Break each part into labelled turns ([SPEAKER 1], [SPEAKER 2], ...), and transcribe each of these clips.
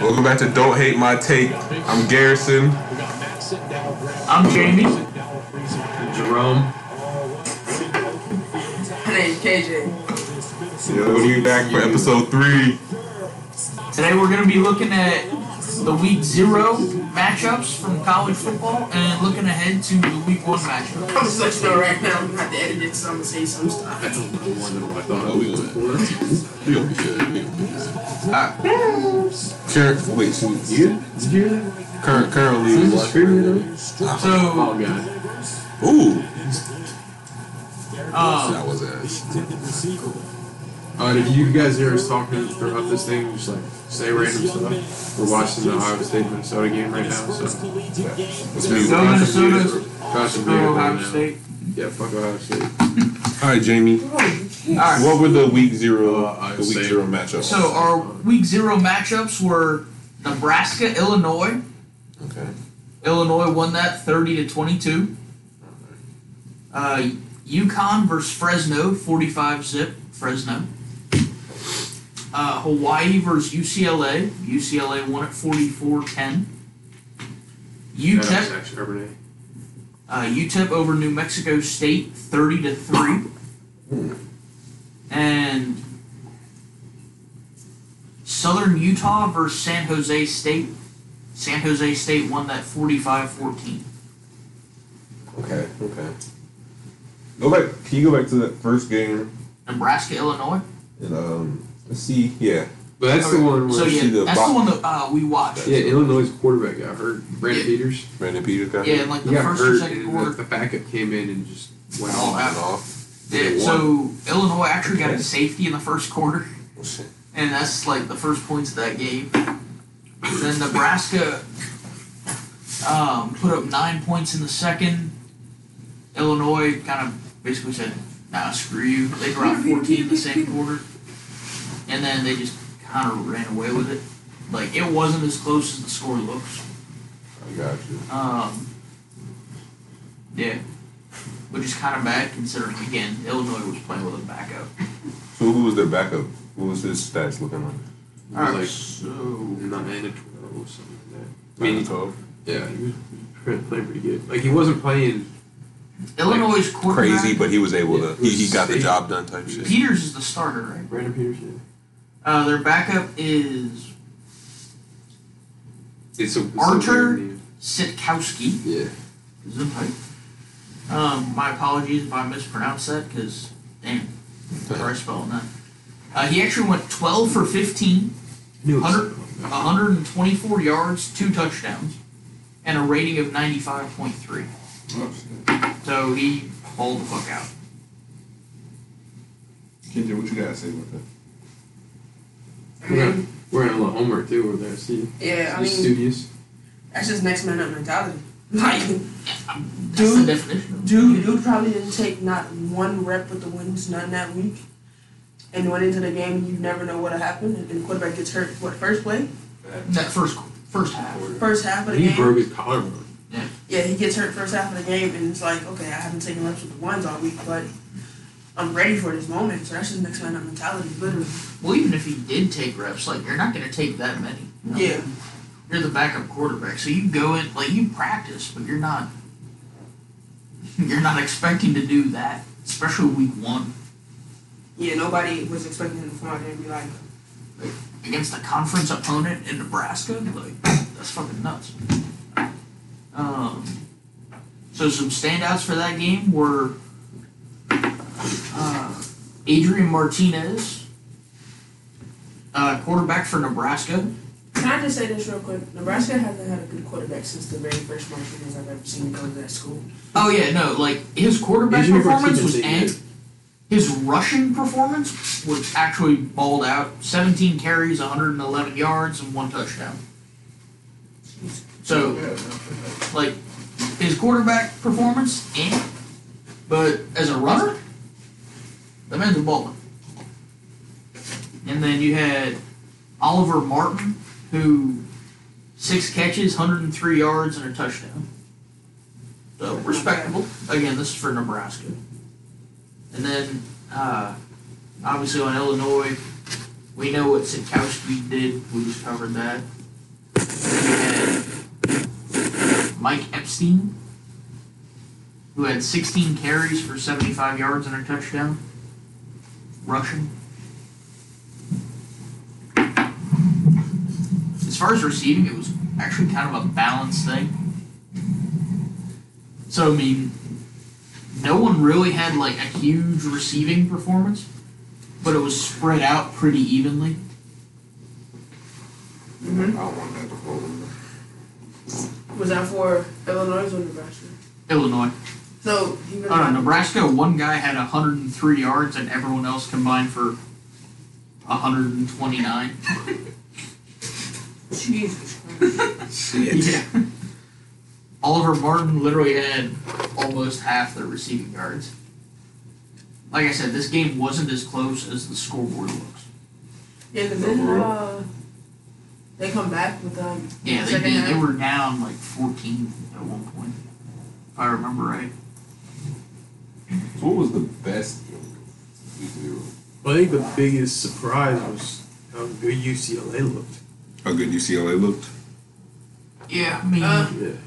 [SPEAKER 1] Welcome back to Don't Hate My Take. I'm Garrison.
[SPEAKER 2] I'm Jamie.
[SPEAKER 3] Jerome.
[SPEAKER 4] My name's KJ.
[SPEAKER 1] Yo, we back for episode three.
[SPEAKER 2] Today we're going to be looking at the week zero matchups from college football and looking ahead to the week one matchup.
[SPEAKER 4] I'm just let you know right now, I'm gonna have to edit it, so I'm gonna say some stuff.
[SPEAKER 3] More than what I thought it was before.
[SPEAKER 5] We gonna be good. We gonna be good. I, current, wait, so you
[SPEAKER 3] You did you hear that?
[SPEAKER 5] current, currently.
[SPEAKER 3] Is this screaming
[SPEAKER 2] So,
[SPEAKER 3] Oh god.
[SPEAKER 5] Ooh,
[SPEAKER 2] uh, um,
[SPEAKER 5] that was ass.
[SPEAKER 3] Uh, if you guys hear us talking throughout this thing, just like say random stuff. We're watching the Ohio State Minnesota game right now, so
[SPEAKER 5] Let's move
[SPEAKER 2] go
[SPEAKER 5] on.
[SPEAKER 2] Minnesota, go
[SPEAKER 3] concentrate right
[SPEAKER 2] Ohio
[SPEAKER 3] now.
[SPEAKER 2] State.
[SPEAKER 3] Yeah, fuck Ohio State.
[SPEAKER 5] All right, Jamie.
[SPEAKER 2] All right.
[SPEAKER 5] What were the week zero,
[SPEAKER 3] Uh, I
[SPEAKER 5] the week
[SPEAKER 3] say-
[SPEAKER 5] zero matchups?
[SPEAKER 2] So
[SPEAKER 1] uh,
[SPEAKER 2] our week zero matchups were Nebraska, Illinois.
[SPEAKER 5] okay.
[SPEAKER 2] Illinois won that thirty to twenty-two. Uh, UConn versus Fresno, forty-five zip Fresno. Uh, Hawaii versus UCLA. UCLA won at 44-10.
[SPEAKER 3] Shout out
[SPEAKER 2] UTEP,
[SPEAKER 3] Zach Charbonnet.
[SPEAKER 2] E uh, UTEP over New Mexico State, thirty to three. And Southern Utah versus San Jose State. San Jose State won that 45-14.
[SPEAKER 5] Okay. Okay. Go back. Can you go back to that first game
[SPEAKER 2] Nebraska, Illinois.
[SPEAKER 5] and um, let's see. Yeah.
[SPEAKER 3] But that's the one where
[SPEAKER 2] So
[SPEAKER 5] you see
[SPEAKER 2] yeah,
[SPEAKER 5] the
[SPEAKER 2] that's
[SPEAKER 5] box.
[SPEAKER 2] the one that uh, we watched.
[SPEAKER 3] yeah, Illinois quarterback got hurt. Brandon
[SPEAKER 2] Yeah.
[SPEAKER 3] Peters.
[SPEAKER 5] Brandon Peters got
[SPEAKER 2] Yeah, and like
[SPEAKER 3] He
[SPEAKER 2] the
[SPEAKER 3] got
[SPEAKER 2] first or
[SPEAKER 3] hurt
[SPEAKER 2] second
[SPEAKER 3] and the,
[SPEAKER 2] quarter.
[SPEAKER 3] the backup came in and just went
[SPEAKER 2] Oh,
[SPEAKER 3] off.
[SPEAKER 2] wow.
[SPEAKER 5] and off.
[SPEAKER 2] Yeah,
[SPEAKER 5] they
[SPEAKER 2] so Illinois actually got
[SPEAKER 5] Okay.
[SPEAKER 2] a safety in the first quarter,
[SPEAKER 5] Oh, shit.
[SPEAKER 2] and that's like the first points of that game. Then Nebraska um, put up nine points in the second. Illinois kind of basically said, "Nah, screw you." They dropped 14 in the same quarter, and then they just kind of ran away with it. Like it wasn't as close as the score looks.
[SPEAKER 5] I got you.
[SPEAKER 2] Um, yeah, which is kind of bad considering again Illinois was playing with a backup.
[SPEAKER 5] So who was their backup? What was his stats looking like?
[SPEAKER 3] He
[SPEAKER 2] All
[SPEAKER 3] was
[SPEAKER 2] right.
[SPEAKER 3] like so nine to twelve or something like that. I
[SPEAKER 5] Nine
[SPEAKER 3] mean,
[SPEAKER 5] to twelve.
[SPEAKER 3] yeah, he was he was playing pretty good. Like he wasn't playing.
[SPEAKER 2] Illinois quarterback
[SPEAKER 5] Crazy, but he was able to. He, he got the
[SPEAKER 3] Yeah.
[SPEAKER 5] job done type shit.
[SPEAKER 2] Peters is the starter, right?
[SPEAKER 3] Brandon Peterson.
[SPEAKER 2] Uh, their backup is
[SPEAKER 3] It's a it's a
[SPEAKER 2] Archer?
[SPEAKER 3] weird name.
[SPEAKER 2] Sitkowski.
[SPEAKER 3] Yeah.
[SPEAKER 2] Zimpipe. Um, my apologies if I mispronounced that because damn, I spelled that. Uh, he actually went 12 for 15,
[SPEAKER 3] Knew it was-
[SPEAKER 2] 100 124 yards, two touchdowns, and a rating of 95.3. So he hauled the fuck out.
[SPEAKER 5] Kendra, what you gotta say about that?
[SPEAKER 4] I
[SPEAKER 3] We're
[SPEAKER 4] mean,
[SPEAKER 3] gonna, we're gonna let homework too. We're there. See,
[SPEAKER 4] yeah, I
[SPEAKER 3] he's
[SPEAKER 4] mean,
[SPEAKER 3] studious.
[SPEAKER 4] that's just next man up mentality. Like,
[SPEAKER 2] That's the
[SPEAKER 4] dude,
[SPEAKER 2] definition. of-
[SPEAKER 4] dude, dude probably didn't take not one rep with the wins, none that week, and went into the game. You never know what'll happen. And the quarterback gets hurt. What first play,
[SPEAKER 2] That first first half.
[SPEAKER 4] first half of the
[SPEAKER 3] He
[SPEAKER 4] game.
[SPEAKER 3] broke his collarbone.
[SPEAKER 4] yeah, he gets hurt first half of the game, and it's like, okay, I haven't taken reps with the ones all week, but I'm ready for this moment. So that's just next man up mentality, literally.
[SPEAKER 2] Well, even if he did take reps, like you're not going to take that many. you know?
[SPEAKER 4] Yeah,
[SPEAKER 2] You're the backup quarterback, so you go in like you practice, but you're not. You're not expecting to do that, especially week one
[SPEAKER 4] yeah. Nobody was expecting him to come out there and be like,
[SPEAKER 2] against a conference opponent in Nebraska. Like that's fucking nuts. Um. So some standouts for that game were uh, Adrian Martinez, uh, quarterback for Nebraska.
[SPEAKER 4] Can I just say this real quick? Nebraska hasn't had a good quarterback since the very first Martinez I've ever seen go to that school.
[SPEAKER 2] Oh yeah, no, like his quarterback
[SPEAKER 3] Adrian
[SPEAKER 2] performance
[SPEAKER 3] Martinez
[SPEAKER 2] was
[SPEAKER 3] did
[SPEAKER 2] eh.
[SPEAKER 3] good.
[SPEAKER 2] His rushing performance was actually balled out. 17 carries, 111 yards, and one touchdown. So, like, his quarterback performance, eh. But as a runner, that man's a baller. And then you had Oliver Martin, who six catches, 103 yards, and a touchdown. So respectable. Again, this is for Nebraska. And then, uh, obviously on Illinois, We know what Sitkowski did. We just covered that. We had Mike Epstein, who had 16 carries for 75 yards and a touchdown. Rushing. As far as receiving, it was actually kind of a balanced thing. So I mean, no one really had like a huge receiving performance, but it was spread out pretty evenly.
[SPEAKER 4] Mm-hmm.
[SPEAKER 5] I want that to hold him.
[SPEAKER 4] Was that for Illinois or Nebraska?
[SPEAKER 2] Illinois.
[SPEAKER 4] So he really
[SPEAKER 2] Oh no, Nebraska. One guy had 103 yards, and everyone else combined for 129.
[SPEAKER 4] Jesus Christ.
[SPEAKER 5] Shit.
[SPEAKER 2] Yeah. Oliver Martin literally had almost half the receiving yards. Like I said, this game wasn't as close as the scoreboard looks.
[SPEAKER 4] Yeah, cause then uh, they come back with um
[SPEAKER 2] Yeah, they
[SPEAKER 4] second
[SPEAKER 2] did. They
[SPEAKER 4] half.
[SPEAKER 2] were down like 14 at one point, if I remember right.
[SPEAKER 6] So what was the best? Zero.
[SPEAKER 3] I think the biggest surprise was how good UCLA looked.
[SPEAKER 5] How good UCLA looked.
[SPEAKER 2] Yeah, I mean,
[SPEAKER 4] Uh,
[SPEAKER 3] Yeah.
[SPEAKER 4] we see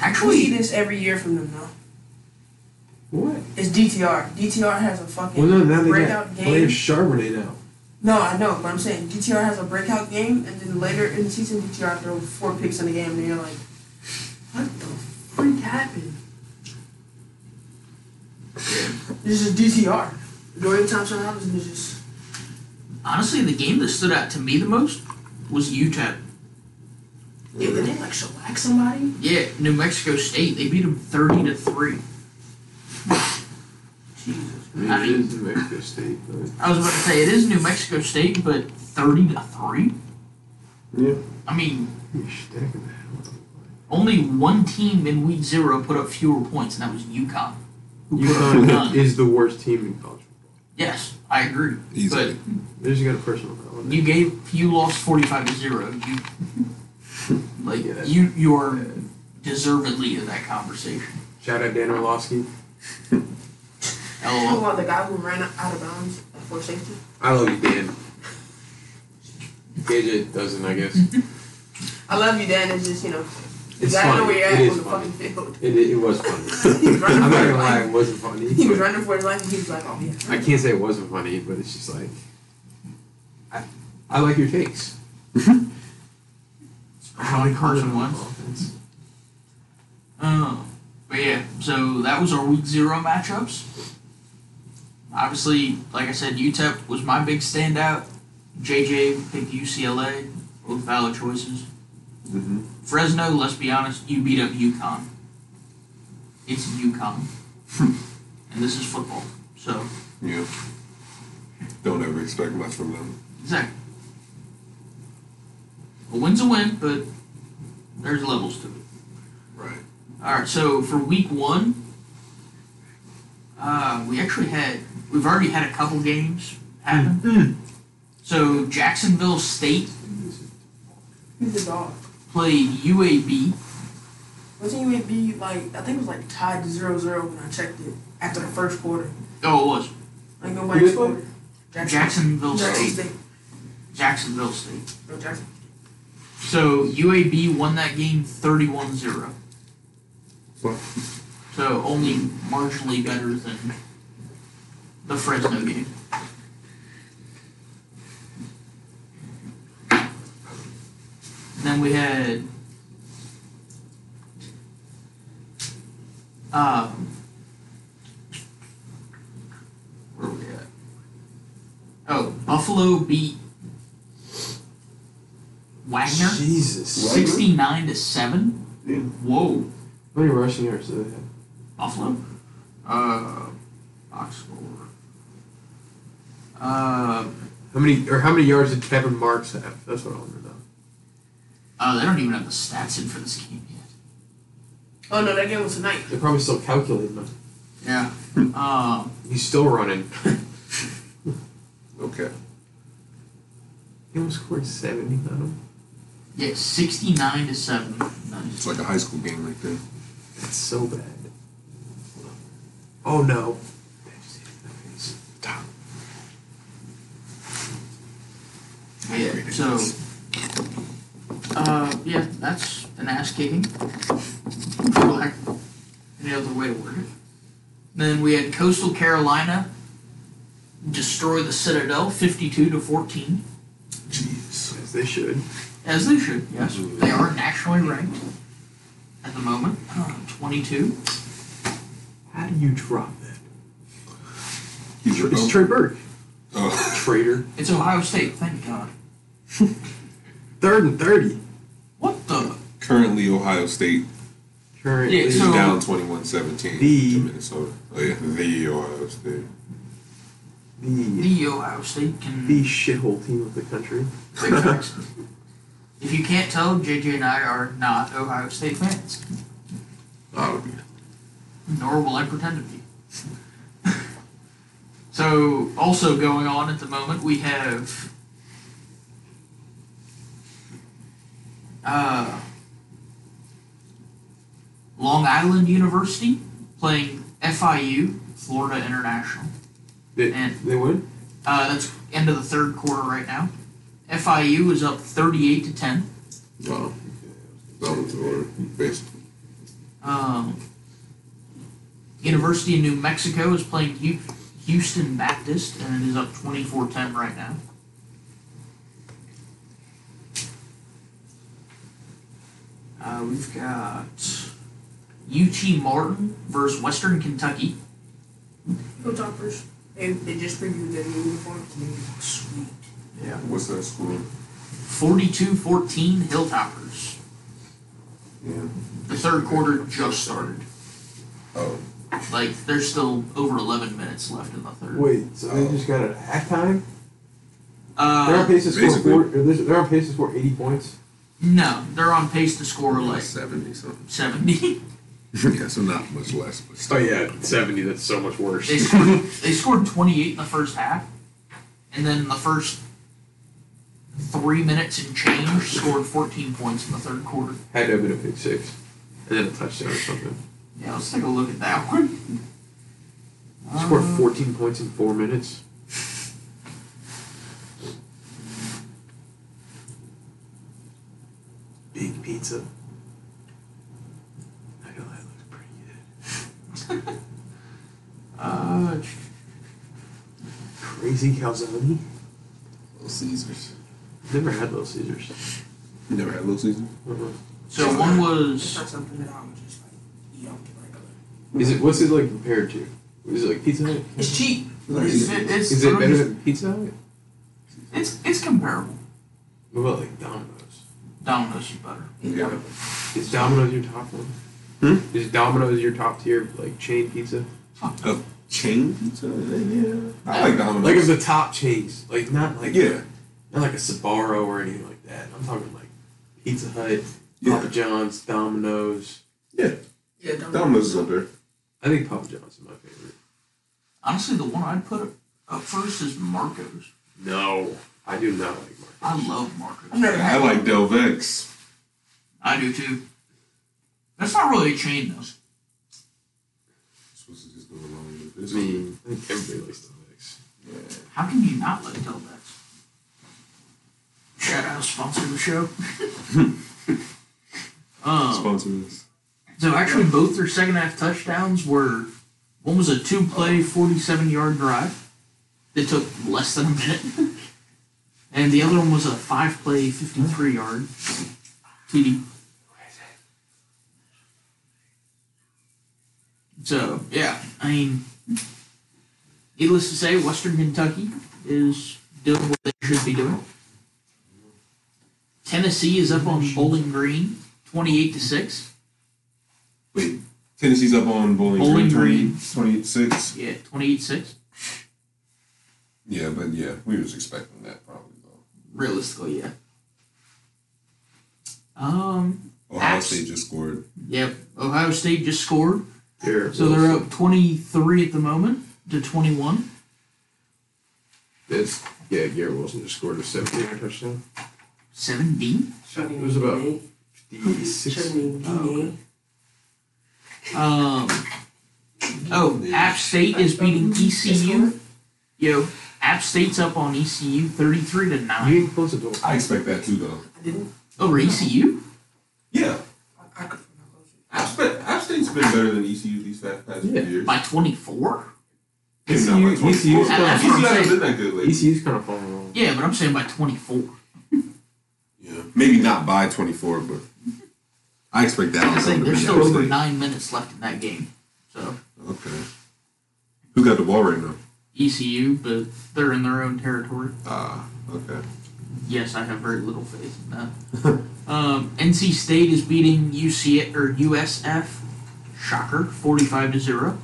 [SPEAKER 2] actually,
[SPEAKER 4] this every year from them now.
[SPEAKER 3] What?
[SPEAKER 4] It's DTR. DTR has a fucking
[SPEAKER 3] Well, no, now they
[SPEAKER 4] breakout
[SPEAKER 3] got
[SPEAKER 4] game.
[SPEAKER 3] Blair Charbonnet now.
[SPEAKER 4] No, I know, but I'm saying DTR has a breakout game, and then later in the season, DTR throws four picks in the game, and you're like, what the freak happened? This is DTR. Dorian Thompson Robinson is just.
[SPEAKER 2] honestly, the game that stood out to me the most was UTEP.
[SPEAKER 4] Yeah, did they like shellac somebody?
[SPEAKER 2] Yeah, New Mexico State. They beat them 30 to three. Jesus. I mean,
[SPEAKER 3] New Mexico State, but
[SPEAKER 2] I was about to say it is New Mexico State, but 30 to three.
[SPEAKER 3] Yeah.
[SPEAKER 2] I mean,
[SPEAKER 3] you're stacking
[SPEAKER 2] only one team in week zero put up fewer points, and that was UConn.
[SPEAKER 3] that.
[SPEAKER 2] Who put up
[SPEAKER 3] UConn
[SPEAKER 2] none.
[SPEAKER 3] is the worst team in college football.
[SPEAKER 2] Yes, I agree.
[SPEAKER 5] Easily.
[SPEAKER 3] They just got a personal problem.
[SPEAKER 2] You gave you lost forty five to zero. You like
[SPEAKER 3] Yeah.
[SPEAKER 2] you you are deservedly in that conversation.
[SPEAKER 3] Shout out Dan Orlovsky.
[SPEAKER 4] Oh,
[SPEAKER 2] LOL.
[SPEAKER 4] well, the guy who ran out of bounds for safety.
[SPEAKER 3] I love you, Dan. KJ doesn't, I guess.
[SPEAKER 4] I love you, Dan. It's just, you know, you
[SPEAKER 3] It's
[SPEAKER 4] gotta know
[SPEAKER 3] funny.
[SPEAKER 4] where you're at
[SPEAKER 3] It
[SPEAKER 4] on
[SPEAKER 3] is
[SPEAKER 4] the
[SPEAKER 3] funny.
[SPEAKER 4] fucking field.
[SPEAKER 3] It, it, it was funny.
[SPEAKER 4] He
[SPEAKER 3] I'm
[SPEAKER 4] was running
[SPEAKER 3] not
[SPEAKER 4] for his
[SPEAKER 3] gonna lie,
[SPEAKER 4] life.
[SPEAKER 3] it wasn't funny.
[SPEAKER 4] He was running for his life, and he was like, oh, yeah.
[SPEAKER 3] I can't say it wasn't funny, but it's just like I, I like your takes.
[SPEAKER 2] Probably Carson Wentz.
[SPEAKER 3] Offense.
[SPEAKER 2] Oh, but yeah. So that was our week zero matchups. Obviously, like I said, UTEP was my big standout. JJ picked UCLA, both valid choices.
[SPEAKER 6] Mm-hmm.
[SPEAKER 2] Fresno, let's be honest, you beat up UConn. It's UConn, and this is football. So
[SPEAKER 5] Yeah. Don't ever expect much from them.
[SPEAKER 2] Exactly. A win's a win, but there's levels to it.
[SPEAKER 5] Right.
[SPEAKER 2] All right, so for week one, uh, we actually had we've already had a couple games happen. So Jacksonville State
[SPEAKER 4] He's a dog.
[SPEAKER 2] played UAB.
[SPEAKER 4] Wasn't UAB like I think it was like tied to 0-0 when I checked it after the first quarter.
[SPEAKER 2] Oh, it was
[SPEAKER 4] Like
[SPEAKER 3] Who
[SPEAKER 4] nobody
[SPEAKER 3] did
[SPEAKER 4] scored.
[SPEAKER 2] Jacksonville
[SPEAKER 4] Jackson
[SPEAKER 2] State.
[SPEAKER 4] State.
[SPEAKER 2] Jacksonville State.
[SPEAKER 4] No, Jackson.
[SPEAKER 2] So UAB won that game 31-0.
[SPEAKER 5] Wow.
[SPEAKER 2] So only marginally better than the Fresno game. And then we had um where were we at? Oh, Buffalo beat Wagner
[SPEAKER 3] Jesus.
[SPEAKER 6] Wagner?
[SPEAKER 2] sixty nine to seven?
[SPEAKER 6] Yeah.
[SPEAKER 2] Whoa.
[SPEAKER 3] How many rushing yards did they have?
[SPEAKER 2] Buffalo? Uh box score. Uh
[SPEAKER 3] How many or how many yards did Kevin Marks have? That's what I want to know.
[SPEAKER 2] Oh, they don't even have the stats in for this game yet.
[SPEAKER 4] Oh no, that game was tonight.
[SPEAKER 3] They're probably still calculating them.
[SPEAKER 2] Yeah. um,
[SPEAKER 3] He's still running.
[SPEAKER 5] Okay.
[SPEAKER 3] he almost scored seventy on him.
[SPEAKER 2] yeah, sixty-nine to seven.
[SPEAKER 5] It's
[SPEAKER 2] Nice.
[SPEAKER 5] like a high school game right there.
[SPEAKER 3] That's so bad. Oh no. That just hit in the face.
[SPEAKER 5] Stop.
[SPEAKER 2] Yeah, so, uh, yeah, that's an ass kicking. For lack of any other way to word it. Then we had Coastal Carolina destroy the Citadel 52 to 14,
[SPEAKER 7] Jeez.
[SPEAKER 3] As they should.
[SPEAKER 2] as they should, yes. They are nationally ranked at the moment, uh, 22.
[SPEAKER 3] How do you drop that?
[SPEAKER 5] He's your
[SPEAKER 3] It's
[SPEAKER 5] bum.
[SPEAKER 3] Trey Burke.
[SPEAKER 5] Oh.
[SPEAKER 3] Traitor.
[SPEAKER 2] It's Ohio State, thank God.
[SPEAKER 3] Third and 30.
[SPEAKER 2] What the?
[SPEAKER 5] Currently, Ohio State
[SPEAKER 3] Currently.
[SPEAKER 2] Yeah,
[SPEAKER 5] is
[SPEAKER 2] So-
[SPEAKER 5] down 21-17
[SPEAKER 3] The-
[SPEAKER 5] to Minnesota. Oh, yeah, the Ohio State.
[SPEAKER 3] the,
[SPEAKER 2] The Ohio State can.
[SPEAKER 3] the shithole team of the country.
[SPEAKER 2] Big facts. if you can't tell, JJ and I are not Ohio State fans,
[SPEAKER 5] I would be.
[SPEAKER 2] nor will I pretend to be. so, also going on at the moment, we have. Uh, Long Island University playing FIU, Florida International.
[SPEAKER 3] They,
[SPEAKER 2] And-
[SPEAKER 3] they win?
[SPEAKER 2] Uh, that's end of the third quarter right now. FIU is up 38 to 10.
[SPEAKER 5] Wow. That was the order, basically.
[SPEAKER 2] Um, University of New Mexico is playing Hu- Houston Baptist, and it is up 24-10 right now. Uh, we've got UT Martin versus Western Kentucky.
[SPEAKER 4] Go Toppers. They, they just previewed their new uniforms.
[SPEAKER 2] Sweet. Yeah.
[SPEAKER 5] What's that school?
[SPEAKER 2] 42-14 Hilltoppers.
[SPEAKER 5] Yeah.
[SPEAKER 2] The third quarter just started.
[SPEAKER 5] Oh.
[SPEAKER 2] Like, there's still over 11 minutes left in the third.
[SPEAKER 8] Wait, so they just got a halftime?
[SPEAKER 2] Uh,
[SPEAKER 8] They're on pace to score
[SPEAKER 5] basically.
[SPEAKER 8] four, or they're they're on pace to score 80 points.
[SPEAKER 2] No, they're on pace to score like
[SPEAKER 5] 70 something.
[SPEAKER 2] 70.
[SPEAKER 5] yeah, so not much less. But
[SPEAKER 3] Oh, yeah. 70. That's so much worse.
[SPEAKER 2] they, scored, they scored 28 in the first half, and then in the first three minutes and change, scored 14 points in the third quarter.
[SPEAKER 3] Had to have been a pick six. And then a touchdown or something.
[SPEAKER 2] Yeah, let's take a look at that one.
[SPEAKER 3] Scored
[SPEAKER 2] Uh,
[SPEAKER 3] 14 points in four minutes. Big pizza. I know that looks pretty good.
[SPEAKER 2] Uh,
[SPEAKER 3] Crazy calzone.
[SPEAKER 5] Little Caesars.
[SPEAKER 3] Never had Little Caesars.
[SPEAKER 5] You never had Little Caesars?
[SPEAKER 3] Uh-huh.
[SPEAKER 2] so one
[SPEAKER 4] It's
[SPEAKER 2] was
[SPEAKER 4] not something that I would just like eat off the regular.
[SPEAKER 3] Is it what's it like compared to? Is it like Pizza Hut?
[SPEAKER 4] It's cheap.
[SPEAKER 2] it's it's,
[SPEAKER 3] Is it better than Pizza Hut?
[SPEAKER 2] it's it's comparable.
[SPEAKER 3] What about like Domino's?
[SPEAKER 2] Domino's is better.
[SPEAKER 5] Yeah.
[SPEAKER 3] Is Domino's your top one?
[SPEAKER 5] Hmm?
[SPEAKER 3] Is Domino's your top tier like chain pizza?
[SPEAKER 5] Chain pizza? Yeah. I like Domino's.
[SPEAKER 3] Like of the top chains, like not like
[SPEAKER 5] yeah.
[SPEAKER 3] not like a Sbarro or anything like that. I'm talking like Pizza Hut,
[SPEAKER 5] Yeah.
[SPEAKER 3] Papa John's, Domino's.
[SPEAKER 5] Yeah.
[SPEAKER 4] Yeah, don't
[SPEAKER 5] Domino's is up there.
[SPEAKER 3] I think Papa John's is my favorite.
[SPEAKER 2] Honestly, the one I'd put up, up first is Marco's.
[SPEAKER 3] No, I do not like mine.
[SPEAKER 2] I love Marco's.
[SPEAKER 4] I've never
[SPEAKER 5] I
[SPEAKER 4] had
[SPEAKER 5] like Delvex.
[SPEAKER 2] I do too. That's not really a chain though.
[SPEAKER 5] Supposed to just go along with
[SPEAKER 3] I
[SPEAKER 5] this.
[SPEAKER 3] mean, I think everybody likes the mix.
[SPEAKER 2] How can you not like Delvex? Shout out sponsor of the show.
[SPEAKER 3] Oh.
[SPEAKER 2] um,
[SPEAKER 5] Sponsors.
[SPEAKER 2] so actually, both their second half touchdowns were one was a two play, forty seven yard drive that took less than a minute, and the other one was a five play, fifty three yard TD. So yeah, I mean. needless to say, Western Kentucky is doing what they should be doing. Tennessee is up on Bowling Green, twenty-eight to six.
[SPEAKER 5] Wait, Tennessee's up on Bowling,
[SPEAKER 2] Bowling
[SPEAKER 5] Green.
[SPEAKER 2] Green.
[SPEAKER 5] 26.
[SPEAKER 2] Yeah, twenty-eight six.
[SPEAKER 5] Yeah, but yeah, we was expecting that probably though.
[SPEAKER 2] Realistically, yeah. Um.
[SPEAKER 5] Ohio
[SPEAKER 2] Abs-
[SPEAKER 5] State just scored.
[SPEAKER 2] Yep. Ohio State just scored,
[SPEAKER 3] Here,
[SPEAKER 2] so they're up twenty-three at the moment to twenty-one.
[SPEAKER 3] That's, yeah, Garrett Wilson just scored a 17 yard touchdown.
[SPEAKER 2] Seventeen.
[SPEAKER 4] Shouldn't
[SPEAKER 3] It was about
[SPEAKER 4] even
[SPEAKER 3] 56.
[SPEAKER 4] Shouldn't
[SPEAKER 3] Oh, okay.
[SPEAKER 4] even
[SPEAKER 2] Um. Oh, App State is beating ECU. E Yo, App App State's up on ECU thirty-three to
[SPEAKER 3] You
[SPEAKER 2] nine. Oh, E
[SPEAKER 3] didn't close the door.
[SPEAKER 5] I expect that too, though.
[SPEAKER 4] I didn't.
[SPEAKER 2] Over ECU?
[SPEAKER 5] Yeah,
[SPEAKER 4] I, I could fucking close it.
[SPEAKER 5] App State- App State's been better than ECU these past, past few
[SPEAKER 3] Yeah.
[SPEAKER 5] years.
[SPEAKER 2] By twenty-four?
[SPEAKER 5] Maybe not by E
[SPEAKER 3] ECU
[SPEAKER 5] 24.
[SPEAKER 2] E
[SPEAKER 3] ECU's kind
[SPEAKER 2] That's
[SPEAKER 3] of
[SPEAKER 5] ECU
[SPEAKER 2] what I'm
[SPEAKER 5] hasn't
[SPEAKER 2] saying.
[SPEAKER 5] been that good lately.
[SPEAKER 3] ECU's kind of falling along.
[SPEAKER 2] Yeah, but I'm saying by twenty-four.
[SPEAKER 5] Yeah. Maybe not by 24, but I expect that.
[SPEAKER 2] Like I
[SPEAKER 5] outcome
[SPEAKER 2] said,
[SPEAKER 5] to
[SPEAKER 2] there's
[SPEAKER 5] be
[SPEAKER 2] still
[SPEAKER 5] App
[SPEAKER 2] over
[SPEAKER 5] State.
[SPEAKER 2] nine minutes left in that game. So
[SPEAKER 5] Okay. Who got the ball right now?
[SPEAKER 2] ECU, E but they're in their own territory.
[SPEAKER 5] Ah, okay.
[SPEAKER 2] Yes, I have very little faith in that. um, NC State is beating UC or USF, shocker, forty-five to zero.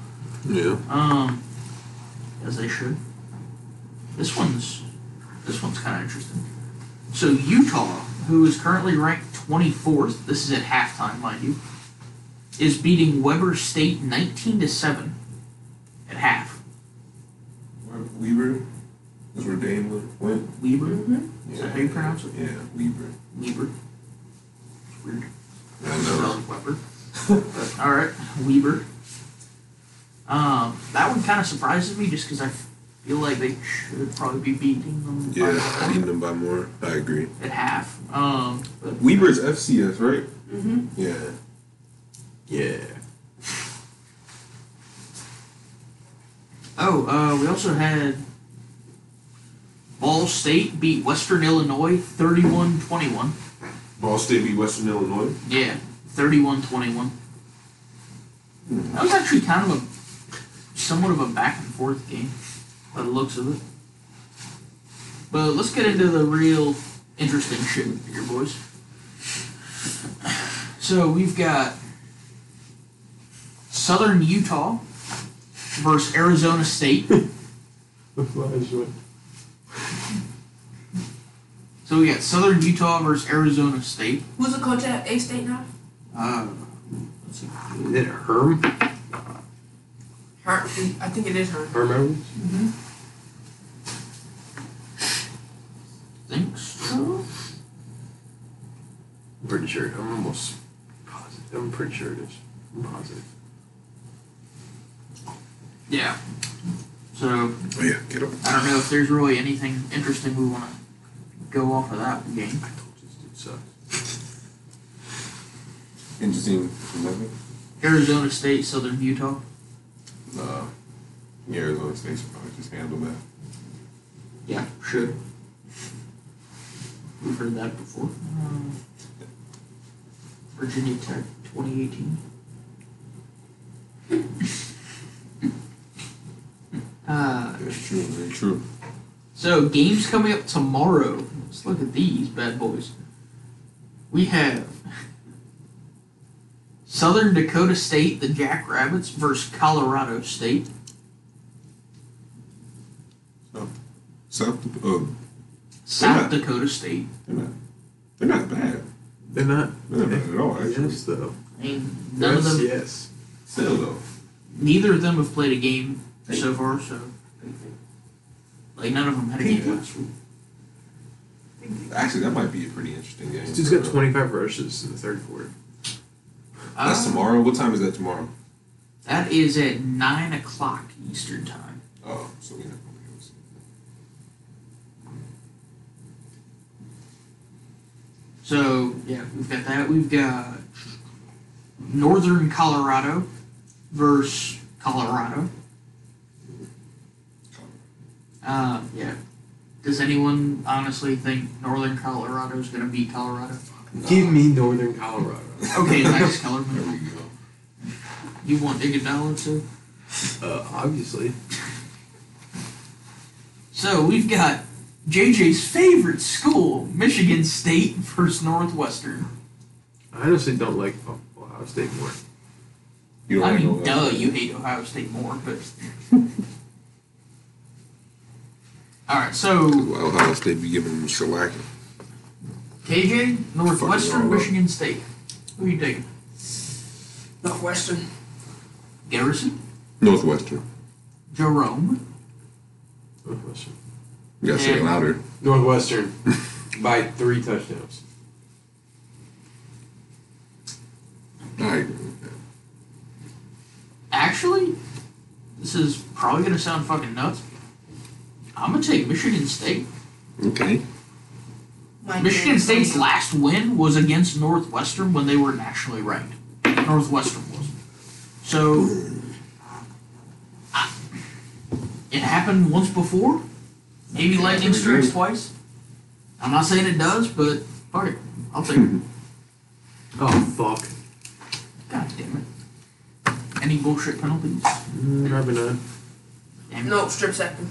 [SPEAKER 5] Yeah.
[SPEAKER 2] Um, as they should. This one's this one's kind of interesting. So Utah, who is currently ranked 24th, this is at halftime, mind you, is beating Weber State 19 to seven at half.
[SPEAKER 5] Weaver? That's where Dane went?
[SPEAKER 2] Weber,
[SPEAKER 3] Mm-hmm.
[SPEAKER 2] is that how you pronounce it?
[SPEAKER 5] Yeah, Weaver.
[SPEAKER 2] Weber. It's weird.
[SPEAKER 5] I know.
[SPEAKER 2] Spelled Weber. But, all right, Weber. Um, that one kind of surprises me just because I feel like they should probably be beating them by
[SPEAKER 5] Yeah,
[SPEAKER 2] more
[SPEAKER 5] I need them by more. I agree.
[SPEAKER 2] at half. Um, but
[SPEAKER 5] Weaver's FCS, right?
[SPEAKER 4] Mm-hmm.
[SPEAKER 5] Yeah.
[SPEAKER 9] Yeah.
[SPEAKER 2] oh, uh, we also had Ball State beat Western Illinois 31-21.
[SPEAKER 5] Ball State beat Western Illinois.
[SPEAKER 2] Yeah, 31-21. That was actually kind of a somewhat of a back and forth game by the looks of it. But let's get into the real interesting shit here, boys. So we've got Southern Utah versus Arizona State. So we got Southern Utah versus Arizona State.
[SPEAKER 4] Who's the coach at A State now?
[SPEAKER 2] Uh, let's see.
[SPEAKER 3] Is it Herm?
[SPEAKER 4] Her, I think it is her.
[SPEAKER 3] Herm Edwards?
[SPEAKER 2] think so.
[SPEAKER 3] I'm pretty sure. I'm almost positive. I'm pretty sure it is. I'm positive.
[SPEAKER 2] Yeah. So
[SPEAKER 5] Oh, yeah, get up.
[SPEAKER 2] I don't know if there's really anything interesting we want to go off of that game.
[SPEAKER 3] I told you this dude sucks.
[SPEAKER 5] Interesting.
[SPEAKER 2] Arizona State, Southern Utah.
[SPEAKER 5] Uh, yeah, Arizona State should probably just handle that.
[SPEAKER 2] Yeah, sure. We've heard that before. Uh, Virginia Tech, 2018. Uh,
[SPEAKER 5] That's true. Very true.
[SPEAKER 2] So games coming up tomorrow. Let's look at these bad boys. We have Southern Dakota State, the Jackrabbits, versus Colorado State.
[SPEAKER 5] South, uh,
[SPEAKER 2] South Dakota State.
[SPEAKER 5] they're not, they're not bad.
[SPEAKER 3] They're not.
[SPEAKER 5] They're not bad at all, actually.
[SPEAKER 3] Yes, though.
[SPEAKER 2] I mean, none of them,
[SPEAKER 3] Yes.
[SPEAKER 5] Still, though.
[SPEAKER 2] neither of them have played a game so far. So, like, none of them had a game last week.
[SPEAKER 5] Actually, that might be a pretty interesting game.
[SPEAKER 3] This dude's got 25 rushes in the third quarter.
[SPEAKER 5] That's
[SPEAKER 2] Uh,
[SPEAKER 5] tomorrow. What time is that tomorrow?
[SPEAKER 2] that is at nine o'clock Eastern time.
[SPEAKER 5] Oh, so we're not going to see
[SPEAKER 2] So yeah, we've got that. We've got Northern Colorado versus Colorado. Uh, yeah. Does anyone honestly think Northern Colorado is going to beat Colorado?
[SPEAKER 3] Give me Northern Colorado.
[SPEAKER 2] Okay, nice,
[SPEAKER 5] There
[SPEAKER 2] Kellerman.
[SPEAKER 5] we go.
[SPEAKER 2] You want Iguodala too?
[SPEAKER 3] Uh, obviously.
[SPEAKER 2] So we've got JJ's favorite school, Michigan State versus Northwestern.
[SPEAKER 3] I honestly don't like Ohio State more.
[SPEAKER 5] You don't
[SPEAKER 2] I
[SPEAKER 5] wanna
[SPEAKER 2] mean,
[SPEAKER 5] go
[SPEAKER 2] duh,
[SPEAKER 5] out.
[SPEAKER 2] you hate Ohio State more, but. All right, so
[SPEAKER 5] Well, Ohio State be giving them shellacking.
[SPEAKER 2] KJ,
[SPEAKER 5] Fucking
[SPEAKER 2] Northwestern,
[SPEAKER 5] all up.
[SPEAKER 2] Michigan State. Who you taking?
[SPEAKER 4] Northwestern.
[SPEAKER 2] Garrison,
[SPEAKER 5] Northwestern.
[SPEAKER 2] Jerome,
[SPEAKER 3] Northwestern.
[SPEAKER 5] You gotta say it
[SPEAKER 2] Yeah.
[SPEAKER 5] louder.
[SPEAKER 3] Northwestern by three touchdowns.
[SPEAKER 5] I agree with that.
[SPEAKER 2] Actually, this is probably gonna sound fucking nuts. I'm gonna take Michigan State.
[SPEAKER 10] Okay.
[SPEAKER 4] My
[SPEAKER 2] Michigan
[SPEAKER 4] dad-
[SPEAKER 2] State's last win was against Northwestern when they were nationally ranked. Northwestern was. So I- it happened once before. Maybe lightning strikes twice. I'm not saying it does, but fuck it. I'll take it.
[SPEAKER 3] Oh fuck.
[SPEAKER 2] God damn it. Any bullshit penalties?
[SPEAKER 3] Mm, Probably not.
[SPEAKER 2] Damn it.
[SPEAKER 4] No, strip second.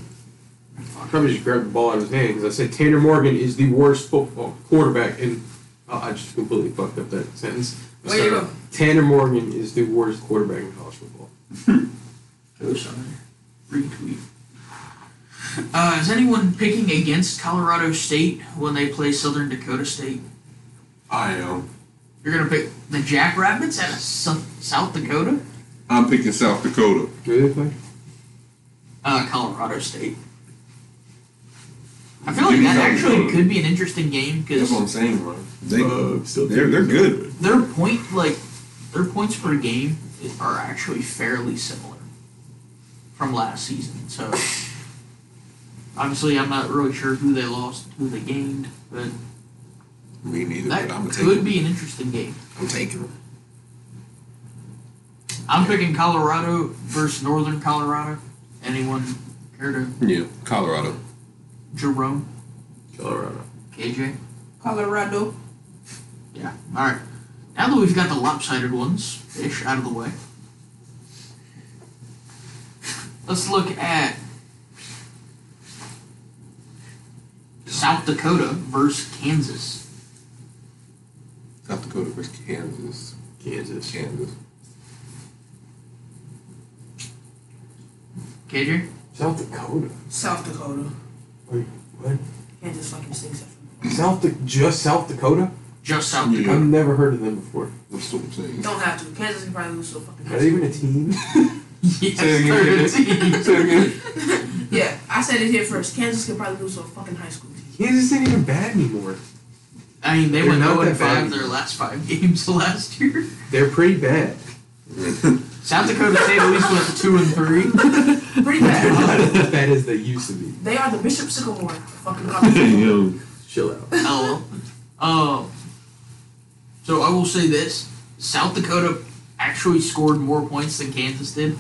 [SPEAKER 2] Fuck.
[SPEAKER 9] Probably just grabbed the ball out of his hand because I said Tanner Morgan is the worst football quarterback in. Uh, I just completely fucked up that sentence.
[SPEAKER 4] Way to go.
[SPEAKER 9] Tanner Morgan is the worst quarterback in college football.
[SPEAKER 2] Post on there. Oh, Retweet. Uh, is anyone picking against Colorado State when they play Southern Dakota State?
[SPEAKER 5] I um, am.
[SPEAKER 2] You're gonna pick the Jackrabbits out of Sou- South Dakota,
[SPEAKER 5] I'm picking South Dakota.
[SPEAKER 9] Do they play?
[SPEAKER 2] uh, Colorado State. I feel like that actually could be an interesting game
[SPEAKER 5] That's
[SPEAKER 2] because
[SPEAKER 5] what I'm saying, bro.
[SPEAKER 10] They,
[SPEAKER 3] Uh, still
[SPEAKER 10] they're, they're good.
[SPEAKER 2] their point, like their points per game, i- are actually fairly similar from last season. So obviously, I'm not really sure who they lost, who they gained, but
[SPEAKER 10] Me neither,
[SPEAKER 2] that
[SPEAKER 10] but I'm taking
[SPEAKER 2] could
[SPEAKER 10] them.
[SPEAKER 2] be an interesting game.
[SPEAKER 10] I'm taking them.
[SPEAKER 2] I'm picking Colorado versus Northern Colorado. Anyone care to
[SPEAKER 5] Yeah, Colorado.
[SPEAKER 2] Jerome?
[SPEAKER 3] Colorado.
[SPEAKER 2] KJ?
[SPEAKER 4] Colorado.
[SPEAKER 2] Yeah. Alright. Now that we've got the lopsided ones ish out of the way, let's look at South Dakota versus Kansas.
[SPEAKER 5] South Dakota versus Kansas.
[SPEAKER 3] Kansas.
[SPEAKER 5] Kansas.
[SPEAKER 2] KJ?
[SPEAKER 3] South Dakota.
[SPEAKER 4] South Dakota.
[SPEAKER 3] Wait, what?
[SPEAKER 4] Can't just fucking stinks up.
[SPEAKER 3] South Da- just South Dakota?
[SPEAKER 2] Just South Dakota.
[SPEAKER 5] Yeah.
[SPEAKER 3] I've never heard of them before.
[SPEAKER 5] That's what I'm saying.
[SPEAKER 4] Don't have to. Kansas can probably lose to a fucking
[SPEAKER 3] Are they even a team?
[SPEAKER 2] Yes,
[SPEAKER 9] Say it again.
[SPEAKER 2] thirteen.
[SPEAKER 9] Say it again.
[SPEAKER 4] Yeah, I said it here first. Kansas could probably lose to a fucking high school team.
[SPEAKER 3] Kansas ain't even bad anymore.
[SPEAKER 2] I mean, they
[SPEAKER 3] They're
[SPEAKER 2] went
[SPEAKER 3] not
[SPEAKER 2] 0 and
[SPEAKER 3] that bad.
[SPEAKER 2] 5 their last five games last year.
[SPEAKER 3] They're pretty bad.
[SPEAKER 2] South Dakota State at least went to 2 and 3.
[SPEAKER 4] Pretty bad.
[SPEAKER 3] Not as bad as they used to be.
[SPEAKER 4] they are the Bishop Sycamore of fucking
[SPEAKER 5] Hey,
[SPEAKER 4] conference.
[SPEAKER 5] yo.
[SPEAKER 3] Chill out.
[SPEAKER 2] LOL. Um, so I will say this: South Dakota actually scored more points than Kansas did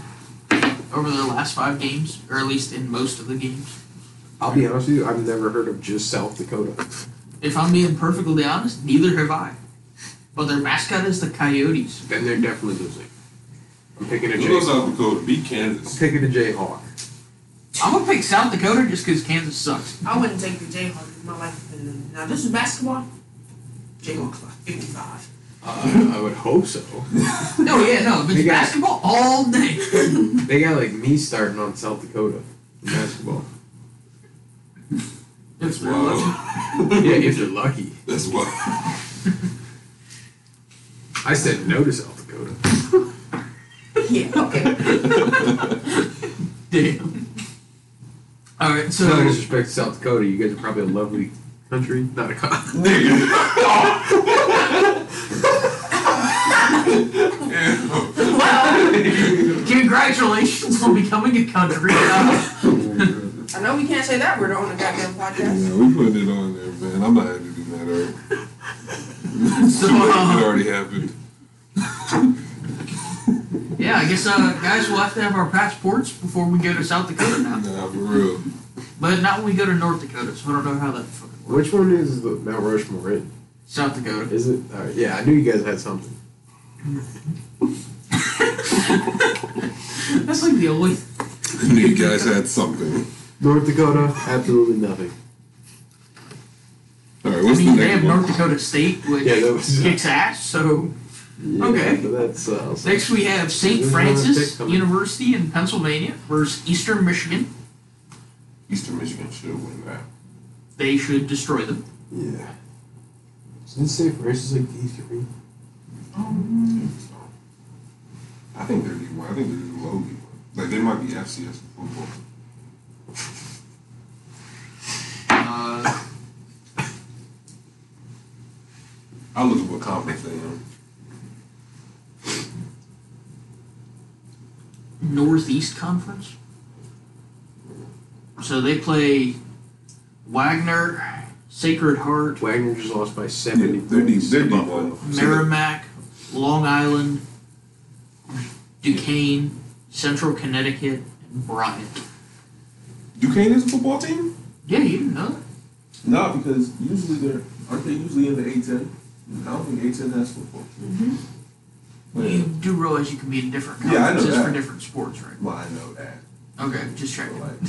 [SPEAKER 2] over their last five games, or at least in most of the games.
[SPEAKER 3] I'll be honest with you, I've never heard of just South Dakota.
[SPEAKER 2] If I'm being perfectly honest, neither have I. But their mascot is the Coyotes.
[SPEAKER 9] Then they're definitely losing. I'm picking a
[SPEAKER 5] Who goes
[SPEAKER 9] Jayhawk.
[SPEAKER 5] South Dakota? Beat Kansas.
[SPEAKER 3] I'm picking the Jayhawk.
[SPEAKER 2] I'm gonna pick South Dakota just because Kansas sucks.
[SPEAKER 4] I wouldn't take the Jayhawks in my life. Now this is basketball. Jayhawks by fifty-five.
[SPEAKER 3] Uh, I would hope so.
[SPEAKER 2] No, yeah, no, if
[SPEAKER 3] They
[SPEAKER 2] it's
[SPEAKER 3] got-
[SPEAKER 2] basketball all day.
[SPEAKER 3] They got like me starting on South Dakota in basketball.
[SPEAKER 2] It's
[SPEAKER 5] Wow.
[SPEAKER 3] yeah, if they're lucky.
[SPEAKER 5] That's why.
[SPEAKER 3] I said no to South Dakota.
[SPEAKER 4] Yeah. Okay.
[SPEAKER 2] Damn. All right, so
[SPEAKER 3] no disrespect to South Dakota, you guys are probably a lovely country, not a country.
[SPEAKER 4] well,
[SPEAKER 2] congratulations on becoming a country.
[SPEAKER 4] I know we can't say that word on the goddamn podcast.
[SPEAKER 5] Yeah, we put it on there, man. I'm not happy to do that, all right?
[SPEAKER 2] so.
[SPEAKER 5] It
[SPEAKER 2] uh,
[SPEAKER 5] already happened.
[SPEAKER 2] Yeah, I guess uh, guys, we'll have to have our passports before we go to South Dakota now.
[SPEAKER 5] Nah, for real.
[SPEAKER 2] But not when we go to North Dakota, so I don't know how that fucking works.
[SPEAKER 3] Which one is the Mount Rushmore in?
[SPEAKER 2] South Dakota.
[SPEAKER 3] Is it? All right, yeah, I knew you guys had something.
[SPEAKER 2] That's like the only.
[SPEAKER 5] I knew you guys had something.
[SPEAKER 3] North Dakota, absolutely nothing.
[SPEAKER 5] All right,
[SPEAKER 2] I
[SPEAKER 5] what's
[SPEAKER 2] mean,
[SPEAKER 5] the
[SPEAKER 2] they
[SPEAKER 5] next
[SPEAKER 2] have
[SPEAKER 5] one?
[SPEAKER 2] North Dakota State, which
[SPEAKER 3] Yeah, that was-
[SPEAKER 2] kicks ass. So
[SPEAKER 3] Yeah,
[SPEAKER 2] Okay.
[SPEAKER 3] but that's uh, also-
[SPEAKER 2] next we have St.
[SPEAKER 3] Who's gonna pick
[SPEAKER 2] Francis
[SPEAKER 3] them?
[SPEAKER 2] University in Pennsylvania versus Eastern Michigan.
[SPEAKER 5] Eastern Michigan should win that.
[SPEAKER 2] They should destroy them.
[SPEAKER 3] yeah. Didn't it say Francis like D three.
[SPEAKER 5] I think they're D1. I think they're the low D1. Like, they might be FCS football.
[SPEAKER 2] Uh,
[SPEAKER 5] I'll look at what conference they in.
[SPEAKER 2] Northeast Conference. So they play Wagner, Sacred Heart,
[SPEAKER 3] Wagner just lost by seventy.
[SPEAKER 5] Yeah, they're deep.
[SPEAKER 3] points.
[SPEAKER 5] They're deep.
[SPEAKER 10] Buffalo.
[SPEAKER 5] one.
[SPEAKER 2] Merrimack, Long Island, Duquesne, Central Connecticut, and Bryant.
[SPEAKER 11] Duquesne is a football team?
[SPEAKER 2] Yeah, you didn't know that?
[SPEAKER 11] No, because usually they're aren't they usually in the A10? I don't think A10 has football.
[SPEAKER 2] Well, You do realize you can be in different
[SPEAKER 11] Yeah, I know
[SPEAKER 2] conferences for
[SPEAKER 11] that.
[SPEAKER 2] different sports, right?
[SPEAKER 11] Well, I know that.
[SPEAKER 2] Okay, just
[SPEAKER 11] But
[SPEAKER 2] checking.
[SPEAKER 11] like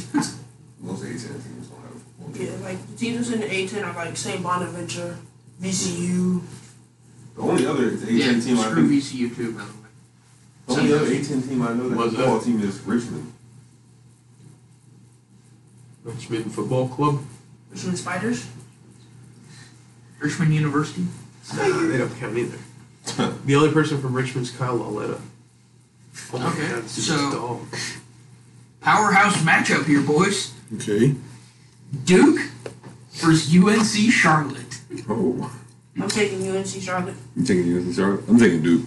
[SPEAKER 11] most A10 teams don't have a football team.
[SPEAKER 4] Yeah, like the teams in the A10 are like St. Bonaventure, VCU.
[SPEAKER 11] The only other A10
[SPEAKER 2] Yeah,
[SPEAKER 11] team I
[SPEAKER 2] screw
[SPEAKER 11] think,
[SPEAKER 2] VCU too, by the way.
[SPEAKER 11] the only other A10 team I know that has
[SPEAKER 9] Was
[SPEAKER 11] a football team is Richmond.
[SPEAKER 9] Richmond Football Club.
[SPEAKER 4] Richmond Spiders.
[SPEAKER 2] Richmond University.
[SPEAKER 3] Nah, they don't count either. The only person from Richmond's Kyle Lauletta. Oh my
[SPEAKER 2] Okay,
[SPEAKER 3] god, this is
[SPEAKER 2] so-
[SPEAKER 3] just dog.
[SPEAKER 2] Powerhouse matchup here, boys.
[SPEAKER 10] Okay.
[SPEAKER 2] Duke versus UNC Charlotte.
[SPEAKER 10] Oh.
[SPEAKER 4] I'm taking UNC Charlotte.
[SPEAKER 10] You taking you in Charlotte? I'm taking Duke.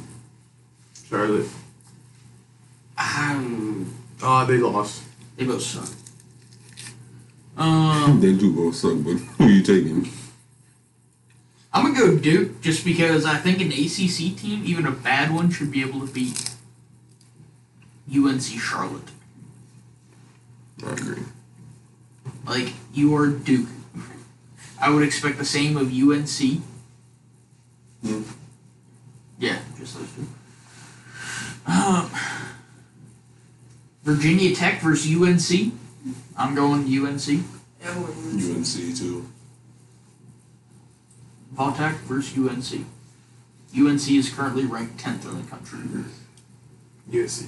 [SPEAKER 3] Charlotte.
[SPEAKER 2] Um,
[SPEAKER 3] Ah, they lost.
[SPEAKER 2] they both suck. Um,
[SPEAKER 10] They do both suck, but who you taking?
[SPEAKER 2] I'm gonna go Duke just because I think an ACC team, even a bad one, should be able to beat UNC Charlotte.
[SPEAKER 10] I agree.
[SPEAKER 2] Like you are Duke. I would expect the same of UNC.
[SPEAKER 11] Hmm.
[SPEAKER 2] Yeah, just those two. Um, Virginia Tech versus UNC. I'm going UNC.
[SPEAKER 4] Yeah, we're losing.
[SPEAKER 5] UNC too.
[SPEAKER 2] Voltech versus UNC. UNC is currently ranked tenth in the country.
[SPEAKER 3] USC.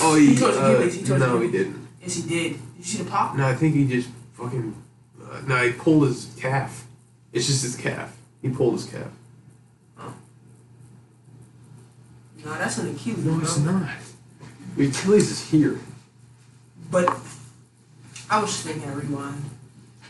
[SPEAKER 3] Oh, he,
[SPEAKER 4] He told you,
[SPEAKER 3] uh,
[SPEAKER 4] he told you.
[SPEAKER 3] no, he didn't.
[SPEAKER 4] Yes, he did. Did you see the pop?
[SPEAKER 3] No, I think he just fucking. Uh, no, he pulled his calf. It's just his calf. He pulled his calf.
[SPEAKER 4] No, that's an Achilles.
[SPEAKER 3] No, it's
[SPEAKER 4] bro.
[SPEAKER 3] not. The Achilles is here.
[SPEAKER 4] But I was just thinking of rewind.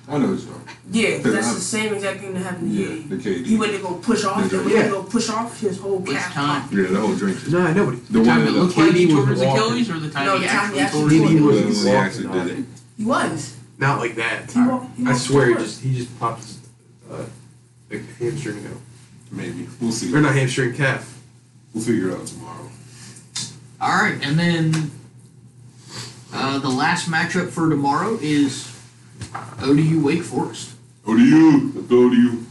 [SPEAKER 5] I know it's wrong.
[SPEAKER 4] Yeah,
[SPEAKER 5] But
[SPEAKER 4] that's
[SPEAKER 5] I'm-
[SPEAKER 4] the same exact thing that happened to
[SPEAKER 5] Yeah,
[SPEAKER 4] Yeti.
[SPEAKER 5] the KD.
[SPEAKER 4] He went to go push off.
[SPEAKER 10] Yeah.
[SPEAKER 4] He went to go push off his whole
[SPEAKER 2] It's
[SPEAKER 4] calf.
[SPEAKER 2] time.
[SPEAKER 4] pop.
[SPEAKER 10] Yeah, that whole drink.
[SPEAKER 3] No, I know, but
[SPEAKER 10] The
[SPEAKER 2] time
[SPEAKER 10] one
[SPEAKER 2] it
[SPEAKER 10] that
[SPEAKER 2] looked
[SPEAKER 10] looked
[SPEAKER 2] like he
[SPEAKER 3] Katie
[SPEAKER 2] tore
[SPEAKER 3] was
[SPEAKER 2] his
[SPEAKER 3] walking.
[SPEAKER 2] Achilles, or the time
[SPEAKER 4] No,
[SPEAKER 2] he
[SPEAKER 4] the time
[SPEAKER 2] actually
[SPEAKER 4] he
[SPEAKER 2] tore
[SPEAKER 4] actually did
[SPEAKER 2] his
[SPEAKER 3] he
[SPEAKER 4] it.
[SPEAKER 2] Achilles.
[SPEAKER 10] when
[SPEAKER 3] was
[SPEAKER 10] he actually
[SPEAKER 3] walking on
[SPEAKER 10] did
[SPEAKER 3] it.
[SPEAKER 10] it.
[SPEAKER 4] He was.
[SPEAKER 3] Not like that.
[SPEAKER 4] He wa- he
[SPEAKER 3] I
[SPEAKER 4] walked
[SPEAKER 3] swear, he
[SPEAKER 4] towards.
[SPEAKER 3] just he just popped his uh, the hamstring out.
[SPEAKER 5] Maybe we'll see.
[SPEAKER 3] Or not hamstring, calf.
[SPEAKER 5] We'll figure it out tomorrow.
[SPEAKER 2] All right, and then uh, the last matchup for tomorrow is ODU Wake Forest.
[SPEAKER 5] Oh, ODU, let's go ODU.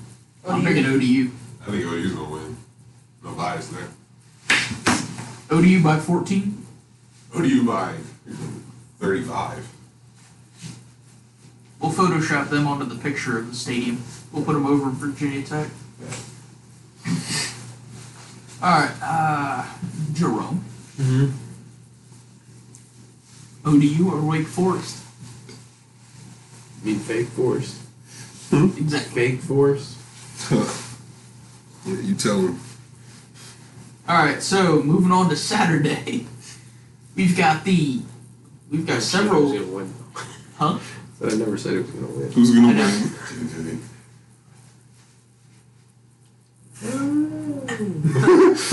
[SPEAKER 2] I'm picking ODU.
[SPEAKER 5] I think ODU's gonna win. No bias there.
[SPEAKER 2] ODU by 14.
[SPEAKER 5] ODU by thirty-five.
[SPEAKER 2] We'll Photoshop them onto the picture of the stadium. We'll put them over Virginia Tech. All right, uh, Jerome.
[SPEAKER 3] Mhm.
[SPEAKER 2] ODU or Wake Forest?
[SPEAKER 3] I mean, fake force.
[SPEAKER 2] Exactly.
[SPEAKER 3] Fake force.
[SPEAKER 10] Yeah, you tell him.
[SPEAKER 2] All right, so moving on to Saturday, we've got the we've got
[SPEAKER 3] I
[SPEAKER 2] several,
[SPEAKER 3] never said it was gonna win.
[SPEAKER 2] huh?
[SPEAKER 3] But I never said it was gonna win.
[SPEAKER 5] Who's gonna
[SPEAKER 2] I know.
[SPEAKER 5] win?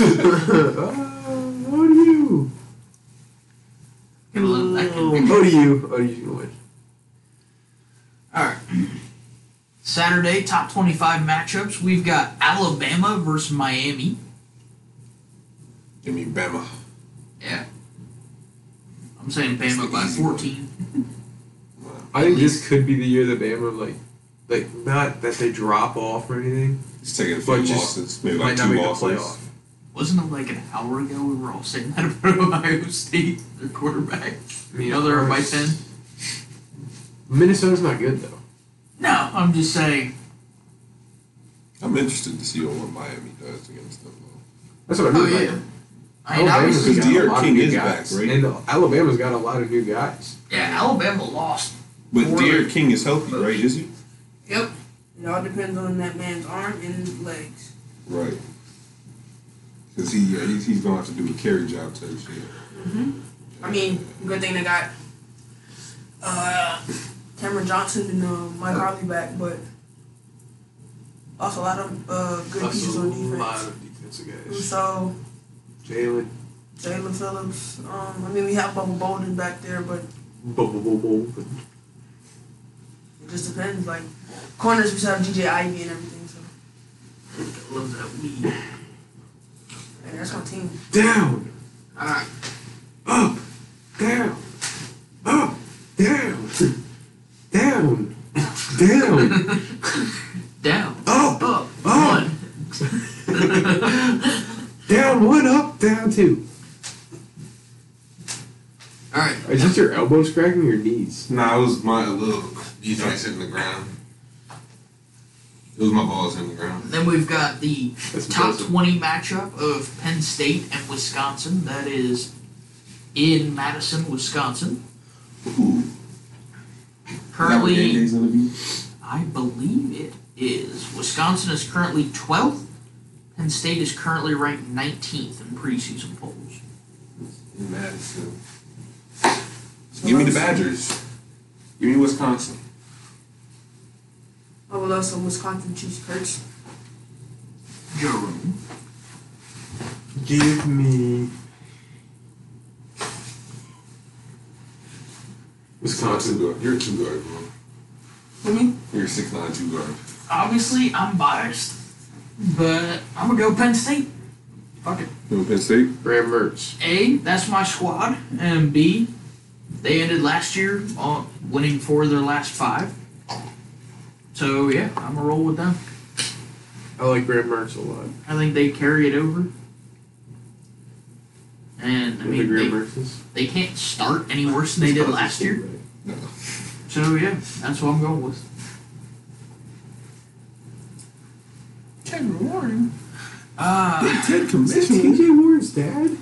[SPEAKER 3] oh, what do you?
[SPEAKER 2] Give a little- I can picture-
[SPEAKER 3] What do you? Oh, you gonna win?
[SPEAKER 2] All right. Saturday, top 25 matchups. We've got Alabama versus Miami.
[SPEAKER 5] Give me Bama.
[SPEAKER 2] Yeah. I'm saying Bama by 14.
[SPEAKER 3] I think this could be the year that Bama like, like not that they drop off or anything.
[SPEAKER 5] Just taking a few
[SPEAKER 3] But just
[SPEAKER 5] losses, maybe
[SPEAKER 3] might
[SPEAKER 5] like
[SPEAKER 3] not
[SPEAKER 5] two
[SPEAKER 3] make the
[SPEAKER 5] losses.
[SPEAKER 3] playoff.
[SPEAKER 2] Wasn't it like an hour ago we were all saying that about Ohio State, their quarterback?
[SPEAKER 3] I mean,
[SPEAKER 2] You know, they're a
[SPEAKER 3] ours-
[SPEAKER 2] white then?
[SPEAKER 3] Minnesota's not good though.
[SPEAKER 2] No, I'm just saying.
[SPEAKER 5] I'm interested to see what Miami does against them. though.
[SPEAKER 3] That's what I mean.
[SPEAKER 2] Oh,
[SPEAKER 3] like,
[SPEAKER 2] yeah. I mean,
[SPEAKER 3] Alabama's
[SPEAKER 2] obviously,
[SPEAKER 5] Because
[SPEAKER 3] got a
[SPEAKER 5] De'Aaron
[SPEAKER 3] lot of
[SPEAKER 5] King
[SPEAKER 3] new
[SPEAKER 5] is
[SPEAKER 3] guys,
[SPEAKER 5] back, right?
[SPEAKER 3] and Alabama's got a lot of new guys.
[SPEAKER 2] yeah, Alabama lost.
[SPEAKER 5] But
[SPEAKER 2] Or-
[SPEAKER 5] Derrick King is healthy, right? Is he?
[SPEAKER 2] Yep.
[SPEAKER 4] It all depends on that man's arm and legs.
[SPEAKER 5] Right. Because he, yeah, he's, he's gonna have to do a carry job type shit.
[SPEAKER 4] I mean, good thing they got uh, Cameron Johnson and uh, Mike Harvey back, but also a lot of uh, good
[SPEAKER 3] That's
[SPEAKER 4] pieces
[SPEAKER 3] a
[SPEAKER 4] on
[SPEAKER 3] lot
[SPEAKER 4] defense.
[SPEAKER 3] of defensive guys.
[SPEAKER 4] So
[SPEAKER 3] Jalen,
[SPEAKER 4] Jalen Phillips. Um, I mean, we have Bubba Bolden back there, but
[SPEAKER 3] bubble, bubble, bubble.
[SPEAKER 4] It just depends. Like corners, we still have DJ Ivy and everything. So
[SPEAKER 2] Loves that weed.
[SPEAKER 4] like, that's my team.
[SPEAKER 3] Down,
[SPEAKER 2] Alright.
[SPEAKER 3] up, down, up, down, down, down,
[SPEAKER 2] Down.
[SPEAKER 3] up,
[SPEAKER 2] Up.
[SPEAKER 3] Oh.
[SPEAKER 2] One.
[SPEAKER 3] down, one, up, down, two.
[SPEAKER 2] Alright.
[SPEAKER 3] Is this your elbows cracking or your knees?
[SPEAKER 10] Nah, it was my little these nights hitting the ground. It was my balls hitting the ground.
[SPEAKER 2] Then we've got the
[SPEAKER 3] That's
[SPEAKER 2] top
[SPEAKER 3] impressive.
[SPEAKER 2] 20 matchup of Penn State and Wisconsin. That is in Madison, Wisconsin.
[SPEAKER 10] Is that what game
[SPEAKER 2] Currently,
[SPEAKER 10] day's gonna be?
[SPEAKER 2] I believe it is. Wisconsin is currently 12th. Penn State is currently ranked 19th in preseason polls.
[SPEAKER 10] In Madison. Give me the Badgers. Give me Wisconsin.
[SPEAKER 4] I would love some uh, Wisconsin cheese curds.
[SPEAKER 2] Jerome.
[SPEAKER 3] Give me
[SPEAKER 10] Wisconsin,
[SPEAKER 3] Wisconsin.
[SPEAKER 10] guard. You're a two guard, bro.
[SPEAKER 4] What me?
[SPEAKER 10] You're a six nine two guard.
[SPEAKER 2] Obviously, I'm biased, but I'm going to go Penn State. Fuck it.
[SPEAKER 10] You know Penn State?
[SPEAKER 3] Graham Mertz.
[SPEAKER 2] A, that's my squad, and B, they ended last year on winning four of their last five. So yeah, I'm gonna roll with them.
[SPEAKER 3] I like Graham Mertz a lot.
[SPEAKER 2] I think they carry it over. And I
[SPEAKER 3] With the
[SPEAKER 2] mean,
[SPEAKER 3] Graham
[SPEAKER 2] they,
[SPEAKER 3] Mertzes.
[SPEAKER 2] they can't start any worse than they did last year.
[SPEAKER 10] No.
[SPEAKER 2] So yeah, that's what I'm going with.
[SPEAKER 3] Ted Warren.
[SPEAKER 2] Uh,
[SPEAKER 10] Ted
[SPEAKER 3] Is that TJ Warren's dad?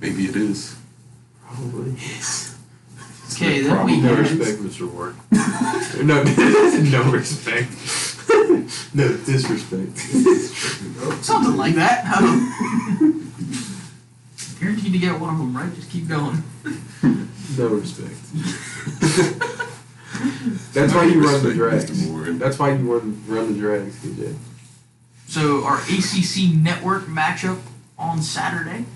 [SPEAKER 10] Maybe it is.
[SPEAKER 3] Probably.
[SPEAKER 2] okay, then we
[SPEAKER 3] No
[SPEAKER 2] have
[SPEAKER 3] respect, Mr. Warren. no, no respect. no disrespect.
[SPEAKER 2] something like that. I don't- Guaranteed to get one of them right. Just keep going.
[SPEAKER 3] no respect. That's why you run the drags.
[SPEAKER 10] Mr. Warren.
[SPEAKER 3] That's why you run run the drags, TJ.
[SPEAKER 2] So our ACC network matchup on Saturday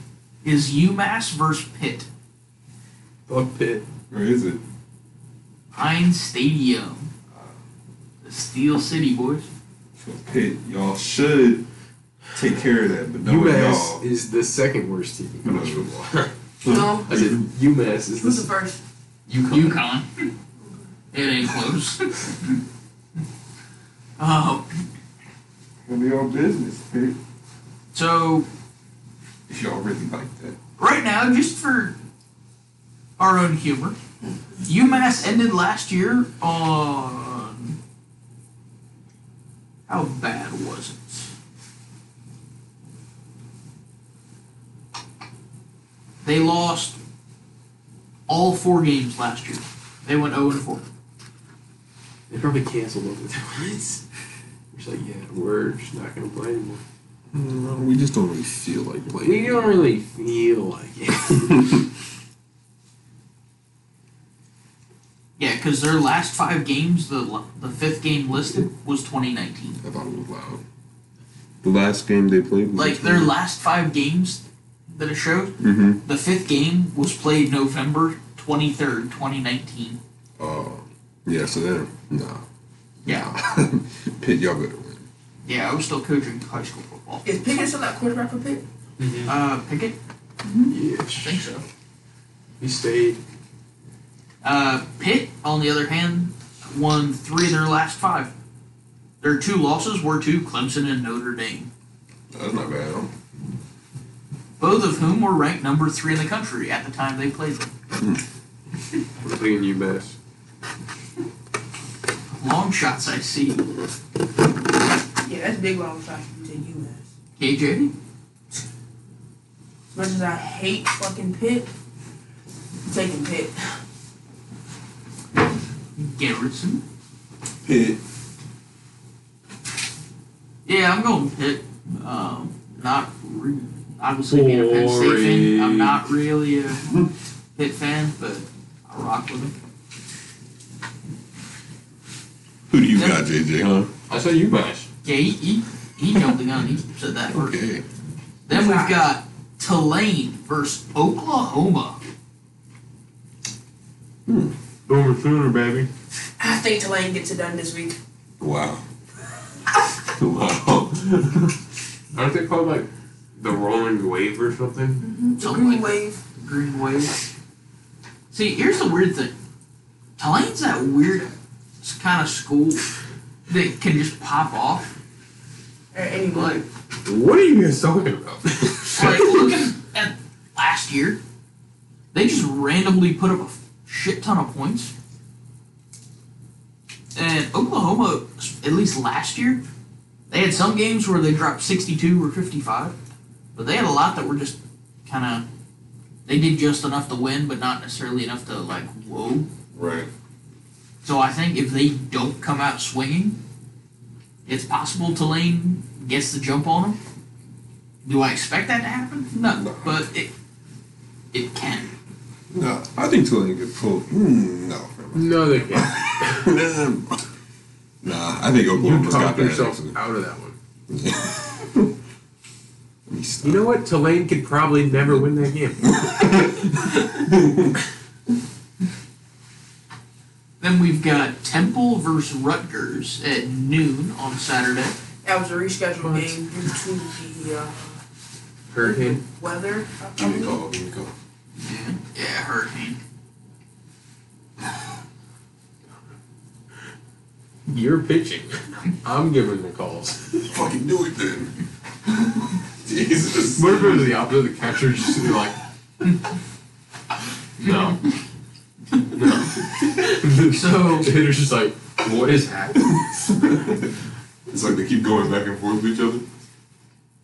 [SPEAKER 2] is UMass versus Pitt,
[SPEAKER 3] Love Pitt.
[SPEAKER 10] Where is it?
[SPEAKER 2] Pine Stadium, the Steel City boys.
[SPEAKER 10] Pitt, y'all should take care of that, but no,
[SPEAKER 3] UMass
[SPEAKER 10] y'all.
[SPEAKER 3] is the second worst team.
[SPEAKER 10] No, y'all.
[SPEAKER 4] No,
[SPEAKER 3] I said UMass is
[SPEAKER 4] who's the
[SPEAKER 3] the
[SPEAKER 4] first?
[SPEAKER 3] UConn.
[SPEAKER 2] UConn. It ain't close. um,
[SPEAKER 10] Handle your business, Pitt.
[SPEAKER 2] so
[SPEAKER 10] If y'all really like that.
[SPEAKER 2] right now, just for our own humor, UMass ended last year on how bad was it? They lost all four games last year. They went 0 and 4.
[SPEAKER 3] They probably canceled over the ones. It's like, yeah, we're just not gonna play anymore.
[SPEAKER 10] Uh, we just don't really feel like
[SPEAKER 3] We don't really feel like it.
[SPEAKER 2] Yeah, because their last five games, the l- the fifth game listed was 2019.
[SPEAKER 10] I thought it was loud. The last game they played was
[SPEAKER 2] Like their last five games that it showed,
[SPEAKER 10] Mm-hmm.
[SPEAKER 2] the fifth game was played November 23rd, 2019.
[SPEAKER 10] Uh, yeah, so they're. Nah.
[SPEAKER 2] Yeah.
[SPEAKER 10] Pitt, y'all better win.
[SPEAKER 2] Yeah, I was still coaching high school football.
[SPEAKER 4] Is Pickett still that quarterback for Pitt?
[SPEAKER 2] Uh, Pickett? I
[SPEAKER 3] yeah,
[SPEAKER 2] think so.
[SPEAKER 3] we stayed.
[SPEAKER 2] Uh, Pitt, on the other hand, won three of their last five. Their two losses were to Clemson and Notre Dame,
[SPEAKER 10] That's not bad. huh?
[SPEAKER 2] both of whom were ranked number three in the country at the time they played them.
[SPEAKER 3] We're playing UMass.
[SPEAKER 2] Long shots, I see.
[SPEAKER 4] Yeah, that's a big one. I'm trying to take UMass.
[SPEAKER 2] KJ?
[SPEAKER 4] As much as I hate fucking Pitt, I'm taking Pitt.
[SPEAKER 2] Garrison.
[SPEAKER 10] Pitt.
[SPEAKER 2] Yeah, I'm going Pitt. Um, not re- obviously being a Penn State fan, I'm not really a Pitt fan, but I rock with them.
[SPEAKER 10] Who do you
[SPEAKER 2] Yeah.
[SPEAKER 10] got, JJ? Huh?
[SPEAKER 3] I said UMass.
[SPEAKER 2] Yeah, he, he, he jumped the gun. He said that first.
[SPEAKER 10] Okay.
[SPEAKER 2] Then we've got Tulane versus Oklahoma.
[SPEAKER 3] Boomer sooner, baby.
[SPEAKER 4] I think Tulane gets it done this week.
[SPEAKER 10] Wow. wow.
[SPEAKER 3] Aren't they called like the rolling wave or something?
[SPEAKER 4] The
[SPEAKER 2] Something
[SPEAKER 4] green
[SPEAKER 2] like
[SPEAKER 4] wave.
[SPEAKER 2] Green Wave. See, here's the weird thing. Tulane's that weird kind of school that can just pop off.
[SPEAKER 4] Or uh, anyway.
[SPEAKER 2] Like,
[SPEAKER 3] What are you guys talking about?
[SPEAKER 2] like looking at last year, they just randomly put up a shit ton of points. And Oklahoma, at least last year, they had some games where they dropped 62 or 55, but they had a lot that were just kind of. They did just enough to win, but not necessarily enough to, like, whoa.
[SPEAKER 10] Right.
[SPEAKER 2] So I think if they don't come out swinging, it's possible Tulane gets the jump on them. Do I expect that to happen? No,
[SPEAKER 10] No.
[SPEAKER 2] but it it can.
[SPEAKER 10] No, I think Tulane could pull. Mm, no.
[SPEAKER 3] No, they can't.
[SPEAKER 10] nah, I think
[SPEAKER 3] You
[SPEAKER 10] Oklahoma's got
[SPEAKER 3] talked
[SPEAKER 10] that.
[SPEAKER 3] yourself
[SPEAKER 10] actually.
[SPEAKER 3] out of that one.
[SPEAKER 10] Let me stop.
[SPEAKER 3] You know what? Tulane could probably never win that game.
[SPEAKER 2] Then we've got Temple versus Rutgers at noon on Saturday.
[SPEAKER 4] That was a rescheduled game due to the uh,
[SPEAKER 3] Hurricane.
[SPEAKER 4] weather. I
[SPEAKER 10] Give me a
[SPEAKER 4] believe.
[SPEAKER 10] call. Give me a call.
[SPEAKER 2] Yeah, yeah, hurricane.
[SPEAKER 3] You're pitching. I'm giving the calls.
[SPEAKER 10] Fucking do it then. Jesus.
[SPEAKER 3] What if it was the opposite? The catcher just be like, no. No.
[SPEAKER 2] So-
[SPEAKER 3] the hitter's just like, what is happening?
[SPEAKER 10] It's like they keep going back and forth with each other.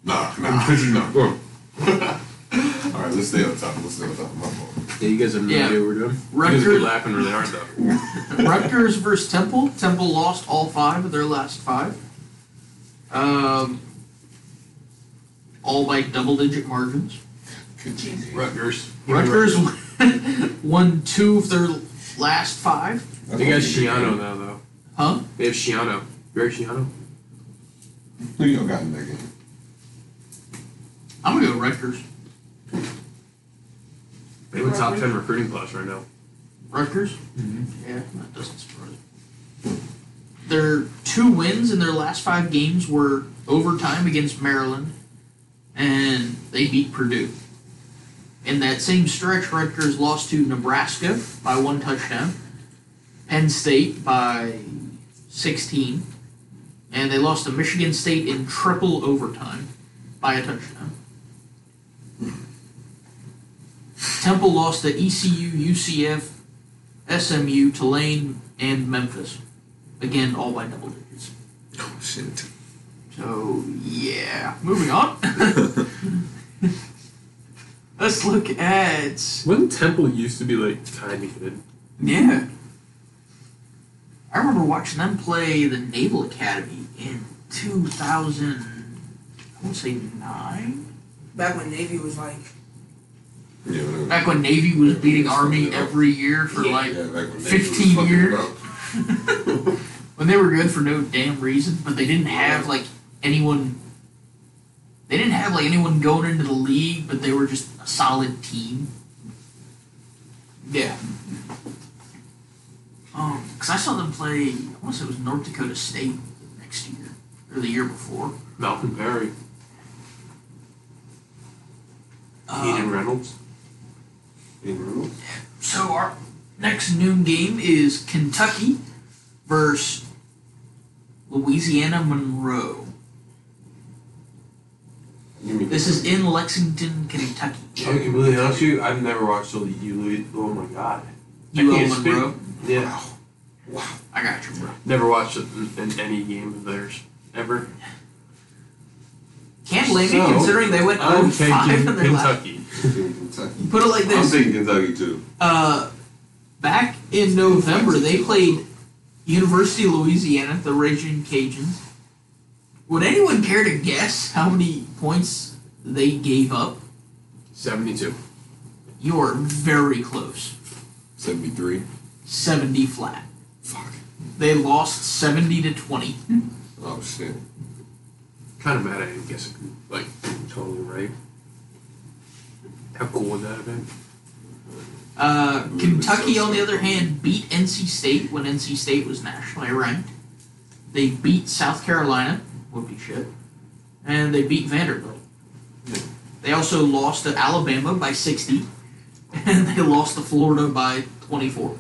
[SPEAKER 10] Nah, nah, nah.
[SPEAKER 3] Well,
[SPEAKER 10] All right, let's stay on top. Let's stay on top. My fault.
[SPEAKER 3] yeah, you guys have no
[SPEAKER 2] Yeah.
[SPEAKER 3] idea what we're doing. You guys
[SPEAKER 2] Rutgers-
[SPEAKER 3] are laughing really hard though.
[SPEAKER 2] Rutgers versus Temple. Temple lost all five of their last five. Um, all by double-digit margins.
[SPEAKER 10] Good Jesus.
[SPEAKER 3] Rutgers.
[SPEAKER 2] Rutgers won two of their last five.
[SPEAKER 3] They got Shiano now though.
[SPEAKER 2] Huh?
[SPEAKER 3] They have Shiano. Very Shiano.
[SPEAKER 10] Who y'all got in that game?
[SPEAKER 2] I'm gonna go Rutgers.
[SPEAKER 3] They have a top ten recruiting class right now.
[SPEAKER 2] Rutgers. Yeah, that doesn't surprise me. Their two wins in their last five games were overtime against Maryland, and they beat Purdue. In that same stretch, Rutgers lost to Nebraska by one touchdown, Penn State by 16, and they lost to Michigan State in triple overtime by a touchdown. Temple lost to E ECU, UCF, SMU, Tulane, and Memphis. Again, all by double digits.
[SPEAKER 10] Oh shit.
[SPEAKER 2] So, yeah. Moving on. Let's look at.
[SPEAKER 3] Wasn't Temple used to be like tiny good?
[SPEAKER 2] Yeah. I remember watching them play the Naval Academy in 2000. I would say nine.
[SPEAKER 4] Back when Navy was like,
[SPEAKER 10] Yeah, whatever.
[SPEAKER 2] Back when Navy was beating Army every year for
[SPEAKER 4] Yeah.
[SPEAKER 2] like
[SPEAKER 10] yeah, back when
[SPEAKER 2] 15
[SPEAKER 10] 15
[SPEAKER 2] years.
[SPEAKER 10] years.
[SPEAKER 2] when they were good for no damn reason, but they didn't have like anyone. They didn't have like anyone going into the league, but they were just a solid team. Yeah. Um, because I saw them play. I want to say it was North Dakota State next year or the year before.
[SPEAKER 3] Malcolm Perry. Ian
[SPEAKER 2] Um,
[SPEAKER 3] Reynolds.
[SPEAKER 2] so our next noon game is Kentucky versus Louisiana Monroe. This is in Lexington, Kentucky.
[SPEAKER 3] I'm completely honest with you, I've never watched the you oh my god.
[SPEAKER 2] You
[SPEAKER 3] I can't
[SPEAKER 2] own
[SPEAKER 3] speak.
[SPEAKER 2] Monroe.
[SPEAKER 3] Yeah.
[SPEAKER 2] I got you, bro.
[SPEAKER 3] Never watched it in, in any game of theirs. Ever.
[SPEAKER 2] Can't blame
[SPEAKER 3] So,
[SPEAKER 2] you considering they went
[SPEAKER 3] I'm
[SPEAKER 2] 0-5
[SPEAKER 3] taking
[SPEAKER 2] in their last.
[SPEAKER 3] Kentucky.
[SPEAKER 10] Kentucky.
[SPEAKER 2] Put it like
[SPEAKER 10] I'm
[SPEAKER 2] this:
[SPEAKER 10] thinking Kentucky too.
[SPEAKER 2] uh, back in November, they played University of Louisiana, the Raging Cajuns. Would anyone care to guess how many points they gave up?
[SPEAKER 3] Seventy two.
[SPEAKER 2] You are very close.
[SPEAKER 10] 73.
[SPEAKER 2] Seventy flat.
[SPEAKER 10] Fuck.
[SPEAKER 2] They lost seventy to twenty.
[SPEAKER 10] Oh shit.
[SPEAKER 3] Kinda mad I didn't guess it like totally right. How cool would that have been?
[SPEAKER 2] Uh,
[SPEAKER 5] Ooh,
[SPEAKER 2] Kentucky,
[SPEAKER 5] so
[SPEAKER 2] on the
[SPEAKER 5] sad.
[SPEAKER 2] other hand, beat NC State when NC State was nationally ranked. They beat South Carolina, whoopee shit, and they beat Vanderbilt.
[SPEAKER 5] Yeah.
[SPEAKER 2] They also lost to Alabama by 60, and they lost to Florida by 24.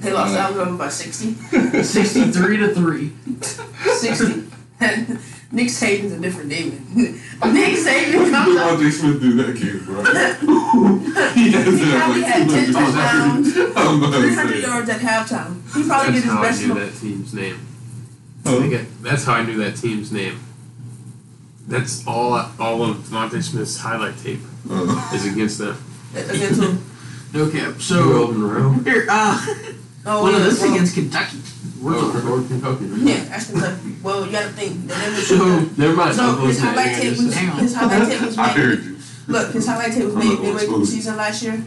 [SPEAKER 4] They lost
[SPEAKER 5] Uh,
[SPEAKER 4] Alabama by 60.
[SPEAKER 2] 63 to 3.
[SPEAKER 4] 60. Nick Saban's a different David. Nick Saban comes up.
[SPEAKER 5] Devontae Smith do that game, bro. he has
[SPEAKER 4] He
[SPEAKER 5] to have
[SPEAKER 4] probably
[SPEAKER 5] like
[SPEAKER 4] had 10
[SPEAKER 5] 200
[SPEAKER 4] touchdowns,
[SPEAKER 5] yards. I'm about to
[SPEAKER 4] 300
[SPEAKER 5] say.
[SPEAKER 4] yards at halftime. He
[SPEAKER 3] That's
[SPEAKER 4] probably did his
[SPEAKER 3] how I
[SPEAKER 4] best.
[SPEAKER 3] knew that team's name.
[SPEAKER 5] Huh?
[SPEAKER 3] I get- That's how I knew that team's name. That's all. All of Devontae Smith's highlight tape
[SPEAKER 5] Uh,
[SPEAKER 3] is against them.
[SPEAKER 4] Against who?
[SPEAKER 2] No cap.
[SPEAKER 3] Two
[SPEAKER 2] So,
[SPEAKER 3] in a row.
[SPEAKER 2] here, uh,
[SPEAKER 4] Oh,
[SPEAKER 2] one of
[SPEAKER 4] yeah,
[SPEAKER 2] this
[SPEAKER 4] well,
[SPEAKER 2] against Kentucky. We're
[SPEAKER 3] Oh,
[SPEAKER 2] over.
[SPEAKER 3] or Kentucky.
[SPEAKER 4] Yeah, that's Kentucky. Well, you gotta think. They never
[SPEAKER 3] So
[SPEAKER 4] should
[SPEAKER 3] never mind.
[SPEAKER 4] So
[SPEAKER 3] I'm
[SPEAKER 4] his
[SPEAKER 3] listening to
[SPEAKER 4] highlight
[SPEAKER 3] everything
[SPEAKER 4] tape
[SPEAKER 3] you
[SPEAKER 4] was
[SPEAKER 3] said.
[SPEAKER 2] Hang on.
[SPEAKER 4] his highlight tape was
[SPEAKER 5] I
[SPEAKER 4] made
[SPEAKER 5] heard you.
[SPEAKER 4] look, his highlight tape
[SPEAKER 5] I'm
[SPEAKER 4] was
[SPEAKER 5] not
[SPEAKER 4] made
[SPEAKER 5] gonna
[SPEAKER 4] midway through the
[SPEAKER 5] expose it.
[SPEAKER 4] season last year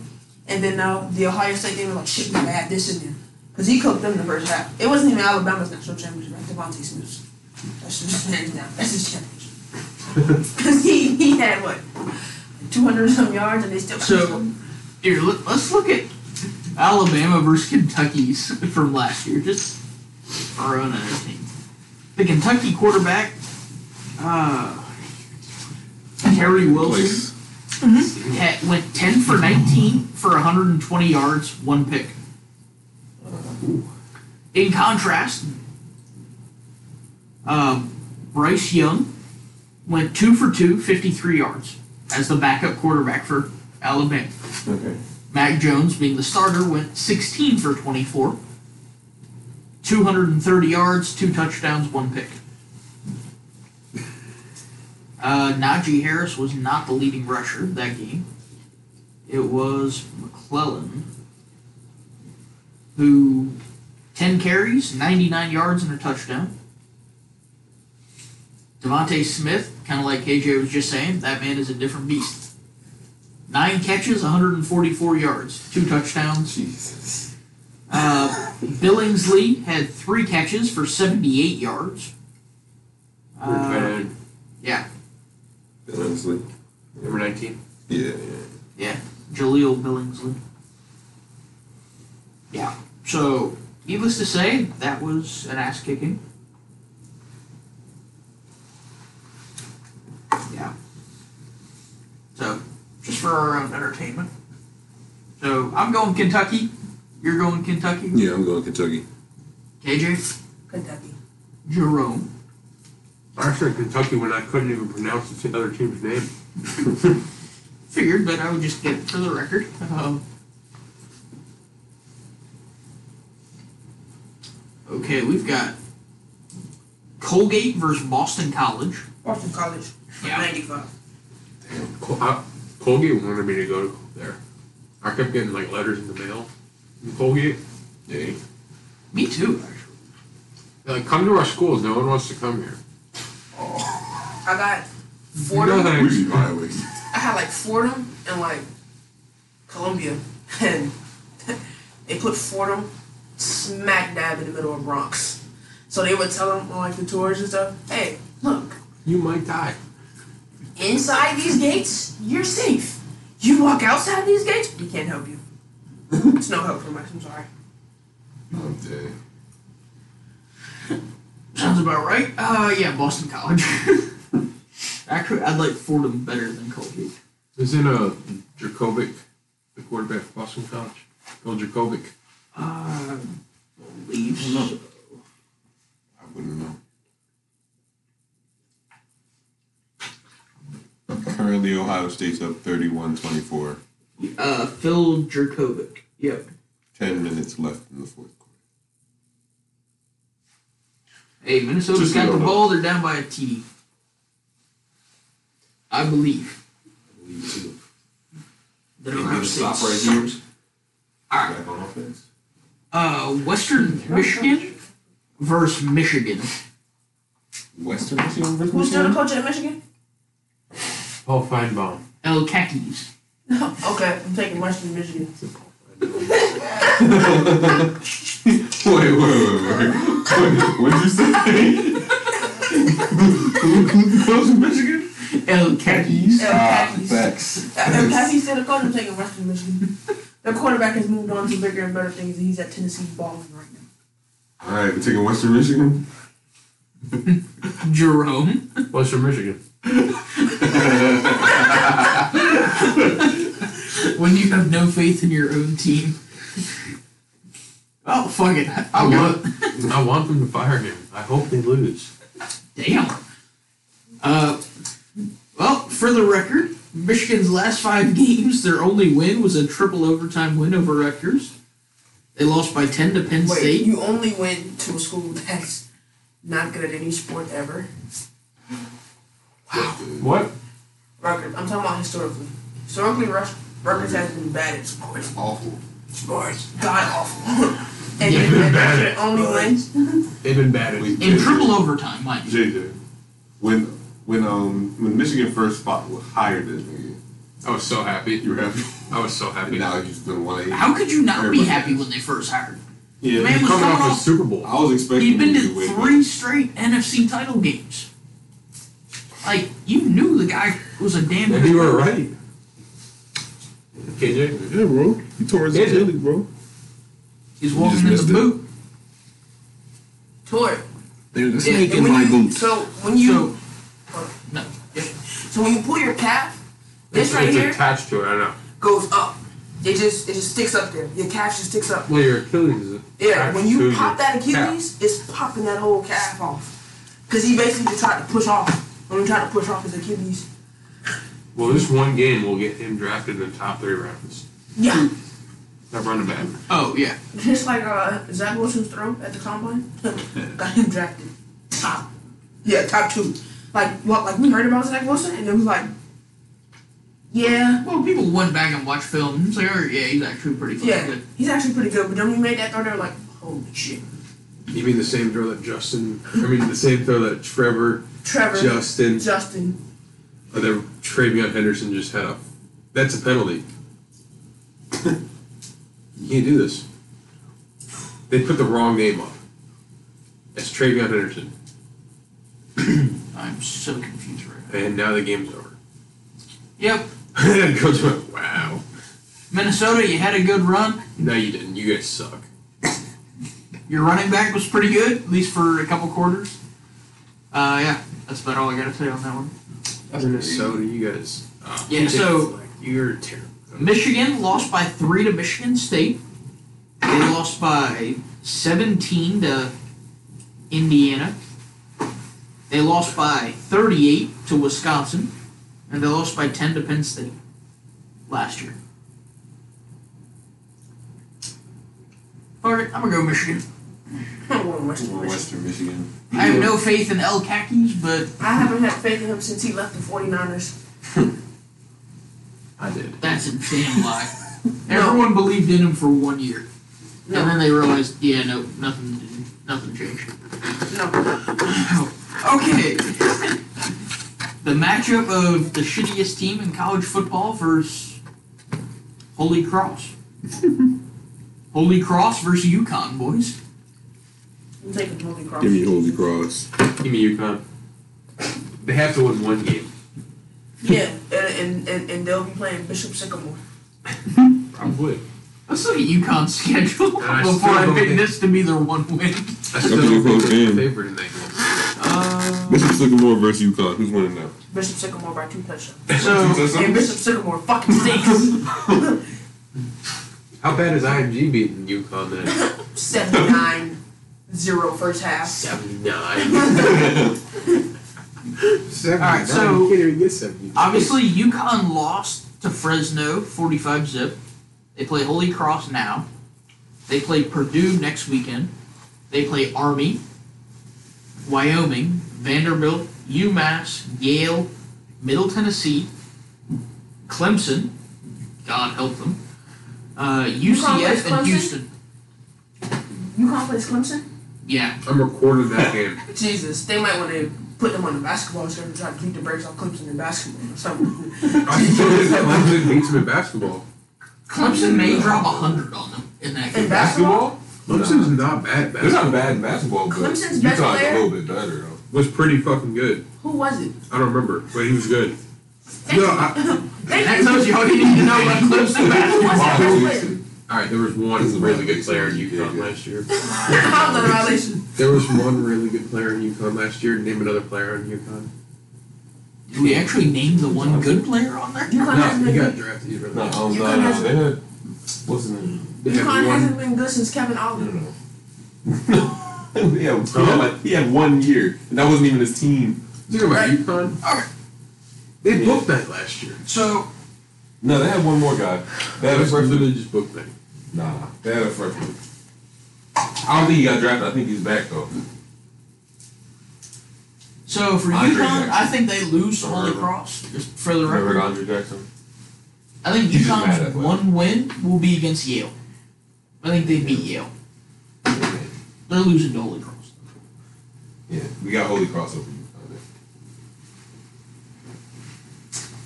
[SPEAKER 4] and then now the Ohio State game was like shit we gotta add this in there. Because he cooked them the first half. It wasn't even Alabama's national championship, like Devontae Smith's. That's just hands down. That's his championship. Because he, he had what? Two hundred some yards and they still
[SPEAKER 2] So- Here, let, let's look at Alabama versus Kentucky's from last year, just for our own entertainment. The Kentucky quarterback, uh, Terry Wilson,
[SPEAKER 5] Place.
[SPEAKER 2] had, went 10 for 19 for 120 yards, one pick. In contrast, um, Bryce Young went 2 for 2, 53 yards as the backup quarterback for Alabama.
[SPEAKER 11] Okay.
[SPEAKER 2] Mac Jones, being the starter, went 16 for 24, 230 yards, two touchdowns, one pick. Uh, Najee Harris was not the leading rusher that game. It was McClellan, who 10 carries, 99 yards, and a touchdown. Devontae Smith, kind of like KJ was just saying, that man is a different beast. Nine catches, 144 yards, two touchdowns.
[SPEAKER 5] Jesus.
[SPEAKER 2] Uh, Billingsley had three catches for 78 yards.
[SPEAKER 3] We're tight
[SPEAKER 2] Uh,
[SPEAKER 3] end,
[SPEAKER 5] Honestly.
[SPEAKER 3] Number nineteen.
[SPEAKER 5] Yeah, yeah.
[SPEAKER 2] Jaleel Billingsley. Yeah. So, needless to say, that was an ass kicking. Yeah. So, just for our own entertainment. So, I'm going Kentucky. You're going Kentucky.
[SPEAKER 5] Yeah, I'm going Kentucky.
[SPEAKER 2] KJ?
[SPEAKER 4] Kentucky.
[SPEAKER 2] Jerome.
[SPEAKER 3] I said Kentucky when I couldn't even pronounce the t- other team's name.
[SPEAKER 2] Figured, but I would just get it for the record. Um, okay, we've got Colgate versus Boston College.
[SPEAKER 4] Boston College.
[SPEAKER 2] Yeah.
[SPEAKER 4] Ninety five.
[SPEAKER 3] Col- I, Colgate wanted me to go to there. I kept getting like letters in the mail from Colgate.
[SPEAKER 5] Yeah.
[SPEAKER 2] Me too, actually.
[SPEAKER 3] They're like, come to our schools. No one wants to come here.
[SPEAKER 5] Oh,
[SPEAKER 4] I got Fordham
[SPEAKER 3] No
[SPEAKER 5] we be
[SPEAKER 3] thanks.
[SPEAKER 5] violating.
[SPEAKER 4] I had like Fordham and like Columbia, and they put Fordham smack dab in the middle of Bronx. So they would tell them on like the tours and stuff, hey, look,
[SPEAKER 3] You might die.
[SPEAKER 4] inside these gates, you're safe. You walk outside these gates, we can't help you. It's no help from us. I'm sorry.
[SPEAKER 5] I'm dead.
[SPEAKER 2] Sounds about right. Uh, yeah, Boston College. actually, I'd like Fordham better than Colgate.
[SPEAKER 3] Isn't a Dracovic the quarterback of Boston College? Bill Dracovic.
[SPEAKER 2] Uh, believe so.
[SPEAKER 5] I wouldn't know. Currently, Ohio State's up 31 24.
[SPEAKER 2] Uh, Phil Jerkovic. Yep.
[SPEAKER 5] 10 minutes left in the fourth quarter.
[SPEAKER 2] Hey, Minnesota's
[SPEAKER 5] Just
[SPEAKER 2] got the
[SPEAKER 5] go.
[SPEAKER 2] ball. They're down by a TD. I believe. That
[SPEAKER 10] Maybe
[SPEAKER 2] Ohio
[SPEAKER 10] we stop
[SPEAKER 2] State
[SPEAKER 10] right
[SPEAKER 2] sucks.
[SPEAKER 10] here.
[SPEAKER 2] All right.
[SPEAKER 10] Back on offense.
[SPEAKER 2] Uh, Western Michigan versus Michigan.
[SPEAKER 5] Western Michigan versus
[SPEAKER 4] Who's still the
[SPEAKER 5] Michigan?
[SPEAKER 4] coach at Michigan?
[SPEAKER 3] Paul Feinbaum.
[SPEAKER 2] El Khakis.
[SPEAKER 4] okay, I'm taking Western Michigan.
[SPEAKER 5] Wait, wait, wait, wait. wait what'd you say? Who- Who's the coach of Michigan?
[SPEAKER 2] El Khakis.
[SPEAKER 4] El
[SPEAKER 5] Ah,
[SPEAKER 4] Khakis.
[SPEAKER 5] facts.
[SPEAKER 4] Uh, Have you still the coach? I'm taking Western Michigan. Their quarterback has moved on to bigger and better things, and he's at Tennessee balling right now.
[SPEAKER 5] All right, we're taking Western Michigan.
[SPEAKER 2] Jerome.
[SPEAKER 3] Western Michigan.
[SPEAKER 2] When you have no faith in your own team. Oh fuck it! I, I
[SPEAKER 3] Okay.
[SPEAKER 2] want.
[SPEAKER 3] I want them to fire him. I hope they lose.
[SPEAKER 2] Damn. Uh, well, for the record, Michigan's last five games, their only win was a triple overtime win over Rutgers. They lost by ten to Penn
[SPEAKER 4] Wait,
[SPEAKER 2] State.
[SPEAKER 4] you only went to a school that's not good at any sport ever.
[SPEAKER 3] What?
[SPEAKER 4] Rutgers. I'm talking about historically. Historically, Rus- Rutgers has been bad at sports.
[SPEAKER 5] Awful.
[SPEAKER 4] Sports. God awful. and you and only win.
[SPEAKER 3] They've been bad.
[SPEAKER 5] Wait,
[SPEAKER 2] In
[SPEAKER 5] JJ.
[SPEAKER 2] triple overtime, mind you.
[SPEAKER 5] JJ, when when um when Michigan first fought, hired this nigga,
[SPEAKER 3] I was so happy.
[SPEAKER 5] you were happy.
[SPEAKER 3] I was so
[SPEAKER 5] And
[SPEAKER 3] happy.
[SPEAKER 5] now he's been one. of-
[SPEAKER 2] How could you not be
[SPEAKER 5] Everybody
[SPEAKER 2] happy
[SPEAKER 5] is.
[SPEAKER 2] when they first hired? him?
[SPEAKER 5] Yeah,
[SPEAKER 2] Man,
[SPEAKER 3] They're
[SPEAKER 2] was
[SPEAKER 3] coming
[SPEAKER 2] coming
[SPEAKER 3] off a
[SPEAKER 2] off-
[SPEAKER 3] Super Bowl.
[SPEAKER 5] I was expecting
[SPEAKER 2] He'd been
[SPEAKER 5] him
[SPEAKER 2] to
[SPEAKER 5] win, but-
[SPEAKER 2] three straight NFC title games. Like you knew the guy was a damn.
[SPEAKER 3] Maybe
[SPEAKER 2] good
[SPEAKER 3] you were
[SPEAKER 2] coach.
[SPEAKER 3] right. KJ?
[SPEAKER 11] Yeah, bro. He tore his
[SPEAKER 3] Did you?
[SPEAKER 11] Achilles, bro.
[SPEAKER 2] He's
[SPEAKER 5] You just
[SPEAKER 2] walking in the
[SPEAKER 5] missed it.
[SPEAKER 2] boot.
[SPEAKER 4] Tour.
[SPEAKER 10] There's a
[SPEAKER 2] Yeah,
[SPEAKER 10] snake in
[SPEAKER 4] when
[SPEAKER 10] my
[SPEAKER 4] you,
[SPEAKER 10] boot.
[SPEAKER 4] So when you
[SPEAKER 2] So- No.
[SPEAKER 4] so when you pull your calf, this
[SPEAKER 3] It's-
[SPEAKER 4] right
[SPEAKER 3] it's
[SPEAKER 4] here
[SPEAKER 3] attached to it, I know.
[SPEAKER 4] goes up. It just it just sticks up there. Your calf just sticks up.
[SPEAKER 3] Well, your Achilles is
[SPEAKER 4] Yeah, when you
[SPEAKER 3] attached to
[SPEAKER 4] pop
[SPEAKER 3] your
[SPEAKER 4] that Achilles, it's popping that whole calf off. Cause he basically just tried to push off. When he tried to push off his Achilles.
[SPEAKER 3] calf. Well, this one game will get him drafted in the top three rounds.
[SPEAKER 11] Hm.
[SPEAKER 4] Yeah.
[SPEAKER 3] That running back.
[SPEAKER 2] Oh yeah.
[SPEAKER 4] Just like uh, Zach Wilson's throw at the combine, got him drafted
[SPEAKER 11] Ah.
[SPEAKER 4] top. Yeah, top two. Like what? Like we heard about Zach Wilson, and it was like, yeah,
[SPEAKER 2] Well, people went back and watched film. It's like, oh, yeah, he's actually pretty fucking
[SPEAKER 4] yeah,
[SPEAKER 2] good.
[SPEAKER 4] he's actually pretty good. But then we made that throw, they're like, holy shit,
[SPEAKER 3] You mean the same throw that Justin, I mean the same throw that Trevor,
[SPEAKER 4] Trevor,
[SPEAKER 3] Justin,
[SPEAKER 4] Justin.
[SPEAKER 3] or that Travion Henderson just had a, that's a penalty. you can't do this. They put the wrong name up. It's Travion Henderson,
[SPEAKER 2] I'm so confused right now.
[SPEAKER 3] and now the game's over.
[SPEAKER 2] Yep.
[SPEAKER 3] and coach went, wow.
[SPEAKER 2] Minnesota, you had a good run.
[SPEAKER 3] No, you didn't. You guys suck.
[SPEAKER 2] Your running back was pretty good, at least for a couple quarters. Uh, yeah, that's about all I gotta say on that one.
[SPEAKER 3] Minnesota, you guys. Uh,
[SPEAKER 2] Yeah, so-
[SPEAKER 3] you're terrible.
[SPEAKER 2] Michigan lost by three to Michigan State. They lost by 17 to Indiana. They lost by 38 to Wisconsin. And they lost by 10 to Penn State last year. All right, I'm going to go Michigan.
[SPEAKER 4] I'm going Western
[SPEAKER 5] Well,
[SPEAKER 4] Michigan.
[SPEAKER 5] Western Michigan.
[SPEAKER 2] I have no faith in El Khakis, but
[SPEAKER 4] I haven't had faith in him since he left the 49ers.
[SPEAKER 3] I did.
[SPEAKER 2] that's a damn lie. Everyone believed in him for one year.
[SPEAKER 4] No.
[SPEAKER 2] And then they realized, yeah, no, nothing, nothing changed.
[SPEAKER 4] No,
[SPEAKER 2] Oh. Okay. The matchup of the shittiest team in college football versus Holy Cross. Holy Cross versus Yukon, boys.
[SPEAKER 4] I'm taking Holy Cross.
[SPEAKER 11] Give me Holy Cross.
[SPEAKER 3] Give me UConn. They have to win one game.
[SPEAKER 4] Yeah, and, and, and, and they'll be playing Bishop Sycamore.
[SPEAKER 3] Probably.
[SPEAKER 2] Let's look at UConn's schedule
[SPEAKER 3] And I
[SPEAKER 2] before
[SPEAKER 3] still
[SPEAKER 2] I
[SPEAKER 3] don't
[SPEAKER 2] pick
[SPEAKER 3] think-
[SPEAKER 2] this to be their one win.
[SPEAKER 3] I still
[SPEAKER 11] That'd be a
[SPEAKER 3] don't think
[SPEAKER 11] close
[SPEAKER 3] they're
[SPEAKER 11] game.
[SPEAKER 3] favored in that game.
[SPEAKER 2] Uh,
[SPEAKER 11] Bishop Sycamore versus UConn. Who's winning now?
[SPEAKER 4] Bishop Sycamore by two touchdowns.
[SPEAKER 2] so
[SPEAKER 4] And Bishop Sycamore fucking stinks.
[SPEAKER 3] How bad is IMG beating UConn then?
[SPEAKER 4] 79 0 first half.
[SPEAKER 3] 79.
[SPEAKER 2] Alright, so-
[SPEAKER 3] can't even get 79.
[SPEAKER 2] obviously UConn lost to Fresno 45 zip. They play Holy Cross now. They play Purdue next weekend. They play Army, Wyoming, Vanderbilt, UMass, Yale, Middle Tennessee, Clemson. God help them. Uh,
[SPEAKER 4] plays
[SPEAKER 2] UCF and
[SPEAKER 4] Clemson?
[SPEAKER 2] Houston.
[SPEAKER 4] UConn plays Clemson?
[SPEAKER 2] Yeah,
[SPEAKER 3] I'm recording that game.
[SPEAKER 4] Jesus, they might want to put them on the basketball instead of trying to beat the brakes off Clemson in basketball or something.
[SPEAKER 3] I still think Clemson beats them in basketball.
[SPEAKER 2] Clemson may drop hundred on them in that
[SPEAKER 4] In
[SPEAKER 2] game.
[SPEAKER 4] basketball?
[SPEAKER 3] Clemson's not bad. at
[SPEAKER 5] They're
[SPEAKER 3] Basketball.
[SPEAKER 5] not bad in basketball, but
[SPEAKER 4] Clemson's
[SPEAKER 5] UConn's
[SPEAKER 4] best
[SPEAKER 5] a
[SPEAKER 4] player?
[SPEAKER 5] little bit better though.
[SPEAKER 3] was pretty fucking good.
[SPEAKER 4] Who was it?
[SPEAKER 3] I don't remember, but he was good. No, I,
[SPEAKER 4] Thank
[SPEAKER 2] That
[SPEAKER 4] you.
[SPEAKER 2] tells you all you need to know about Clemson
[SPEAKER 4] Who
[SPEAKER 2] basketball.
[SPEAKER 4] was that? Who was it?
[SPEAKER 3] all right, there was
[SPEAKER 10] This
[SPEAKER 3] one
[SPEAKER 10] is
[SPEAKER 3] really
[SPEAKER 10] my
[SPEAKER 3] good
[SPEAKER 10] piece.
[SPEAKER 3] player in
[SPEAKER 10] Yeah,
[SPEAKER 3] UConn
[SPEAKER 10] yeah.
[SPEAKER 3] last year.
[SPEAKER 4] Call the violation.
[SPEAKER 3] There was one really good player in UConn last year. Name another player in UConn.
[SPEAKER 2] Did we actually name the one good player on there?
[SPEAKER 4] UConn hasn't
[SPEAKER 3] he
[SPEAKER 4] been
[SPEAKER 3] got drafted. He's really
[SPEAKER 10] No,
[SPEAKER 3] good.
[SPEAKER 10] um,
[SPEAKER 4] You
[SPEAKER 10] no,
[SPEAKER 4] can
[SPEAKER 10] no,
[SPEAKER 4] have-
[SPEAKER 10] they had. What's his name?
[SPEAKER 3] They had
[SPEAKER 4] UConn
[SPEAKER 3] one-
[SPEAKER 4] hasn't been good since Kevin
[SPEAKER 10] No,
[SPEAKER 4] Oliver.
[SPEAKER 10] no, no. he, had, he, had like, he had one year, and that wasn't even his team.
[SPEAKER 3] Think about
[SPEAKER 4] Right.
[SPEAKER 3] UConn.
[SPEAKER 2] Alright.
[SPEAKER 3] They
[SPEAKER 10] Yeah.
[SPEAKER 3] booked night last year.
[SPEAKER 2] So
[SPEAKER 10] No, they had one more guy. They
[SPEAKER 3] That
[SPEAKER 10] had a
[SPEAKER 3] was
[SPEAKER 10] freshman.
[SPEAKER 3] literally just booked night.
[SPEAKER 10] Nah, they had a freshman. I don't think he got drafted. I think he's back though.
[SPEAKER 2] so for
[SPEAKER 10] Andre
[SPEAKER 2] UConn,
[SPEAKER 10] Jackson.
[SPEAKER 2] I think they lose
[SPEAKER 10] Or
[SPEAKER 2] on
[SPEAKER 10] whatever.
[SPEAKER 2] lacrosse, just for the
[SPEAKER 10] Remember
[SPEAKER 2] record.
[SPEAKER 10] Andre Jackson?
[SPEAKER 2] I think
[SPEAKER 10] He's just mad at
[SPEAKER 2] UConn's
[SPEAKER 10] Wales.
[SPEAKER 2] one win will be against Yale. I think they beat Yale. They're losing to Holy Cross.
[SPEAKER 10] Yeah, we got Holy Cross over you. I think.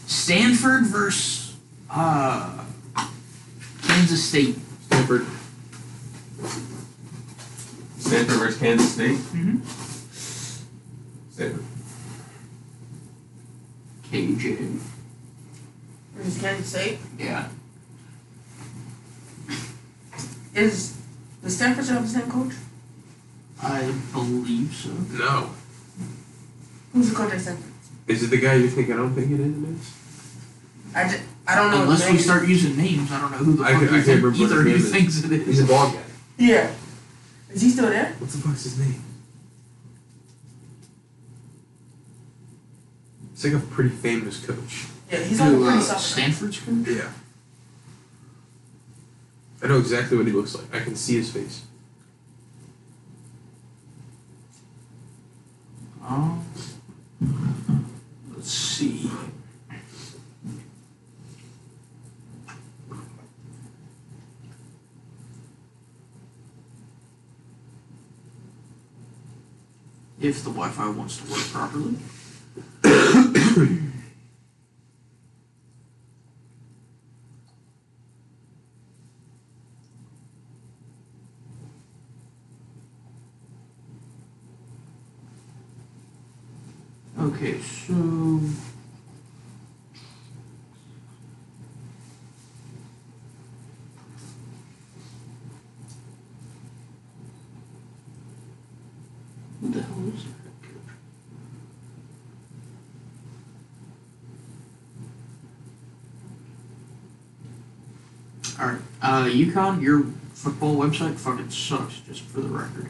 [SPEAKER 2] Stanford versus uh, Kansas State.
[SPEAKER 3] Stanford.
[SPEAKER 10] Stanford versus Kansas State.
[SPEAKER 4] Mm-hmm.
[SPEAKER 2] Mhm.
[SPEAKER 10] Stanford.
[SPEAKER 2] KJ.
[SPEAKER 4] Is Kansas State?
[SPEAKER 2] Yeah.
[SPEAKER 4] Is the Stanford still have the same coach?
[SPEAKER 2] I believe so.
[SPEAKER 3] No.
[SPEAKER 4] Who's the coach at Stanford?
[SPEAKER 3] Is it the guy you think? I don't think it is. it is?
[SPEAKER 4] I, ju- I don't know. his
[SPEAKER 2] Unless we
[SPEAKER 4] name.
[SPEAKER 2] start using names, I don't know who the
[SPEAKER 3] I
[SPEAKER 2] fuck
[SPEAKER 3] can- I
[SPEAKER 2] you
[SPEAKER 3] can't
[SPEAKER 2] think
[SPEAKER 3] remember
[SPEAKER 2] either of
[SPEAKER 3] his
[SPEAKER 2] you
[SPEAKER 3] name is.
[SPEAKER 2] thinks it is.
[SPEAKER 3] He's a ball guy.
[SPEAKER 4] Yeah. Is he still there?
[SPEAKER 3] What the fuck's his name? It's like a pretty famous coach.
[SPEAKER 4] Yeah, he's on
[SPEAKER 2] Who,
[SPEAKER 4] the
[SPEAKER 2] uh,
[SPEAKER 4] pretty soft.
[SPEAKER 2] Stanford's coach?
[SPEAKER 3] Yeah. I know exactly what he looks like. I can see his face.
[SPEAKER 2] Um, let's see. If the Wi-Fi wants to work properly. Okay, so Who the hell is that coach? Alright, uh, UConn, your football website fucking sucks, just for the record.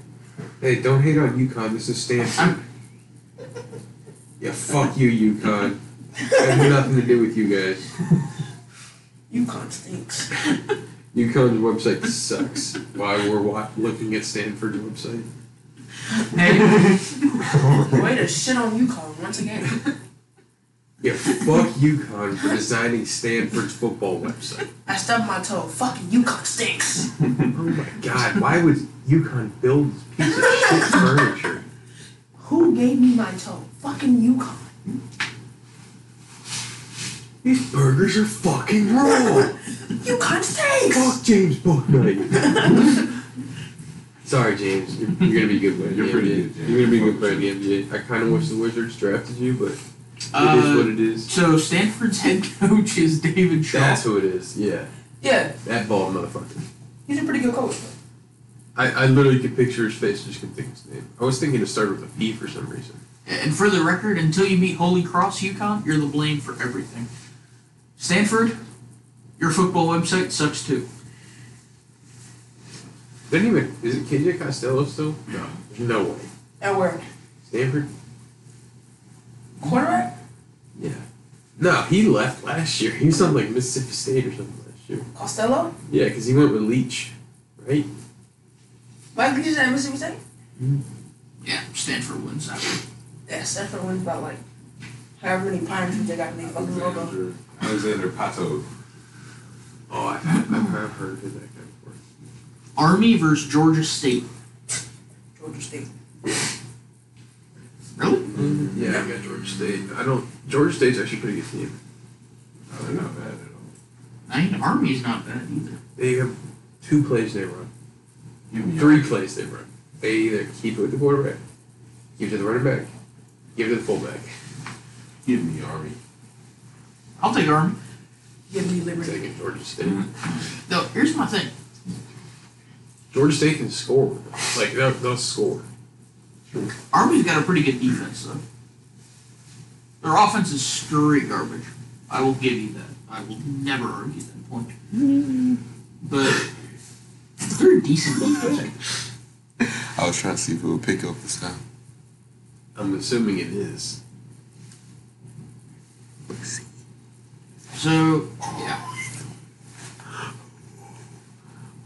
[SPEAKER 3] Hey, don't hate on UConn. This is Stanford. yeah, fuck you, UConn. I have nothing to do with you guys.
[SPEAKER 4] UConn stinks.
[SPEAKER 3] UConn's website sucks. While we're wa- looking at Stanford's website.
[SPEAKER 2] Hey,
[SPEAKER 4] Way to shit on UConn once again.
[SPEAKER 3] Yeah, fuck UConn for designing Stanford's football website.
[SPEAKER 4] I stubbed my toe. Fucking UConn stinks.
[SPEAKER 3] Oh my god, why would UConn build this piece of shit furniture?
[SPEAKER 4] Who gave me my toe? Fucking UConn.
[SPEAKER 3] These burgers are fucking raw!
[SPEAKER 4] UConn stinks.
[SPEAKER 3] Fuck James Booknight! Sorry, James. You're, you're gonna be a good player. in
[SPEAKER 10] You're
[SPEAKER 3] the
[SPEAKER 10] pretty
[SPEAKER 3] NBA.
[SPEAKER 10] good, James.
[SPEAKER 3] You're gonna be a good player in the NBA. I kind of wish the Wizards drafted you, but it is what
[SPEAKER 2] uh,
[SPEAKER 3] it is.
[SPEAKER 2] so Stanford's head coach is David Shaw.
[SPEAKER 3] That's who it is. Yeah,
[SPEAKER 4] Yeah,
[SPEAKER 3] that bald motherfucker.
[SPEAKER 4] he's a pretty good coach.
[SPEAKER 3] I, I literally could picture his face. Just couldn't think of his name. I was thinking it started with a P for some reason.
[SPEAKER 2] And for the record, until you meet Holy Cross UConn, you're the blame for everything. Stanford, your football website sucks too.
[SPEAKER 3] Didn't even is it KJ Costello still? No, there's no way.
[SPEAKER 4] At where?
[SPEAKER 3] Stanford?
[SPEAKER 4] Quarterback?
[SPEAKER 3] Yeah. No, he left last year. He was on like Mississippi State or something last year.
[SPEAKER 4] Costello?
[SPEAKER 3] Yeah, because he went with Leach, right?
[SPEAKER 4] Mike Leach at Mississippi State?
[SPEAKER 2] Yeah, Stanford wins that. one.
[SPEAKER 4] Yeah, Stanford wins about like however many pine trees they got in their fucking logo.
[SPEAKER 10] Alexander, Alexander Pato.
[SPEAKER 3] Oh, I've, I've, I've heard of that guy before.
[SPEAKER 2] Army versus Georgia State.
[SPEAKER 4] Georgia State.
[SPEAKER 2] Really?
[SPEAKER 3] Yeah, I got Georgia State. I don't. Georgia State's actually a pretty good team.
[SPEAKER 10] No, they're not bad at all.
[SPEAKER 2] I mean, Army's not bad either.
[SPEAKER 3] They have two plays they run,
[SPEAKER 10] Give me
[SPEAKER 3] three plays they run. They either keep it with the quarterback, give it to the running back,
[SPEAKER 9] Give it to the fullback.
[SPEAKER 10] Give me Army.
[SPEAKER 2] I'll take Army.
[SPEAKER 4] Give me liberty.
[SPEAKER 9] Taking Georgia State.
[SPEAKER 3] Mm-hmm.
[SPEAKER 2] No, here's my thing.
[SPEAKER 9] Georgia State can score. Like they'll, they'll score.
[SPEAKER 2] Army's got a pretty good defense, though. Their offense is straight garbage. I will give you that. I will never argue that point. But they're a decent defense.
[SPEAKER 5] I was trying to see if it would pick up this time.
[SPEAKER 9] I'm assuming it is.
[SPEAKER 2] So, yeah.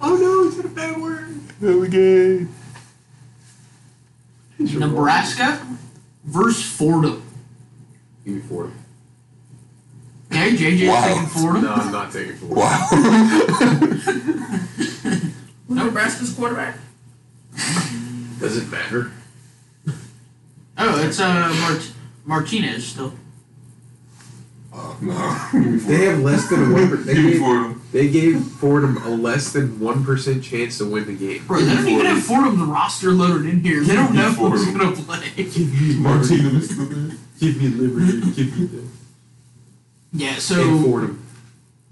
[SPEAKER 2] Oh no, is that a bad word? Nebraska versus Fordham.
[SPEAKER 9] Give me Fordham.
[SPEAKER 2] Okay, JJ's
[SPEAKER 5] Wow.
[SPEAKER 2] taking Fordham.
[SPEAKER 9] No, I'm not taking Fordham.
[SPEAKER 4] Who's Nebraska's quarterback?
[SPEAKER 9] Does it matter?
[SPEAKER 2] Oh, it's uh Mart- Martinez still.
[SPEAKER 5] Oh, no.
[SPEAKER 3] They have less than one. per- They
[SPEAKER 5] Give me
[SPEAKER 3] gave,
[SPEAKER 5] Fordham.
[SPEAKER 3] they gave Fordham a less than one percent chance to win the game.
[SPEAKER 2] Bro, they don't even have Fordham's roster loaded in here. They don't know who's
[SPEAKER 5] Fordham.
[SPEAKER 2] gonna play.
[SPEAKER 5] Martinez is still there.
[SPEAKER 3] Give me liberty. Give me the
[SPEAKER 2] Yeah,
[SPEAKER 3] and
[SPEAKER 2] so
[SPEAKER 3] Fordham.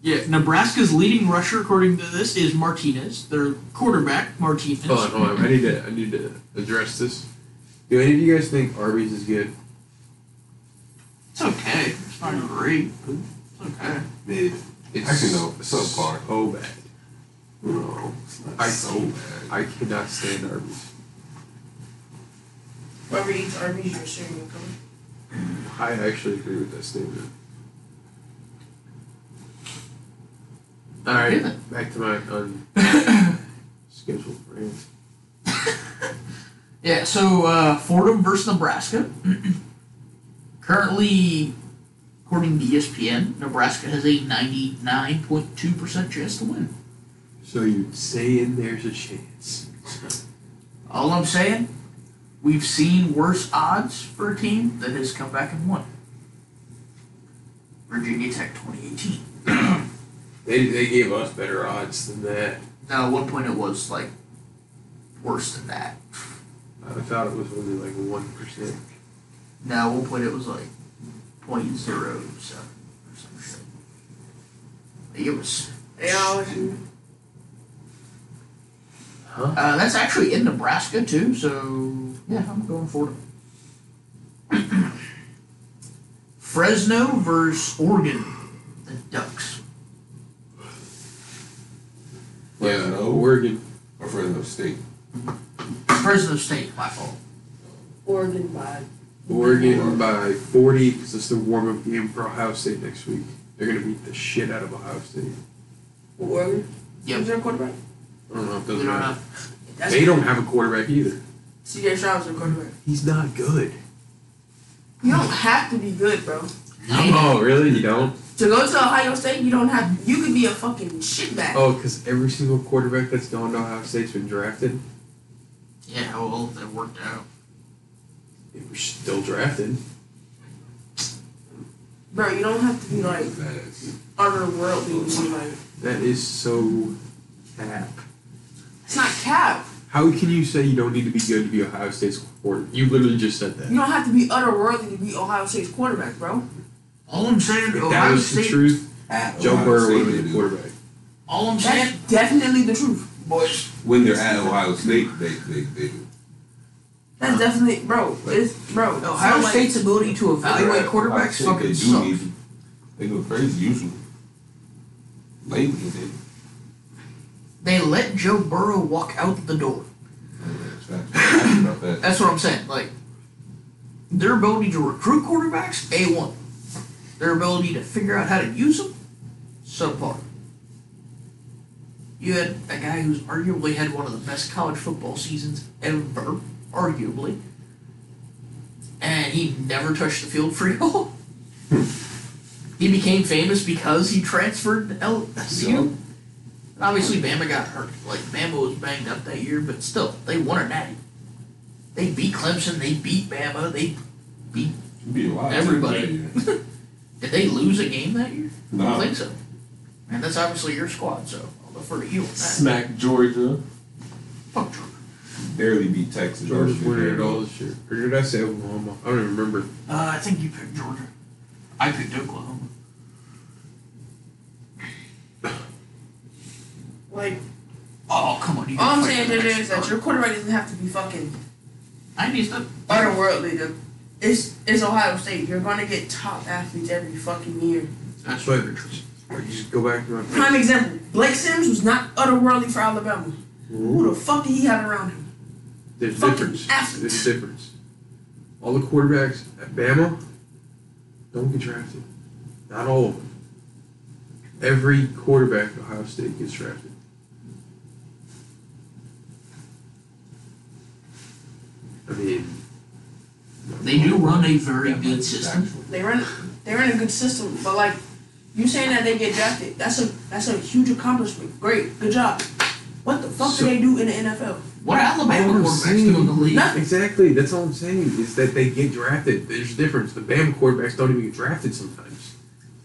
[SPEAKER 2] yeah, Nebraska's leading rusher according to this is Martinez. Their quarterback Martinez.
[SPEAKER 9] Hold on, hold on. Oh, I need to. I need to address this.
[SPEAKER 3] Do any of you guys think Arby's is good?
[SPEAKER 2] It's okay. It's not great, but it's okay.
[SPEAKER 9] It, it's
[SPEAKER 5] Actually, no, it's subpar.
[SPEAKER 9] So bad.
[SPEAKER 5] No, it's not
[SPEAKER 9] I
[SPEAKER 5] so
[SPEAKER 9] can't-
[SPEAKER 5] bad.
[SPEAKER 9] I cannot stand Arby's.
[SPEAKER 4] Whoever eats Arby's, you're assuming will come.
[SPEAKER 9] I actually agree with that statement. All right,
[SPEAKER 2] Really?
[SPEAKER 9] back to my un- scheduled rant.
[SPEAKER 2] Yeah, so uh, Fordham versus Nebraska. Currently, according to E ESPN, Nebraska has a 99.2% chance to win.
[SPEAKER 3] So you're saying there's a chance?
[SPEAKER 2] All I'm saying, we've seen worse odds for a team that has come back and won. Virginia Tech 2018.
[SPEAKER 3] They, they gave us better odds than that.
[SPEAKER 2] Now, at one point, it was like worse than that.
[SPEAKER 9] I thought it was only like one percent.
[SPEAKER 2] Now, at one point, it was like point zero seven or some shit. Like, it was.
[SPEAKER 4] They always do.
[SPEAKER 2] Uh, that's actually in Nebraska too, so yeah, I'm going for it. Fresno versus Oregon, the Ducks.
[SPEAKER 5] Yeah, no.
[SPEAKER 3] Oregon.
[SPEAKER 5] Or Fresno State.
[SPEAKER 2] Fresno State, my fault.
[SPEAKER 4] Oregon by
[SPEAKER 3] Oregon by 40 because it's the warm up game for Ohio State next week. They're going to beat the shit out of Ohio State.
[SPEAKER 4] Oregon.
[SPEAKER 2] Yep.
[SPEAKER 4] Who's their quarterback?
[SPEAKER 3] I don't know if
[SPEAKER 2] We
[SPEAKER 3] those
[SPEAKER 2] don't know.
[SPEAKER 4] That's
[SPEAKER 3] They don't have a quarterback either.
[SPEAKER 4] CJ Stroud's their quarterback.
[SPEAKER 3] He's not good.
[SPEAKER 4] You don't have to be good, bro.
[SPEAKER 3] Oh, really? You don't?
[SPEAKER 4] To go to Ohio State, you don't have. You could be a fucking shitbag.
[SPEAKER 3] Oh, because every single quarterback that's gone to Ohio State's been drafted.
[SPEAKER 2] Yeah, well, that worked out.
[SPEAKER 3] They were still drafted.
[SPEAKER 4] Bro, you don't have to be like
[SPEAKER 5] That's
[SPEAKER 4] otherworldly to be like.
[SPEAKER 3] That is so cap.
[SPEAKER 4] It's not cap.
[SPEAKER 3] How can you say you don't need to be good to be Ohio State's quarterback? You literally just said that.
[SPEAKER 4] You don't have to be otherworldly to be Ohio State's quarterback, bro.
[SPEAKER 2] All I'm saying,
[SPEAKER 3] If that
[SPEAKER 2] Ohio
[SPEAKER 3] was the
[SPEAKER 2] State.
[SPEAKER 3] truth,
[SPEAKER 5] at
[SPEAKER 3] Joe
[SPEAKER 5] Ohio
[SPEAKER 3] Burrow
[SPEAKER 5] State,
[SPEAKER 3] would have
[SPEAKER 5] they
[SPEAKER 3] been the
[SPEAKER 5] do.
[SPEAKER 3] quarterback.
[SPEAKER 2] All I'm
[SPEAKER 4] That's
[SPEAKER 2] saying,
[SPEAKER 4] definitely the truth.
[SPEAKER 2] boys.
[SPEAKER 5] When they're at Ohio State, they they they do.
[SPEAKER 4] That's definitely, bro. It's bro. it's
[SPEAKER 2] Uh. Ohio
[SPEAKER 4] not like-
[SPEAKER 2] State's ability to evaluate
[SPEAKER 5] They're at Ohio
[SPEAKER 2] quarterbacks
[SPEAKER 5] State,
[SPEAKER 2] fucking
[SPEAKER 5] they do
[SPEAKER 2] suck.
[SPEAKER 5] need to- They go crazy usually. Lately, they.
[SPEAKER 2] They let Joe Burrow walk out the door.
[SPEAKER 5] I'm about that.
[SPEAKER 2] That's what I'm saying. Like their ability to recruit quarterbacks, a one. Their ability to figure out how to use them, subpar. You had a guy who's arguably had one of the best college football seasons ever, arguably, and he never touched the field for you. he became famous because he transferred to LSU. And obviously, Bama got hurt. Like Bama was banged up that year, but still, they won a natty. They beat Clemson. They beat Bama. They
[SPEAKER 5] It'd be a lot.
[SPEAKER 2] Everybody.
[SPEAKER 5] Yeah.
[SPEAKER 2] did they lose a game that year? I don't
[SPEAKER 5] No.
[SPEAKER 2] think so. And that's obviously your squad, so I'll defer to you on that.
[SPEAKER 5] Smack Georgia.
[SPEAKER 2] Fuck Georgia.
[SPEAKER 11] barely beat Texas.
[SPEAKER 3] Georgia's winning it
[SPEAKER 11] Oregon.
[SPEAKER 3] all this year. Or did I say Oklahoma? I don't even remember.
[SPEAKER 2] Uh, I think you picked Georgia. I picked Oklahoma.
[SPEAKER 4] Like,
[SPEAKER 2] Oh, come on. You
[SPEAKER 4] all I'm
[SPEAKER 2] gotta
[SPEAKER 4] saying
[SPEAKER 2] fight for the
[SPEAKER 4] JJ
[SPEAKER 2] next
[SPEAKER 4] is that
[SPEAKER 2] spot.
[SPEAKER 4] your quarterback doesn't have to be fucking
[SPEAKER 2] I need to.
[SPEAKER 4] otherworldly. To, it's it's Ohio State. You're gonna get top athletes every fucking year.
[SPEAKER 2] That's
[SPEAKER 3] But-
[SPEAKER 2] very true.
[SPEAKER 3] I just go back to my
[SPEAKER 4] Prime example: Blake Sims was not otherworldly for Alabama. Who the fuck did he have around him?
[SPEAKER 3] There's
[SPEAKER 4] Fucking
[SPEAKER 3] difference.
[SPEAKER 4] athletes.
[SPEAKER 3] There's a difference. All the quarterbacks at Bama don't get drafted. Not all of them. Every quarterback at Ohio State gets drafted. I mean,
[SPEAKER 2] They do run a very good system.
[SPEAKER 4] They run they run a good system, but like you saying that they get drafted, that's a that's a huge accomplishment. Great, good job. What the fuck
[SPEAKER 3] So-
[SPEAKER 4] do they do in the NFL?
[SPEAKER 2] What Alabama
[SPEAKER 3] All I'm
[SPEAKER 2] quarterbacks do in the league?
[SPEAKER 4] Nothing.
[SPEAKER 3] Exactly. That's all I'm saying is that they get drafted. There's a difference. The Bama quarterbacks don't even get drafted sometimes.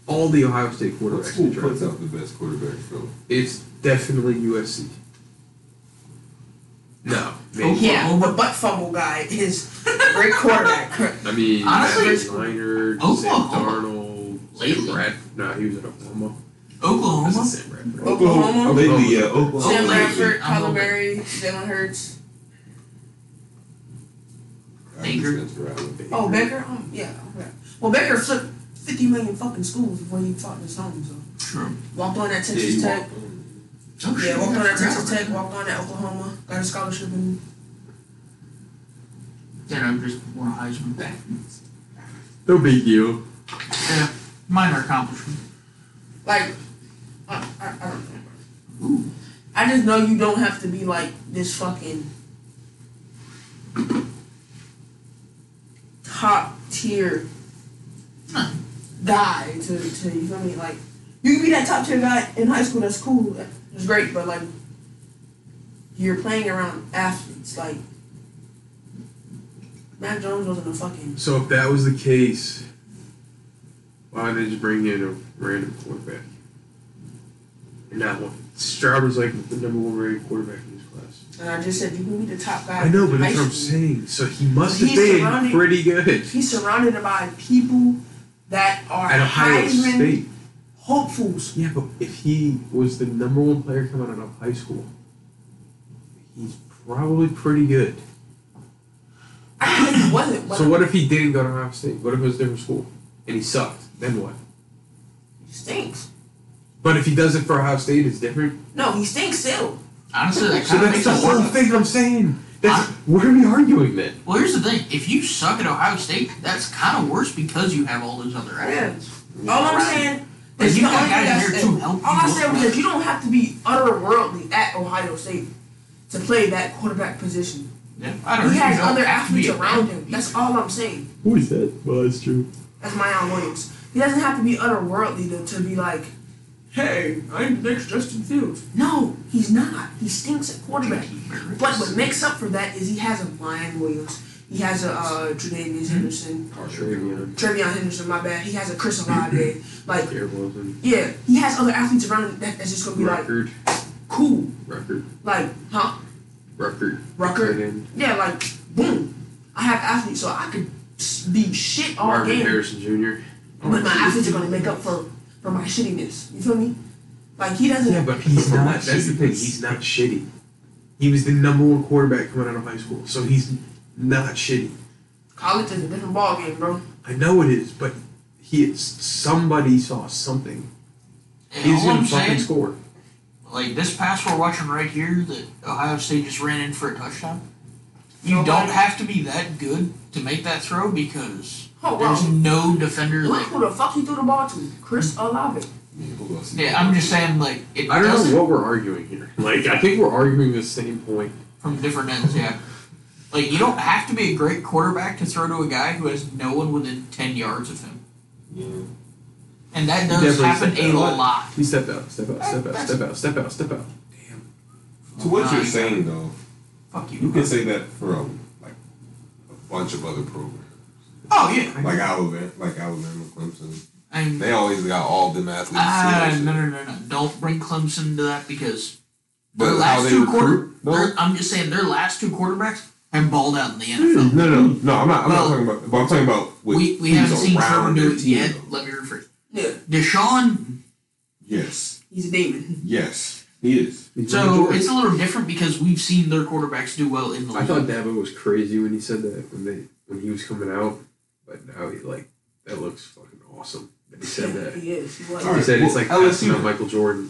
[SPEAKER 3] All the Ohio State
[SPEAKER 5] What
[SPEAKER 3] quarterbacks
[SPEAKER 5] school
[SPEAKER 3] get
[SPEAKER 5] puts
[SPEAKER 3] drafted.
[SPEAKER 5] out the best quarterback though?
[SPEAKER 3] It's definitely USC. No, maybe.
[SPEAKER 4] Yeah, the butt fumble guy is a great quarterback.
[SPEAKER 3] I mean,
[SPEAKER 2] Honestly,
[SPEAKER 3] Matt Leinart,
[SPEAKER 2] Oklahoma.
[SPEAKER 3] Sam Darnold,
[SPEAKER 2] Lately.
[SPEAKER 3] Sam Brad. No, he was at Oklahoma. That's
[SPEAKER 2] Oklahoma.
[SPEAKER 3] Sam Bradford.
[SPEAKER 4] Oklahoma,
[SPEAKER 5] Oh, Lately, yeah, Oklahoma.
[SPEAKER 4] Sam Bradford,
[SPEAKER 2] I'm
[SPEAKER 4] Kyler
[SPEAKER 2] over.
[SPEAKER 4] Berry, Jalen Hurts.
[SPEAKER 2] Baker.
[SPEAKER 4] Oh, Baker? Um, yeah. okay. Well, Baker flipped 50 million fucking schools before he taught this home, so.
[SPEAKER 2] True.
[SPEAKER 4] Walked on at Texas
[SPEAKER 10] Yeah, you
[SPEAKER 4] Tech.
[SPEAKER 2] Oh, shit,
[SPEAKER 4] Yeah, walked on
[SPEAKER 2] I
[SPEAKER 4] at
[SPEAKER 2] forgot
[SPEAKER 4] Texas
[SPEAKER 2] about
[SPEAKER 4] Tech,
[SPEAKER 2] that.
[SPEAKER 4] walked on at Oklahoma, got a scholarship in.
[SPEAKER 2] Then I'm just one Heisman.
[SPEAKER 3] No big deal.
[SPEAKER 2] Yeah, minor accomplishment.
[SPEAKER 4] Like, I, I, I don't know. I just know you don't have to be like this fucking top tier
[SPEAKER 2] Huh.
[SPEAKER 4] guy to, to you feel me? Like you can be that top tier guy in high school, that's cool, that's great, but like you're playing around athletes, like Matt Jones wasn't a fucking
[SPEAKER 3] So if that was the case, why would they just bring in a random quarterback? And not one. Stroud was like the number one rated quarterback in his class.
[SPEAKER 4] and I just said you can be the top guy.
[SPEAKER 3] I know, but
[SPEAKER 4] in high
[SPEAKER 3] that's what I'm
[SPEAKER 4] school.
[SPEAKER 3] saying. So he must have
[SPEAKER 4] He's
[SPEAKER 3] been
[SPEAKER 4] surrounded-
[SPEAKER 3] pretty good
[SPEAKER 4] He's surrounded by people that are
[SPEAKER 3] at Ohio
[SPEAKER 4] Heisman
[SPEAKER 3] State.
[SPEAKER 4] hopefuls.
[SPEAKER 3] Yeah, but if he was the number one player coming out of high school, he's probably pretty good.
[SPEAKER 4] I think he wasn't. But
[SPEAKER 3] So what if he didn't go to Ohio State? What if it was a different school and he sucked? Then what?
[SPEAKER 4] He stinks.
[SPEAKER 3] But if he does it for Ohio State, it's different.
[SPEAKER 4] No, he stinks still.
[SPEAKER 2] Honestly, that
[SPEAKER 3] So
[SPEAKER 2] kind of makes
[SPEAKER 3] that's the
[SPEAKER 2] it
[SPEAKER 3] whole
[SPEAKER 2] worth it.
[SPEAKER 3] thing I'm saying. That's
[SPEAKER 2] I-
[SPEAKER 3] what are we arguing then?
[SPEAKER 2] Well, here's the thing: if you suck at Ohio State, that's kind of worse because you have all those other athletes.
[SPEAKER 4] All I'm
[SPEAKER 2] Right.
[SPEAKER 4] saying
[SPEAKER 2] But
[SPEAKER 4] is
[SPEAKER 2] you
[SPEAKER 4] the
[SPEAKER 2] got
[SPEAKER 4] only
[SPEAKER 2] guys
[SPEAKER 4] thing I
[SPEAKER 2] in there
[SPEAKER 4] said-
[SPEAKER 2] to help
[SPEAKER 4] All
[SPEAKER 2] you
[SPEAKER 4] I
[SPEAKER 2] look
[SPEAKER 4] said was
[SPEAKER 2] right.
[SPEAKER 4] that you don't have to be otherworldly at Ohio State to play that quarterback position.
[SPEAKER 2] Yeah, I don't.
[SPEAKER 4] He
[SPEAKER 2] know.
[SPEAKER 4] has
[SPEAKER 2] You don't
[SPEAKER 4] other
[SPEAKER 2] have to be
[SPEAKER 4] athletes
[SPEAKER 2] a
[SPEAKER 4] around
[SPEAKER 2] bad
[SPEAKER 4] him. That's all I'm saying.
[SPEAKER 3] Who is that? Well, that's true.
[SPEAKER 4] That's Mayan Williams. He doesn't have to be otherworldly to, to be like, hey, I'm the next Justin Fields. No, he's not. He stinks at quarterback.
[SPEAKER 2] player.
[SPEAKER 4] But what makes up for that is he has a Mayan Williams. He has a uh, Tre'Davious Henderson. Trevion Henderson, my bad. He has a Chris Olave. like, yeah, he has other athletes around him that, that's just gonna be like
[SPEAKER 3] Record,
[SPEAKER 4] cool.
[SPEAKER 3] record,
[SPEAKER 4] Like, huh?
[SPEAKER 3] record,
[SPEAKER 4] Rucker.
[SPEAKER 3] Tight end.
[SPEAKER 4] Yeah, like, boom. I have athletes, so I could s- be shit all
[SPEAKER 3] Marvin
[SPEAKER 4] game.
[SPEAKER 3] Harrison Jr.
[SPEAKER 4] But my athletes are gonna make up for for my shittiness. You feel me? Like he doesn't.
[SPEAKER 3] Yeah, but he's not. That's the thing. He's not shitty. He was the number one quarterback coming out of high school, so he's not shitty.
[SPEAKER 4] College is a different ball game, bro.
[SPEAKER 3] I know it is, but he it's, somebody saw something.
[SPEAKER 2] And
[SPEAKER 3] He's
[SPEAKER 2] all
[SPEAKER 3] gonna
[SPEAKER 2] I'm
[SPEAKER 3] fucking
[SPEAKER 2] saying,
[SPEAKER 3] score.
[SPEAKER 2] like this pass we're watching right here, that Ohio State just ran in for a touchdown. You
[SPEAKER 4] Nobody-
[SPEAKER 2] don't have to be that good to make that throw because
[SPEAKER 4] Oh
[SPEAKER 2] there's
[SPEAKER 4] wow.
[SPEAKER 2] no defender
[SPEAKER 4] Look
[SPEAKER 2] that
[SPEAKER 4] who the fuck he threw the ball to, Chris Olave.
[SPEAKER 2] Yeah, I'm just saying, like, it
[SPEAKER 3] I don't
[SPEAKER 2] doesn't
[SPEAKER 3] know what we're arguing here. Like I think we're arguing the same point.
[SPEAKER 2] from different ends, yeah. Like, you don't have to be a great quarterback to throw to a guy who has no one within 10 yards of him. And that does
[SPEAKER 3] Definitely
[SPEAKER 2] happen
[SPEAKER 3] said
[SPEAKER 2] a
[SPEAKER 3] that.
[SPEAKER 2] lot.
[SPEAKER 3] He stepped out, step out, step out, step out, step out, step out.
[SPEAKER 5] To what
[SPEAKER 2] Nah,
[SPEAKER 5] you're
[SPEAKER 2] you-
[SPEAKER 5] saying though,
[SPEAKER 2] Fuck you.
[SPEAKER 5] you can say that for um, like a bunch of other programs,
[SPEAKER 2] oh, yeah.
[SPEAKER 5] like Alabama, like Alabama, Clemson.
[SPEAKER 2] I mean,
[SPEAKER 5] They always got all them athletes.
[SPEAKER 2] ah,
[SPEAKER 5] too.
[SPEAKER 2] no, no, no, no. Don't bring Clemson to that because
[SPEAKER 5] But
[SPEAKER 2] their
[SPEAKER 5] how
[SPEAKER 2] last
[SPEAKER 5] they
[SPEAKER 2] two
[SPEAKER 5] recruit?
[SPEAKER 2] quarter, their- I'm just saying their last two quarterbacks have balled out in the NFL.
[SPEAKER 5] Hmm.
[SPEAKER 11] No, no, no, no. I'm not. I'm
[SPEAKER 2] Well,
[SPEAKER 11] not talking about. But I'm talking about. What
[SPEAKER 2] We, we
[SPEAKER 11] he's
[SPEAKER 2] haven't seen Trevor
[SPEAKER 11] around
[SPEAKER 2] do
[SPEAKER 11] their
[SPEAKER 2] it
[SPEAKER 11] team,
[SPEAKER 2] yet.
[SPEAKER 11] though.
[SPEAKER 2] Let me rephrase.
[SPEAKER 4] Yeah,
[SPEAKER 2] Deshaun,
[SPEAKER 11] Yes,
[SPEAKER 4] he's a demon.
[SPEAKER 11] yes, he is.
[SPEAKER 2] so it's a little different because we've seen their quarterbacks do well in the
[SPEAKER 3] I
[SPEAKER 2] league.
[SPEAKER 3] thought Dabo was crazy when he said that when they when he was coming out, but now he like that looks fucking awesome that he said that.
[SPEAKER 4] He is. He was.
[SPEAKER 3] He said it's like
[SPEAKER 11] Well,
[SPEAKER 3] passing
[SPEAKER 11] LSU.
[SPEAKER 3] on Michael Jordan.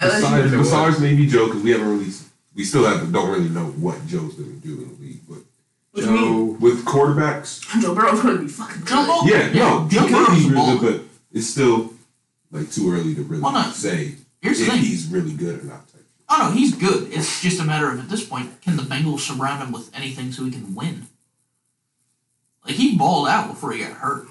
[SPEAKER 4] LSU
[SPEAKER 11] Besides,
[SPEAKER 3] It was.
[SPEAKER 11] besides maybe Joe, because we haven't really, we still haven't don't really know what Joe's going to do in the league. But
[SPEAKER 4] What do you mean?
[SPEAKER 3] Joe,
[SPEAKER 11] with quarterbacks,
[SPEAKER 4] Joe Burrow's gonna be fucking
[SPEAKER 2] Joe
[SPEAKER 4] good.
[SPEAKER 2] Burrow-
[SPEAKER 11] yeah, no, he
[SPEAKER 2] Joe
[SPEAKER 11] could
[SPEAKER 2] Burrow's
[SPEAKER 11] be
[SPEAKER 2] a
[SPEAKER 11] really
[SPEAKER 2] baller.
[SPEAKER 11] good, but it's still like too early to really
[SPEAKER 2] Why not?
[SPEAKER 11] say
[SPEAKER 2] Here's the
[SPEAKER 11] if
[SPEAKER 2] thing.
[SPEAKER 11] he's really good or not.
[SPEAKER 2] Oh no, he's good. It's just a matter of at this point, can the Bengals surround him with anything so he can win? Like he balled out before he got hurt.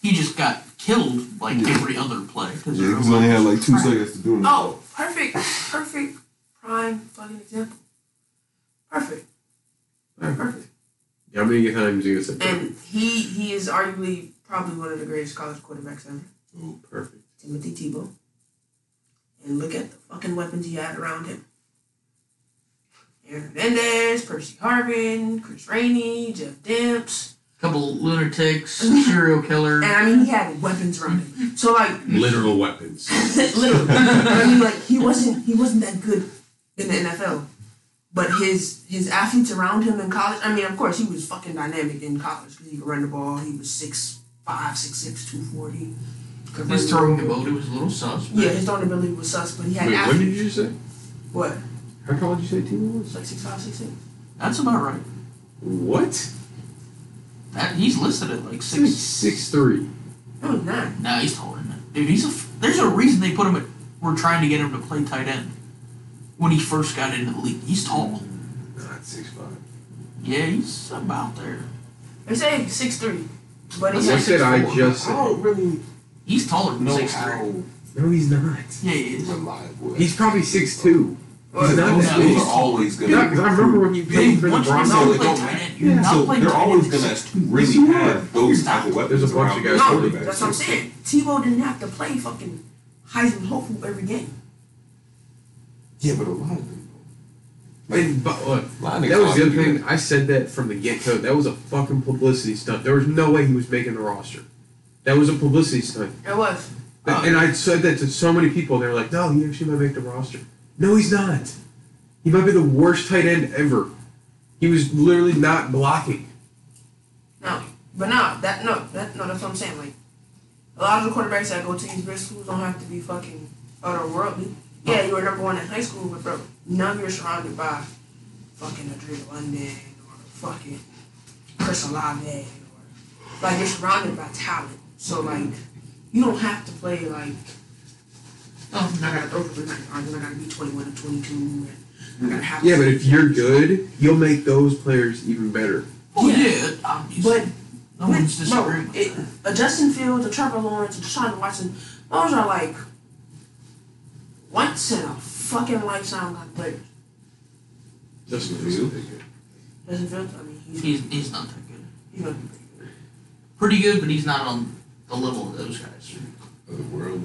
[SPEAKER 2] He just got killed like every other play. 'cause of-
[SPEAKER 11] only had like two seconds to do it.
[SPEAKER 4] Oh, perfect, perfect, prime fucking example. Perfect, perfect.
[SPEAKER 3] how many times you gonna say perfect?
[SPEAKER 4] And he he is arguably probably one of the greatest college quarterbacks ever,
[SPEAKER 3] Oh, perfect?
[SPEAKER 4] Timothy Tebow. And look at the fucking weapons he had around him. Aaron Hernandez, Percy Harvin, Chris Rainey, Jeff Demps.
[SPEAKER 2] couple lunatics, serial killer.
[SPEAKER 4] And I mean, he had weapons around him. So like,
[SPEAKER 3] Literal weapons.
[SPEAKER 4] literally, I mean, like he wasn't he wasn't that good in the NFL, but his his athletes around him in college. I mean, of course, he was fucking dynamic in college because he could run the ball. He was six five, six six, two forty.
[SPEAKER 2] His throwing ability was a little sus. but-
[SPEAKER 4] Yeah, his throwing ability was sus, but he had
[SPEAKER 3] Wait, what
[SPEAKER 4] athletes.
[SPEAKER 3] did you say?
[SPEAKER 4] What?
[SPEAKER 3] How tall did you say Tebow was?
[SPEAKER 4] Like six five, six six.
[SPEAKER 2] That's about right.
[SPEAKER 3] What?
[SPEAKER 2] That, he's listed at like
[SPEAKER 3] Six
[SPEAKER 2] six.
[SPEAKER 3] six three.
[SPEAKER 4] No, he's not.
[SPEAKER 2] Nah, he's taller than that. Dude, he's a. f- There's a reason they put him at. We're trying to get him to play tight end when he first got into the league. He's tall.
[SPEAKER 3] Not six five.
[SPEAKER 2] Yeah, he's about there.
[SPEAKER 4] They say six three, but he's
[SPEAKER 2] Let's say-
[SPEAKER 3] What
[SPEAKER 4] like,
[SPEAKER 3] did I just
[SPEAKER 10] I
[SPEAKER 3] say?
[SPEAKER 10] don't really
[SPEAKER 2] He's taller than
[SPEAKER 10] know
[SPEAKER 2] six three.
[SPEAKER 10] how
[SPEAKER 3] No, he's not.
[SPEAKER 2] Yeah, he is.
[SPEAKER 10] reliable.
[SPEAKER 3] He's probably six two.
[SPEAKER 10] Those
[SPEAKER 3] He's not that
[SPEAKER 10] dudes
[SPEAKER 3] big.
[SPEAKER 10] are always gonna.
[SPEAKER 3] Yeah, 'cause I remember when he played
[SPEAKER 2] Dude,
[SPEAKER 3] for the
[SPEAKER 2] once you're
[SPEAKER 3] Broncos.
[SPEAKER 2] not
[SPEAKER 10] so they
[SPEAKER 2] playing
[SPEAKER 10] don't
[SPEAKER 2] tight
[SPEAKER 10] matter.
[SPEAKER 2] end, you're not
[SPEAKER 11] so
[SPEAKER 2] playing
[SPEAKER 11] they're
[SPEAKER 2] tight end
[SPEAKER 11] always
[SPEAKER 2] this
[SPEAKER 11] gonna
[SPEAKER 2] year.
[SPEAKER 11] really
[SPEAKER 3] Yes, you are.
[SPEAKER 11] have those type of weapons.
[SPEAKER 3] There's a bunch of
[SPEAKER 11] around
[SPEAKER 3] guys
[SPEAKER 11] their
[SPEAKER 4] no,
[SPEAKER 11] quarterbacks.
[SPEAKER 4] that's what I'm saying. Tebow didn't have to play fucking Heisman hopeful every game.
[SPEAKER 10] Yeah, but a lot of them.
[SPEAKER 3] And, but look,
[SPEAKER 10] A lot
[SPEAKER 3] that
[SPEAKER 10] of niggas
[SPEAKER 3] was the other
[SPEAKER 10] don't do
[SPEAKER 3] thing. I said that from the get go. That was a fucking publicity stunt. There was no way he was making the roster. That was a publicity stunt.
[SPEAKER 4] It was.
[SPEAKER 10] Uh.
[SPEAKER 3] That- and I said that to so many people. and They were like, "No, he actually might make the roster." No, he's not. He might be the worst tight end ever. He was literally not blocking.
[SPEAKER 4] No, but no, that no, that no, that's what I'm saying. Like a lot of the quarterbacks that go to these big schools don't have to be fucking otherworldly. Yeah, you were number one in high school, but bro, now you're surrounded by fucking Adrian London or fucking Chris Olave or like you're surrounded by talent. So like you don't have to play like
[SPEAKER 2] Oh,
[SPEAKER 4] I gotta throw for 300 yards and I gotta be 21 and 22 and I gotta have
[SPEAKER 3] Yeah, but if you're good, you'll make those players even better.
[SPEAKER 2] Oh,
[SPEAKER 4] Yeah.
[SPEAKER 2] yeah, obviously.
[SPEAKER 4] but
[SPEAKER 2] no
[SPEAKER 4] But,
[SPEAKER 2] one's disagreeing
[SPEAKER 4] bro,
[SPEAKER 2] Oh, with
[SPEAKER 4] it,
[SPEAKER 2] that.
[SPEAKER 4] a Justin Fields, a Trevor Lawrence, a Deshaun Watson, those are like once in a fucking lifetime kind of players.
[SPEAKER 3] Justin
[SPEAKER 10] Fields?
[SPEAKER 4] Justin Fields, I mean, he's,
[SPEAKER 2] He's, he's not that good.
[SPEAKER 4] he's gonna be
[SPEAKER 2] Pretty good, but he's not on the level of those guys.
[SPEAKER 10] Of the world.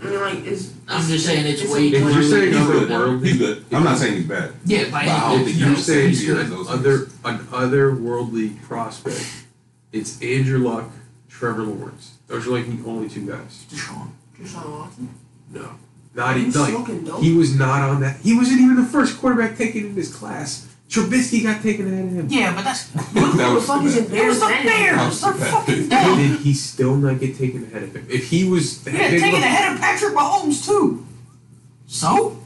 [SPEAKER 4] I mean, like, it's.
[SPEAKER 2] I'm just saying it's way
[SPEAKER 3] If
[SPEAKER 2] too
[SPEAKER 3] you're saying
[SPEAKER 11] He's
[SPEAKER 3] other
[SPEAKER 11] good. He's
[SPEAKER 3] world,
[SPEAKER 11] good. I'm not saying he's bad.
[SPEAKER 2] Yeah, by
[SPEAKER 11] Wow.
[SPEAKER 2] any
[SPEAKER 11] don't
[SPEAKER 3] if
[SPEAKER 11] think
[SPEAKER 3] you're
[SPEAKER 11] he's
[SPEAKER 3] saying
[SPEAKER 11] easier
[SPEAKER 3] an
[SPEAKER 11] than those
[SPEAKER 3] other an otherworldly prospect, it's Andrew Luck, Trevor Lawrence. Those are like the only two guys.
[SPEAKER 2] Deshaun.
[SPEAKER 4] Deshaun Watson.
[SPEAKER 3] No, not
[SPEAKER 4] Are you
[SPEAKER 3] even like
[SPEAKER 4] smoking dope?
[SPEAKER 3] he was not on that. He wasn't even the first quarterback taken in his class. Trubisky got taken ahead of him.
[SPEAKER 2] Yeah, but that's.
[SPEAKER 4] Look who
[SPEAKER 11] That
[SPEAKER 4] the
[SPEAKER 11] was
[SPEAKER 4] fuck
[SPEAKER 11] the
[SPEAKER 4] is in
[SPEAKER 11] bad.
[SPEAKER 2] It was
[SPEAKER 4] Bears
[SPEAKER 2] the
[SPEAKER 4] Stadium.
[SPEAKER 2] Bears. They're fucking down.
[SPEAKER 3] How did he still not get taken ahead of him? If he was that
[SPEAKER 2] Yeah,
[SPEAKER 3] big
[SPEAKER 2] taking
[SPEAKER 3] of-
[SPEAKER 2] the head of Patrick Mahomes too. So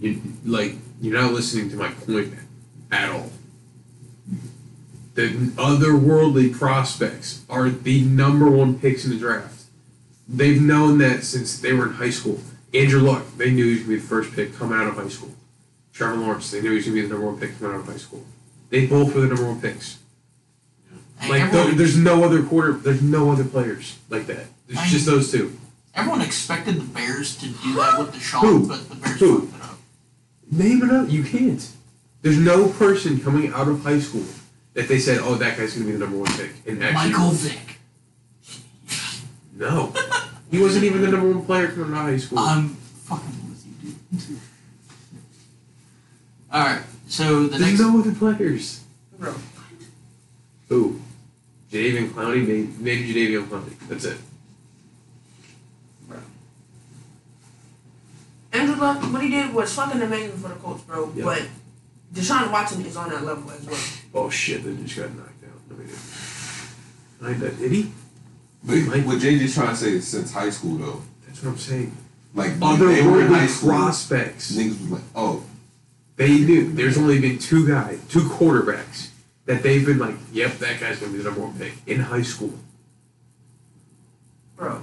[SPEAKER 3] you like you're not listening to my point at all. The otherworldly prospects are the number one picks in the draft. They've known that since they were in high school. Andrew Luck, they knew he was gonna be the first pick coming out of high school. Trevor Lawrence, they knew he was gonna be the number one pick coming out of high school. They both were the number one picks.
[SPEAKER 2] hey,
[SPEAKER 3] Like
[SPEAKER 2] everyone,
[SPEAKER 3] th- there's no other quarter, there's no other players like that. It's
[SPEAKER 2] I-
[SPEAKER 3] just those two.
[SPEAKER 2] everyone expected the Bears to do that with Deshaun,
[SPEAKER 3] Who?
[SPEAKER 2] but the Bears
[SPEAKER 3] Who?
[SPEAKER 2] fucked it up.
[SPEAKER 3] Name it up. You can't. There's no person coming out of high school that they said, "Oh, that guy's going to be the number one pick." And actually,
[SPEAKER 2] Michael Vick.
[SPEAKER 3] No, he wasn't even the number one player coming out of high school.
[SPEAKER 2] I'm fucking with you, All right. So the
[SPEAKER 3] There's
[SPEAKER 2] next.
[SPEAKER 3] no other players.
[SPEAKER 4] Bro.
[SPEAKER 3] Who? Jadavian Clowney? Maybe, maybe Jadavian Clowney. That's it.
[SPEAKER 4] Andrew Luck, what he did was fucking amazing for the Colts, bro.
[SPEAKER 3] Yeah.
[SPEAKER 4] But Deshaun Watson is on that level as well.
[SPEAKER 3] Oh shit! They just got knocked out. No, he didn't. I ain't that did he?
[SPEAKER 5] But what JJ's trying to say is since high school though,
[SPEAKER 3] That's what I'm saying.
[SPEAKER 5] like when they were in high
[SPEAKER 3] Otherworldly
[SPEAKER 5] school,
[SPEAKER 3] prospects.
[SPEAKER 5] niggas was like, oh,
[SPEAKER 3] They knew. There's only been two guys, two quarterbacks that they've been like, "Yep, that guy's gonna be the number one pick in high school."
[SPEAKER 4] Bro.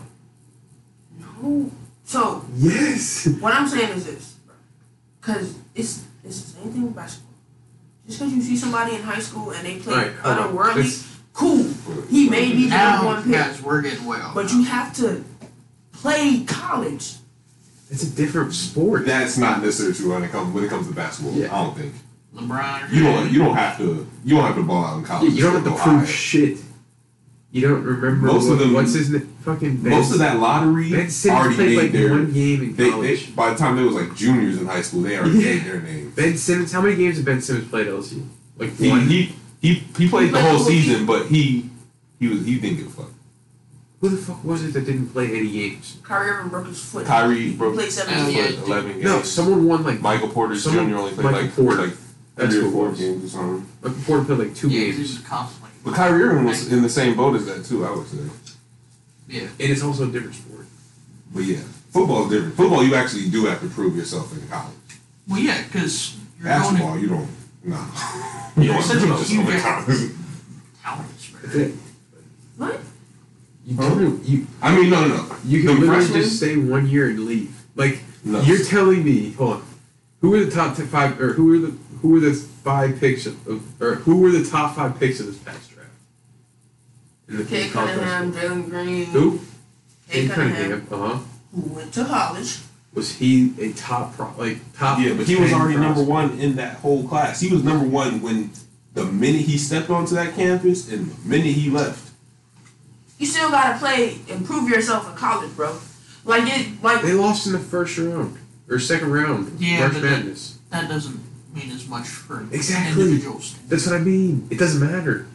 [SPEAKER 4] No. So,
[SPEAKER 3] Yes.
[SPEAKER 4] what I'm saying is this, bro. Because it's, it's the same thing with basketball. Just because you see somebody in high school and they play
[SPEAKER 3] All right, hold on.
[SPEAKER 4] otherworldly,
[SPEAKER 3] Let's-
[SPEAKER 4] cool. He may be the number
[SPEAKER 2] Now,
[SPEAKER 4] one pick.
[SPEAKER 2] guys, we're getting way off.
[SPEAKER 4] But you have to play college.
[SPEAKER 3] It's a different sport.
[SPEAKER 5] that's not necessarily true when it comes when it comes to basketball.
[SPEAKER 3] Yeah.
[SPEAKER 5] I don't think
[SPEAKER 2] LeBron.
[SPEAKER 5] you don't you don't have to you don't have to ball out in
[SPEAKER 3] Yeah,
[SPEAKER 5] college.
[SPEAKER 3] you don't have
[SPEAKER 5] go
[SPEAKER 3] to prove
[SPEAKER 5] high.
[SPEAKER 3] shit. You don't remember
[SPEAKER 5] Most of
[SPEAKER 3] what,
[SPEAKER 5] them-
[SPEAKER 3] what's his name? Fucking ben,
[SPEAKER 5] Most of that lottery
[SPEAKER 3] Ben Simmons
[SPEAKER 5] already
[SPEAKER 3] played
[SPEAKER 5] made
[SPEAKER 3] like
[SPEAKER 5] their
[SPEAKER 3] one game in
[SPEAKER 5] they,
[SPEAKER 3] college.
[SPEAKER 5] they by the time they was like juniors in high school, they already
[SPEAKER 3] Yeah.
[SPEAKER 5] made their name.
[SPEAKER 3] Ben Simmons, how many games did Ben Simmons play at LSU? Like
[SPEAKER 5] He
[SPEAKER 3] one.
[SPEAKER 5] he he, he played the whole season, but he he was he didn't give a fuck.
[SPEAKER 3] Who the fuck was it that didn't play any games?
[SPEAKER 4] Kyrie Irving broke his foot.
[SPEAKER 5] Kyrie broke
[SPEAKER 4] Played
[SPEAKER 5] his foot
[SPEAKER 4] seven
[SPEAKER 2] Oh, yeah.
[SPEAKER 5] eleven games.
[SPEAKER 3] No, someone won like
[SPEAKER 5] Michael Porter Jr.
[SPEAKER 3] Someone-
[SPEAKER 5] only played
[SPEAKER 3] Michael
[SPEAKER 5] like
[SPEAKER 3] Porter.
[SPEAKER 5] like
[SPEAKER 3] That's
[SPEAKER 5] three
[SPEAKER 3] who
[SPEAKER 5] or
[SPEAKER 3] it
[SPEAKER 5] four
[SPEAKER 3] was.
[SPEAKER 5] games or something.
[SPEAKER 3] Michael Porter played like two
[SPEAKER 2] yeah, 'cause he
[SPEAKER 3] games.
[SPEAKER 2] was constantly.
[SPEAKER 5] But Kyrie Irving was in the same boat as that too, I would say.
[SPEAKER 2] Yeah.
[SPEAKER 3] And it's also a different sport.
[SPEAKER 5] But yeah, football's different. Football, you actually do have to prove yourself in college.
[SPEAKER 2] Well, yeah, because you're going
[SPEAKER 5] Basketball,
[SPEAKER 2] to
[SPEAKER 5] you don't. Nah.
[SPEAKER 2] You're
[SPEAKER 5] don't
[SPEAKER 2] such a
[SPEAKER 5] prove yourself in
[SPEAKER 2] huge-
[SPEAKER 5] college.
[SPEAKER 2] talents, bro.
[SPEAKER 3] That's it.
[SPEAKER 4] What?
[SPEAKER 3] You
[SPEAKER 5] Huh?
[SPEAKER 3] don't. You
[SPEAKER 5] I mean, no, no, no.
[SPEAKER 3] you
[SPEAKER 5] The
[SPEAKER 3] can literally
[SPEAKER 5] freshmen-
[SPEAKER 3] just stay one year and leave. Like
[SPEAKER 5] No.
[SPEAKER 3] you're telling me, hold on, who were the top t- five or who were the who were the five picks of, of or who were the top five picks of this past draft? In the
[SPEAKER 4] Kate
[SPEAKER 3] college
[SPEAKER 4] Cunningham,
[SPEAKER 3] basketball.
[SPEAKER 4] Jalen Green.
[SPEAKER 3] Who?
[SPEAKER 4] Kate
[SPEAKER 3] Cade
[SPEAKER 4] Cunningham,
[SPEAKER 3] Uh huh.
[SPEAKER 4] who went to college.
[SPEAKER 3] Was he a top pro? Like top?
[SPEAKER 5] Yeah, but Uh, he was
[SPEAKER 3] 10
[SPEAKER 5] already number
[SPEAKER 3] prospect?
[SPEAKER 5] one in that whole class. He was number one when the minute he stepped onto that campus and the minute he left.
[SPEAKER 4] You still gotta play and prove yourself in college, bro. Like it, like
[SPEAKER 3] They lost in the first round or second round. of
[SPEAKER 2] Yeah,
[SPEAKER 3] March
[SPEAKER 2] but that-
[SPEAKER 3] Madness.
[SPEAKER 2] That doesn't mean as much for
[SPEAKER 3] Exactly.
[SPEAKER 2] individuals.
[SPEAKER 3] That's what I mean. It doesn't matter.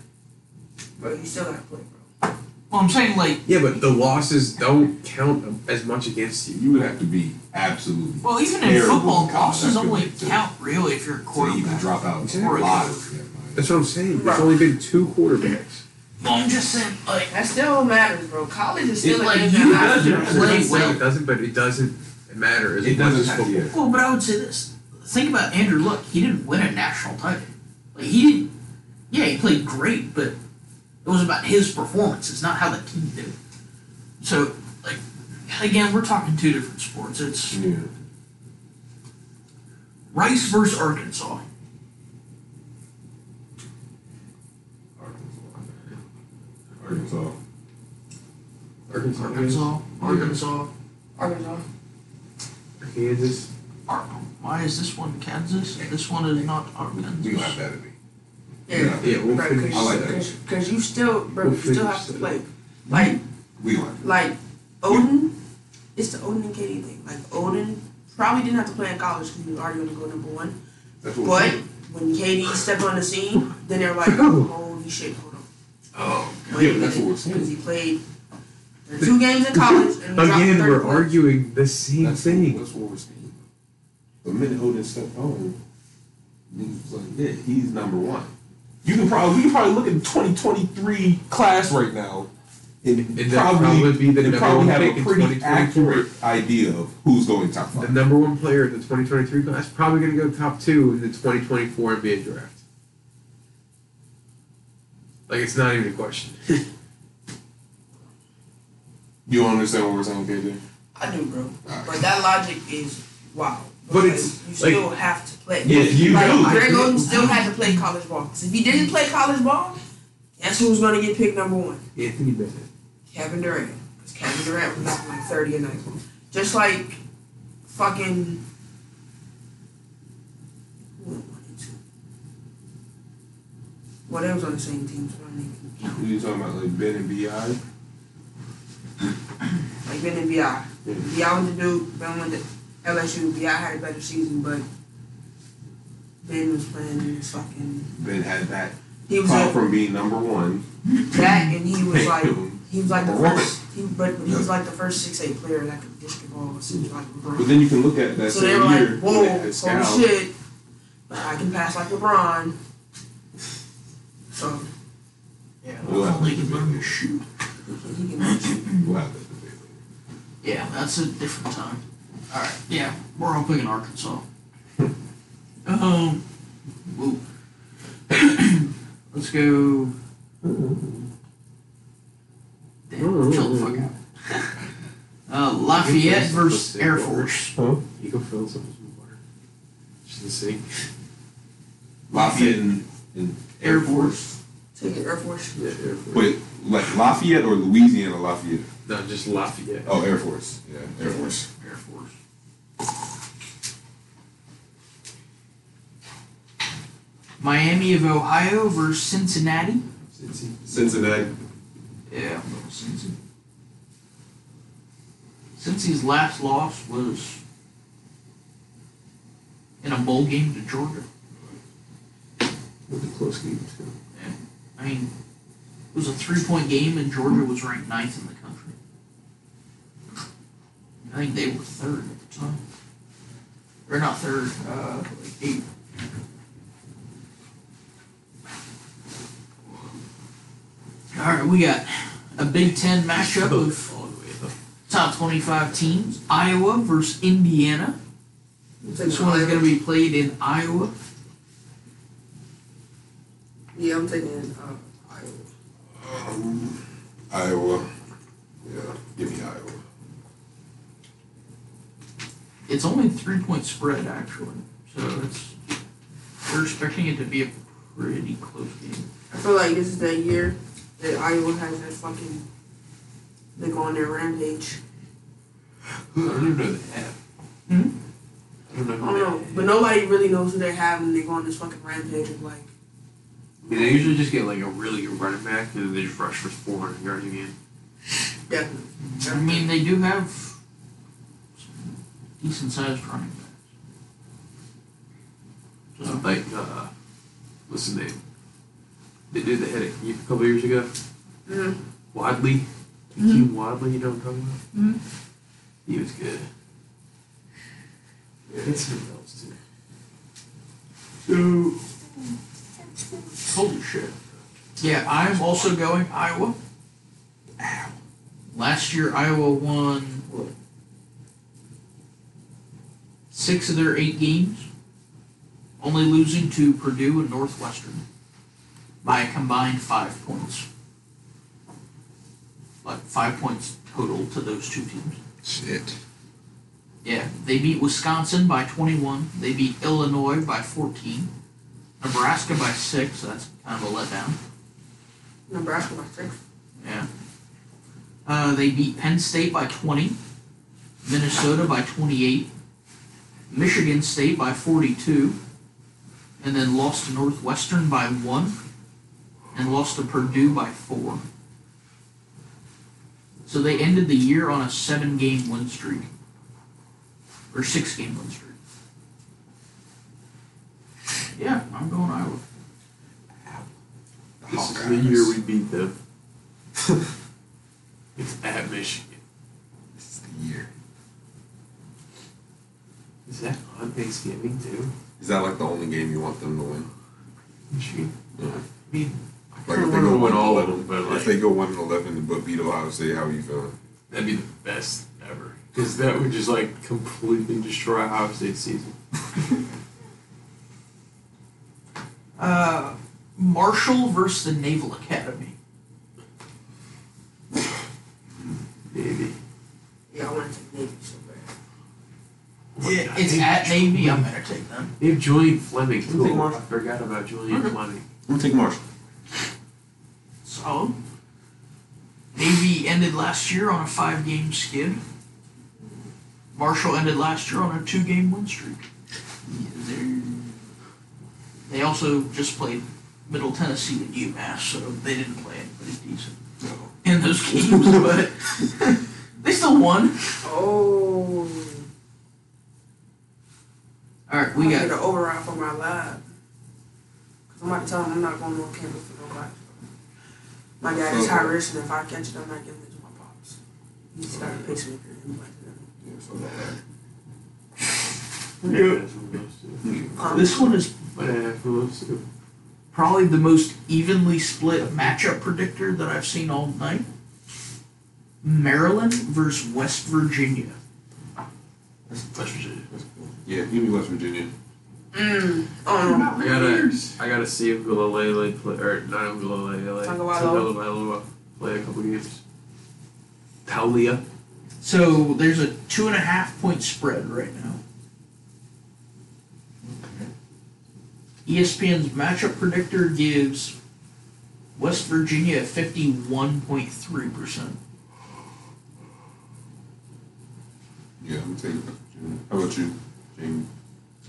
[SPEAKER 4] bro, you still gotta play, bro.
[SPEAKER 2] Well, I'm saying like,
[SPEAKER 3] Yeah, but the losses don't count as much against you.
[SPEAKER 5] You would have to be absolutely
[SPEAKER 2] well, even in
[SPEAKER 5] terrible
[SPEAKER 2] football,
[SPEAKER 5] college
[SPEAKER 2] losses
[SPEAKER 5] athlete
[SPEAKER 2] only
[SPEAKER 5] to-
[SPEAKER 2] count really if you're a
[SPEAKER 5] to even
[SPEAKER 2] quarterback.
[SPEAKER 5] drop out
[SPEAKER 2] Exactly.
[SPEAKER 5] a lot of
[SPEAKER 3] That's what I'm saying. There's only been two quarterbacks.
[SPEAKER 2] Well, I'm just saying, like,
[SPEAKER 4] That still matters, bro. College is still
[SPEAKER 2] It-
[SPEAKER 4] a
[SPEAKER 2] like,
[SPEAKER 4] different
[SPEAKER 2] you
[SPEAKER 4] life.
[SPEAKER 2] guys are- Play
[SPEAKER 3] It doesn't-
[SPEAKER 2] well.
[SPEAKER 3] It doesn't, but it doesn't matter as
[SPEAKER 5] It
[SPEAKER 3] much
[SPEAKER 5] doesn't
[SPEAKER 3] as
[SPEAKER 5] have to
[SPEAKER 3] football.
[SPEAKER 5] yeah.
[SPEAKER 2] well, but I would say this. Think about Andrew Luck. He didn't win a national title. Like, he didn't. Yeah, he played great, but it was about his performance. It's not how the team did. it. So, like, again, we're talking two different sports. It's
[SPEAKER 5] Yeah.
[SPEAKER 2] Rice versus Arkansas.
[SPEAKER 5] Arkansas. Arkansas.
[SPEAKER 3] Arkansas,
[SPEAKER 2] Arkansas. Arkansas.
[SPEAKER 4] Arkansas.
[SPEAKER 3] Kansas.
[SPEAKER 2] Ar- why is this one Kansas? This one is not Arkansas.
[SPEAKER 5] We gonna have that at me.
[SPEAKER 4] Yeah,
[SPEAKER 3] Yeah, we'll
[SPEAKER 4] bro,
[SPEAKER 3] finish
[SPEAKER 5] I like that.
[SPEAKER 4] Because you still, bro,
[SPEAKER 3] We'll
[SPEAKER 4] you still
[SPEAKER 3] finish
[SPEAKER 4] have to
[SPEAKER 3] that.
[SPEAKER 4] play. Like,
[SPEAKER 5] We gonna have
[SPEAKER 4] like Odin, it's the Odin and Katie thing. Like Odin probably didn't have to play in college because he was already gonna go number one.
[SPEAKER 5] That's what
[SPEAKER 4] But
[SPEAKER 5] we're doing.
[SPEAKER 4] when KD stepped on the scene, then they're like, oh, holy shit, hold on.
[SPEAKER 5] Oh,
[SPEAKER 4] Wait
[SPEAKER 5] yeah,
[SPEAKER 4] a
[SPEAKER 5] but that's what
[SPEAKER 4] minute,
[SPEAKER 5] we're saying.
[SPEAKER 4] Because he played two games in college and dropped
[SPEAKER 3] Again,
[SPEAKER 4] 30
[SPEAKER 3] we're
[SPEAKER 4] points.
[SPEAKER 3] arguing the same
[SPEAKER 5] That's
[SPEAKER 3] thing.
[SPEAKER 5] What, that's what we're saying. The minute Odin stepped on, niggas was like, yeah, he's number one. You can probably you can probably look at the 2023 class right now, and,
[SPEAKER 3] that'd
[SPEAKER 5] probably
[SPEAKER 3] probably be the
[SPEAKER 5] and
[SPEAKER 3] number
[SPEAKER 5] probably
[SPEAKER 3] one
[SPEAKER 5] have
[SPEAKER 3] pick
[SPEAKER 5] a
[SPEAKER 3] in
[SPEAKER 5] pretty
[SPEAKER 3] 2024.
[SPEAKER 5] accurate idea of who's going top
[SPEAKER 3] The
[SPEAKER 5] five.
[SPEAKER 3] number one player in the 2023 class probably going to go top two in the 2024 NBA draft. Like it's not even a question.
[SPEAKER 5] You don't understand what we're saying, KJ?
[SPEAKER 4] I do, bro.
[SPEAKER 5] Alright.
[SPEAKER 4] But that logic is wild.
[SPEAKER 3] But it's,
[SPEAKER 4] Because you
[SPEAKER 3] like-
[SPEAKER 4] still have to play.
[SPEAKER 5] Yeah, you
[SPEAKER 4] like,
[SPEAKER 5] do.
[SPEAKER 4] Greg Oden still had to play college ball. Because if he didn't play college ball, guess who was going to get picked number one?
[SPEAKER 3] Anthony Bennett.
[SPEAKER 4] Kevin Durant. Because Kevin Durant was knocking like 30 a night. Just like fucking. who went one and two? Well, they was on the same team, so I don't even count.
[SPEAKER 5] You talking about like Ben and Bi?
[SPEAKER 4] Like Ben and B.I. B.I. went to Duke, Ben went to LSU, yeah, I had a better season, but Ben was playing his fucking.
[SPEAKER 10] Ben had that
[SPEAKER 4] He was
[SPEAKER 10] call
[SPEAKER 4] like
[SPEAKER 10] from being number one.
[SPEAKER 4] that, and he was like he was like the
[SPEAKER 10] Number one.
[SPEAKER 4] first. He, but he was like the first six eight player that could dish the ball since like
[SPEAKER 10] But
[SPEAKER 4] LeBron.
[SPEAKER 10] then you can look at that
[SPEAKER 4] So they
[SPEAKER 10] same
[SPEAKER 4] were like,
[SPEAKER 10] year.
[SPEAKER 4] "Whoa,
[SPEAKER 10] they had Scal.
[SPEAKER 4] holy shit!" But I can pass like LeBron. So
[SPEAKER 2] Yeah,
[SPEAKER 10] We'll have
[SPEAKER 2] only
[SPEAKER 10] to
[SPEAKER 2] can
[SPEAKER 10] debate
[SPEAKER 2] learn to
[SPEAKER 10] that.
[SPEAKER 2] shoot.
[SPEAKER 4] he can.
[SPEAKER 10] We'll have that debate.
[SPEAKER 2] Yeah, that's a different time. All right. Yeah, we're all picking Arkansas. um, ooh. let's go. Damn, chill the fuck out. Uh, Lafayette versus Air Force.
[SPEAKER 3] You go fill some with some water. Just in the sink.
[SPEAKER 10] Lafayette and, and
[SPEAKER 2] Air Force.
[SPEAKER 4] Take the Air Force.
[SPEAKER 3] Yeah, Air Force.
[SPEAKER 10] Wait, like Lafayette or Louisiana Lafayette?
[SPEAKER 3] No, just Lafayette.
[SPEAKER 10] Oh, Air Force. Yeah, Air Force.
[SPEAKER 2] Air Force. Miami of Ohio versus Cincinnati.
[SPEAKER 10] Cincinnati.
[SPEAKER 2] Yeah, I'm going Cincy. Cincy's last loss was in a bowl game to Georgia.
[SPEAKER 3] With the close game, too.
[SPEAKER 2] I mean, it was a three-point game, and Georgia was ranked ninth in the country. I think they were third at the time, or not third, uh, like eight. All right, we got a Big Ten matchup of
[SPEAKER 3] all the way up.
[SPEAKER 2] top 25 teams. Iowa versus Indiana. This one is going to be played in Iowa.
[SPEAKER 4] Yeah, I'm taking. Uh, Iowa.
[SPEAKER 10] Um, Iowa. Yeah, give me Iowa.
[SPEAKER 2] It's only a three point spread, actually. So it's, we're expecting it to be a pretty close game.
[SPEAKER 4] I feel like this is that year that Iowa has that fucking. They go on their rampage.
[SPEAKER 3] I don't even know the app.
[SPEAKER 2] Hmm?
[SPEAKER 3] I don't know.
[SPEAKER 4] I
[SPEAKER 3] who
[SPEAKER 4] don't know,
[SPEAKER 3] they
[SPEAKER 4] but nobody really knows who they have, and they go on this fucking rampage of like.
[SPEAKER 3] have. I mean, they usually just get like a really good running back, and then they just rush for 400 yards again.
[SPEAKER 4] Definitely.
[SPEAKER 2] I mean, they do have decent sized running backs. So,
[SPEAKER 3] Like, uh, what's his name? They did the headache a couple years ago.
[SPEAKER 4] Mhm.
[SPEAKER 3] Wadley, Hakeem Wadley, you know what I'm talking about?
[SPEAKER 4] Mhm.
[SPEAKER 3] He was good. It's something else too.
[SPEAKER 2] holy shit. Yeah, I'm also going Iowa. Ow. Last year, Iowa won what? six of their eight games, only losing to Purdue and Northwestern by a combined five points. Like five points total to those two teams.
[SPEAKER 10] Shit.
[SPEAKER 2] Yeah, they beat Wisconsin by 21. They beat Illinois by 14. Nebraska by 6. so That's kind of a letdown.
[SPEAKER 4] Nebraska by six.
[SPEAKER 2] Yeah. Uh, they beat Penn State by 20. Minnesota by 28. Michigan State by 42. And then lost to Northwestern by 1. And lost to Purdue by 4. So they ended the year on a seven game win streak. Or six game win streak. Yeah, I'm going Iowa.
[SPEAKER 3] This is the year we beat them. it's at Michigan.
[SPEAKER 10] This is the year.
[SPEAKER 3] Is that on Thanksgiving too?
[SPEAKER 10] Is that like the only game you want them to win?
[SPEAKER 3] Michigan.
[SPEAKER 10] Yeah.
[SPEAKER 3] I mean, I
[SPEAKER 10] Like,
[SPEAKER 3] like if
[SPEAKER 10] if they go
[SPEAKER 3] win
[SPEAKER 10] one-
[SPEAKER 3] all of them, but
[SPEAKER 10] If
[SPEAKER 3] like
[SPEAKER 10] they go one and eleven but beat Ohio State, how are you feeling?
[SPEAKER 3] that'd be the best ever because that would just like completely destroy Ohio State season.
[SPEAKER 2] Uh, Marshall versus the Naval Academy.
[SPEAKER 3] Maybe.
[SPEAKER 4] Yeah, I want to take Navy so bad.
[SPEAKER 2] Yeah, it's at Navy. I'm gonna take them.
[SPEAKER 3] They have Julian Fleming.
[SPEAKER 10] Who they
[SPEAKER 3] Too.
[SPEAKER 10] want?
[SPEAKER 3] I forgot about Julian Fleming.
[SPEAKER 10] I'm gonna take Marshall.
[SPEAKER 2] So Navy ended last year on a five-game skid. Marshall ended last year on a two-game win streak. Yeah, they're- they also just played Middle Tennessee and UMass, so they didn't play anybody decent in those games, but they still won.
[SPEAKER 4] Oh.
[SPEAKER 2] All right,
[SPEAKER 4] I'm
[SPEAKER 2] we
[SPEAKER 4] gonna get
[SPEAKER 2] got
[SPEAKER 4] an override for my lab. Cause I'm about to tell him I'm not going on campus for no class. My dad is high risk, and if I catch it, I'm not giving it to my pops. He's got a pacemaker and like that.
[SPEAKER 10] Yeah, so that-
[SPEAKER 4] Um,
[SPEAKER 2] this one is
[SPEAKER 9] But yeah, who loves to?
[SPEAKER 2] probably the most evenly split matchup predictor that I've seen all night. Maryland versus West Virginia.
[SPEAKER 3] West Virginia.
[SPEAKER 10] Yeah, give me West Virginia.
[SPEAKER 4] Mm, oh no.
[SPEAKER 9] I gotta, I gotta see if Galilele play, or not Galilele,
[SPEAKER 4] Tagovailoa.
[SPEAKER 9] Tagovailoa play a couple games. Talia.
[SPEAKER 2] So there's a two and a half point spread right now. E ESPN's matchup predictor gives West Virginia 51.3%.
[SPEAKER 10] Yeah, I'm gonna take West Virginia. How about you, Jamie?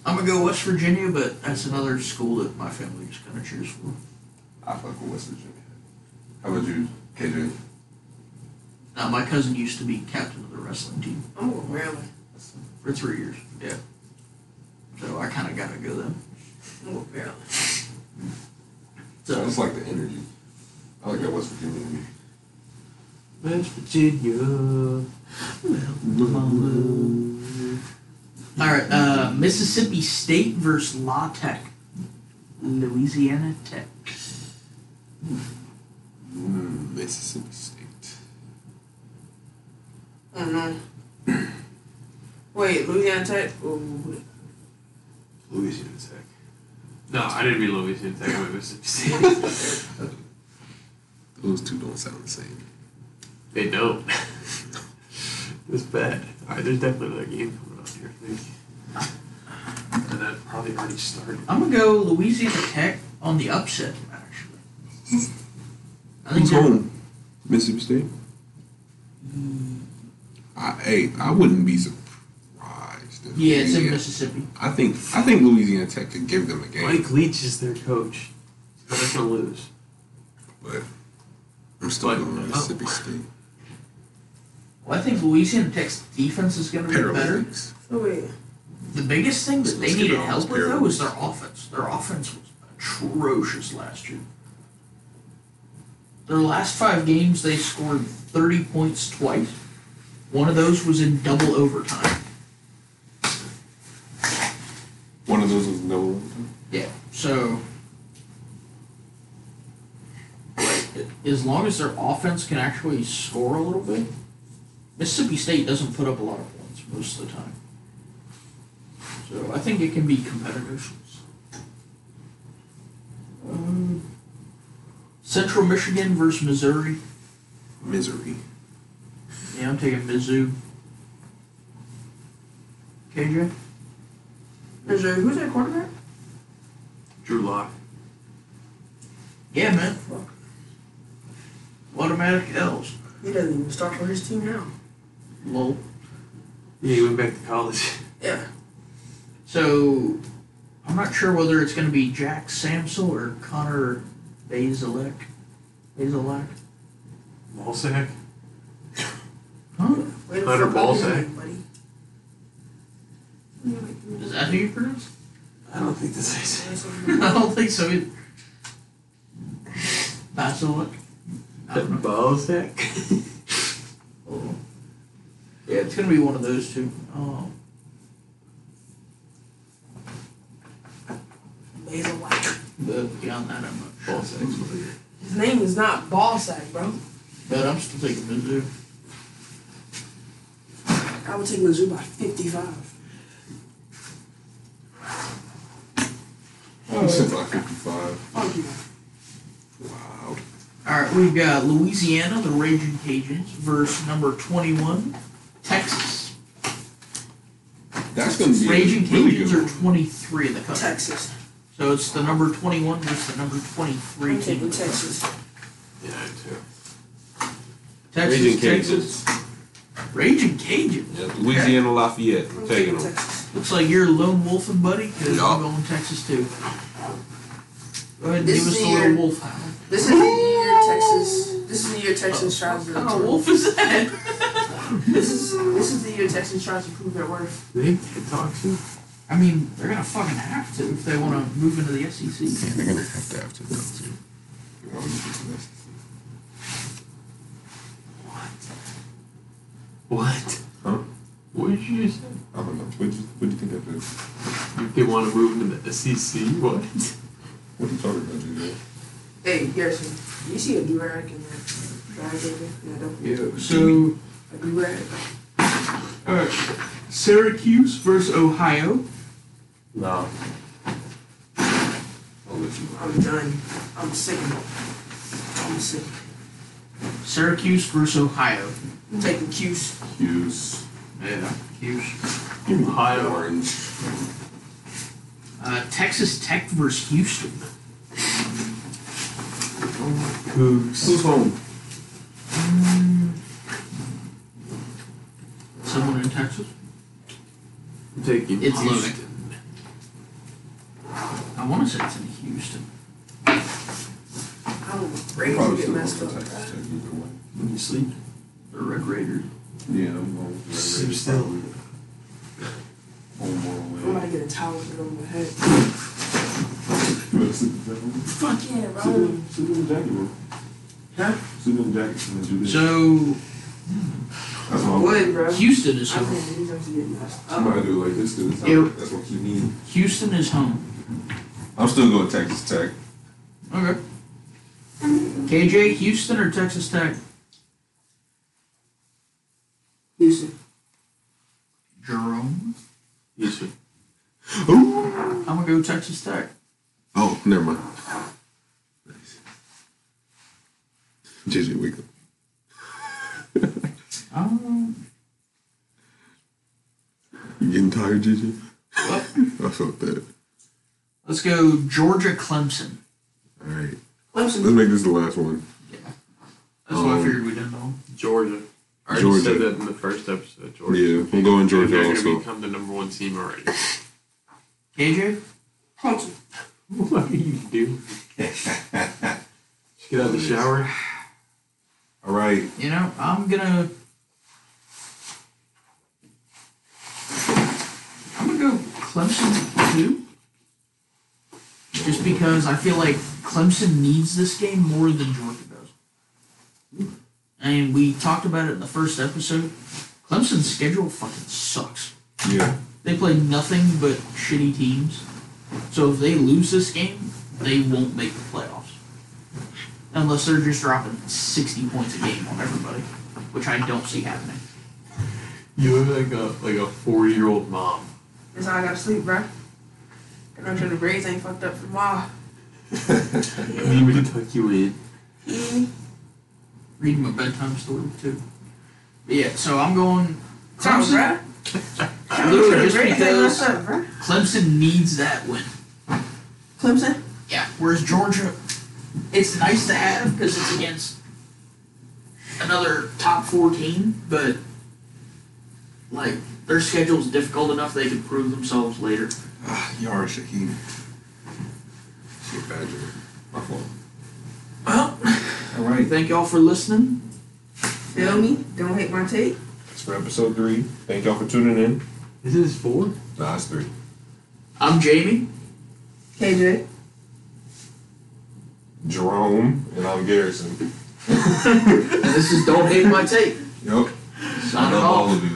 [SPEAKER 2] I'm going to go West Virginia, but that's another school that my family is going to cheers for.
[SPEAKER 10] I fuck with West Virginia. How about you, KJ?
[SPEAKER 2] Now, my cousin used to be captain of the wrestling team
[SPEAKER 4] I'm going Maryland.
[SPEAKER 2] for three years. Yeah. So I kind of got to go then.
[SPEAKER 4] I'm going Maryland.
[SPEAKER 10] I
[SPEAKER 2] So,
[SPEAKER 10] just like the energy. I like that West Virginia energy.
[SPEAKER 9] West Virginia.
[SPEAKER 2] all right, uh, Mississippi State versus La Tech, Louisiana Tech.
[SPEAKER 10] Mm, Mississippi State.
[SPEAKER 4] Oh no. Wait, Louisiana Tech? Ooh.
[SPEAKER 3] Louisiana Tech. No, I didn't mean Louisiana Tech. I meant Mississippi State.
[SPEAKER 10] Those two don't sound the same.
[SPEAKER 3] They don't. it's bad. All right, there's definitely another game coming up here. I think. And that probably already started.
[SPEAKER 2] I'm gonna go Louisiana Tech on the upset, actually. I think
[SPEAKER 10] Who's
[SPEAKER 2] they're-
[SPEAKER 10] home? Mississippi State? I, hey, I wouldn't be surprised. If
[SPEAKER 2] Yeah, it's in
[SPEAKER 10] Louisiana-
[SPEAKER 2] Mississippi.
[SPEAKER 10] I think I think Louisiana Tech could give them a game,
[SPEAKER 3] Mike Leach is their coach. They're not gonna lose.
[SPEAKER 10] but I'm still
[SPEAKER 3] But-
[SPEAKER 10] going Mississippi
[SPEAKER 3] oh.
[SPEAKER 10] State.
[SPEAKER 2] Well, I think Louisiana Tech's defense is gonna be better.
[SPEAKER 10] Paralympics.
[SPEAKER 4] Oh wait.
[SPEAKER 2] The biggest thing that they
[SPEAKER 10] Let's get
[SPEAKER 2] needed
[SPEAKER 10] on
[SPEAKER 2] help with
[SPEAKER 10] Paralympics.
[SPEAKER 2] though is their offense. Their offense was atrocious last year. Their last five games, they scored 30 points twice. One of those was in double overtime.
[SPEAKER 10] One of those was no.
[SPEAKER 2] Yeah. So, like, as long as their offense can actually score a little bit, Mississippi State doesn't put up a lot of points most of the time. So I think it can be competitive. Um, Central Michigan versus Missouri.
[SPEAKER 10] Misery.
[SPEAKER 2] Yeah, I'm taking Mizzou. KJ.
[SPEAKER 4] Missouri, who's their quarterback?
[SPEAKER 3] Drew Lock.
[SPEAKER 2] Yeah, man. Automatic L's.
[SPEAKER 4] He doesn't even start for his team now.
[SPEAKER 2] Lol.
[SPEAKER 3] Yeah, he went back to college.
[SPEAKER 4] Yeah.
[SPEAKER 2] So I'm not sure whether it's going to be Jack Samsel or Connor Bazelak. Bazelak?
[SPEAKER 3] Ballsack.
[SPEAKER 2] Huh?
[SPEAKER 4] Wait a
[SPEAKER 3] Hunter
[SPEAKER 4] fucking
[SPEAKER 3] Balzac.
[SPEAKER 4] minute, buddy. Yeah, like,
[SPEAKER 2] Is that how you pronounce? it?
[SPEAKER 3] I don't think that's how you say it.
[SPEAKER 2] I don't think so. Either. Bazelak. I don't know.
[SPEAKER 3] Ballsack?
[SPEAKER 2] Oh. Yeah, it's going to be one of those two. Oh.
[SPEAKER 4] Basil White.
[SPEAKER 2] But beyond that, I'm not sure.
[SPEAKER 3] Ballsack's what it is.
[SPEAKER 4] His name is not Ballsack, bro.
[SPEAKER 2] But I'm still taking Mizzou.
[SPEAKER 4] I would take Mizzou by 55.
[SPEAKER 10] I'm sitting by 55.
[SPEAKER 4] Fuck you.
[SPEAKER 10] Wow.
[SPEAKER 2] All right, we've got Louisiana, the Raging Cajuns, versus number 21, Texas.
[SPEAKER 10] That's going to be a
[SPEAKER 2] Raging
[SPEAKER 10] really
[SPEAKER 2] Cajuns
[SPEAKER 10] good
[SPEAKER 2] are 23 in the country.
[SPEAKER 4] Texas.
[SPEAKER 2] So it's the number 21 versus the number
[SPEAKER 4] I'm
[SPEAKER 2] 23 team.
[SPEAKER 4] taking Texas.
[SPEAKER 3] Yeah, I do.
[SPEAKER 2] Texas,
[SPEAKER 5] Raging
[SPEAKER 2] Texas. Raging Cajuns.
[SPEAKER 5] Yeah,
[SPEAKER 10] Louisiana Lafayette.
[SPEAKER 4] I'm
[SPEAKER 10] I'm taking them.
[SPEAKER 4] Texas.
[SPEAKER 2] Looks like you're lone wolfing, buddy, because
[SPEAKER 10] Yeah.
[SPEAKER 2] I'm going Texas too. Go ahead and
[SPEAKER 4] This
[SPEAKER 2] give us
[SPEAKER 4] is
[SPEAKER 2] the
[SPEAKER 4] the
[SPEAKER 2] little
[SPEAKER 4] year-
[SPEAKER 2] wolf hound.
[SPEAKER 4] This is the year Texas. This is the year Texas tries to.
[SPEAKER 2] What kind of wolf is that?
[SPEAKER 4] This is this is the year Texas tries to prove their worth.
[SPEAKER 3] They have TikToks too?
[SPEAKER 2] I mean, they're gonna fucking have to if they want to move into the E SEC.
[SPEAKER 10] They're gonna have to have to go too. They're always gonna do this.
[SPEAKER 3] What?
[SPEAKER 10] Huh?
[SPEAKER 3] What did you just say?
[SPEAKER 10] I don't know. What do you, what do you think that is?
[SPEAKER 3] If they want to move into the SEC, what?
[SPEAKER 10] What are you talking about, dude?
[SPEAKER 12] Hey, Garrison, you see a do-rag in that bag over there? No, don't.
[SPEAKER 10] Yeah.
[SPEAKER 2] So,
[SPEAKER 12] A do-rag?
[SPEAKER 2] uh, Syracuse versus Ohio.
[SPEAKER 3] No.
[SPEAKER 10] I'll let you.
[SPEAKER 12] I'm done. I'm sick of it. I'm sick.
[SPEAKER 2] Syracuse versus Ohio.
[SPEAKER 12] I'm taking cues.
[SPEAKER 10] Use.
[SPEAKER 2] Yeah. Hughes.
[SPEAKER 10] Give me high orange.
[SPEAKER 2] Uh, Texas Tech versus Houston.
[SPEAKER 10] Who's home?
[SPEAKER 2] Someone in Texas.
[SPEAKER 3] I'm taking
[SPEAKER 2] It's
[SPEAKER 3] Houston.
[SPEAKER 2] I want to say it's in Houston.
[SPEAKER 12] I'm ready to
[SPEAKER 10] Probably
[SPEAKER 12] get
[SPEAKER 10] still going
[SPEAKER 12] messed
[SPEAKER 10] for
[SPEAKER 12] up.
[SPEAKER 10] Texas Tech either way.
[SPEAKER 3] When you sleep,
[SPEAKER 2] The Red Raiders.
[SPEAKER 10] Yeah, I'm going. with Red
[SPEAKER 3] Sit
[SPEAKER 10] Raiders
[SPEAKER 3] still.
[SPEAKER 10] probably. Home
[SPEAKER 12] I'm
[SPEAKER 10] more
[SPEAKER 12] about to
[SPEAKER 10] way.
[SPEAKER 12] get a towel to go on my head. Oh
[SPEAKER 10] You better sit down.
[SPEAKER 12] Fuck yeah,
[SPEAKER 10] Sit
[SPEAKER 12] bro.
[SPEAKER 10] down. Sit down, Jackie. bro.
[SPEAKER 12] Huh?
[SPEAKER 10] Sit down, Jackie. and do this.
[SPEAKER 2] So
[SPEAKER 10] That's what I'm-
[SPEAKER 12] Wood, bro.
[SPEAKER 2] Houston is
[SPEAKER 12] I'm
[SPEAKER 2] home.
[SPEAKER 12] gonna need them to get messed
[SPEAKER 10] I'm
[SPEAKER 12] up.
[SPEAKER 10] gonna do it like this because
[SPEAKER 2] Ew.
[SPEAKER 10] that's what you need.
[SPEAKER 2] Houston is home.
[SPEAKER 10] I'm still going Texas Tech.
[SPEAKER 2] Okay. KJ, Houston or Texas Tech?
[SPEAKER 12] Houston.
[SPEAKER 2] Jerome.
[SPEAKER 3] Houston.
[SPEAKER 2] I'm gonna go Texas Tech.
[SPEAKER 10] Oh, never mind. Nice. JJ, wake up.
[SPEAKER 2] Um,
[SPEAKER 10] You getting tired, JJ? I felt that.
[SPEAKER 2] let's go Georgia Clemson.
[SPEAKER 10] All right.
[SPEAKER 12] Clemson.
[SPEAKER 10] Let's make this the last one.
[SPEAKER 2] That's what I
[SPEAKER 10] Um,
[SPEAKER 2] figured we'd end on.
[SPEAKER 3] Georgia. I already
[SPEAKER 10] Georgia.
[SPEAKER 3] said that in the first episode. Georgia.
[SPEAKER 10] Yeah, we'll go in Georgia
[SPEAKER 3] They're going to
[SPEAKER 10] also.
[SPEAKER 3] become the number one team already.
[SPEAKER 2] KJ,
[SPEAKER 12] Clemson.
[SPEAKER 3] what do you do? Just get out of the shower.
[SPEAKER 10] All right.
[SPEAKER 2] you know I'm gonna. I'm gonna go Clemson too. Just because I feel like Clemson needs this game more than Georgia does. And we talked about it in the first episode. Clemson's schedule fucking sucks.
[SPEAKER 10] Yeah.
[SPEAKER 2] They play nothing but shitty teams. So if they lose this game, they won't make the playoffs. Unless they're just dropping 60 points a game on everybody, which I don't see happening.
[SPEAKER 3] You look like a like a forty year old mom.
[SPEAKER 4] That's how I gotta sleep, bro.
[SPEAKER 12] And I'm sure the braids ain't fucked up for a while.
[SPEAKER 3] We would tuck you in.
[SPEAKER 2] Reading my bedtime story, too. But yeah, so I'm going
[SPEAKER 12] Sounds
[SPEAKER 2] Clemson.
[SPEAKER 12] right.
[SPEAKER 2] Literally just
[SPEAKER 12] Braids ain't messed
[SPEAKER 2] because
[SPEAKER 12] up, bro.
[SPEAKER 2] Clemson needs that win.
[SPEAKER 4] Clemson?
[SPEAKER 2] Yeah. Whereas Georgia, it's nice to have because it's against another top four team, but like their schedule's difficult enough they can prove themselves later.
[SPEAKER 10] Ah, Yara Shaheed. Shit, Badger. My fault.
[SPEAKER 2] Well,
[SPEAKER 11] All right.
[SPEAKER 2] thank y'all for listening.
[SPEAKER 4] Feel me? Don't hate my tape.
[SPEAKER 11] That's for episode three. Thank y'all for tuning in.
[SPEAKER 3] Is this four?
[SPEAKER 10] Nah, it's three.
[SPEAKER 2] I'm Jamie.
[SPEAKER 4] KJ.
[SPEAKER 11] Jerome and I'm Garrison.
[SPEAKER 2] And this is Don't Hate My Tape.
[SPEAKER 10] Yup.
[SPEAKER 2] Signing off.
[SPEAKER 10] of you.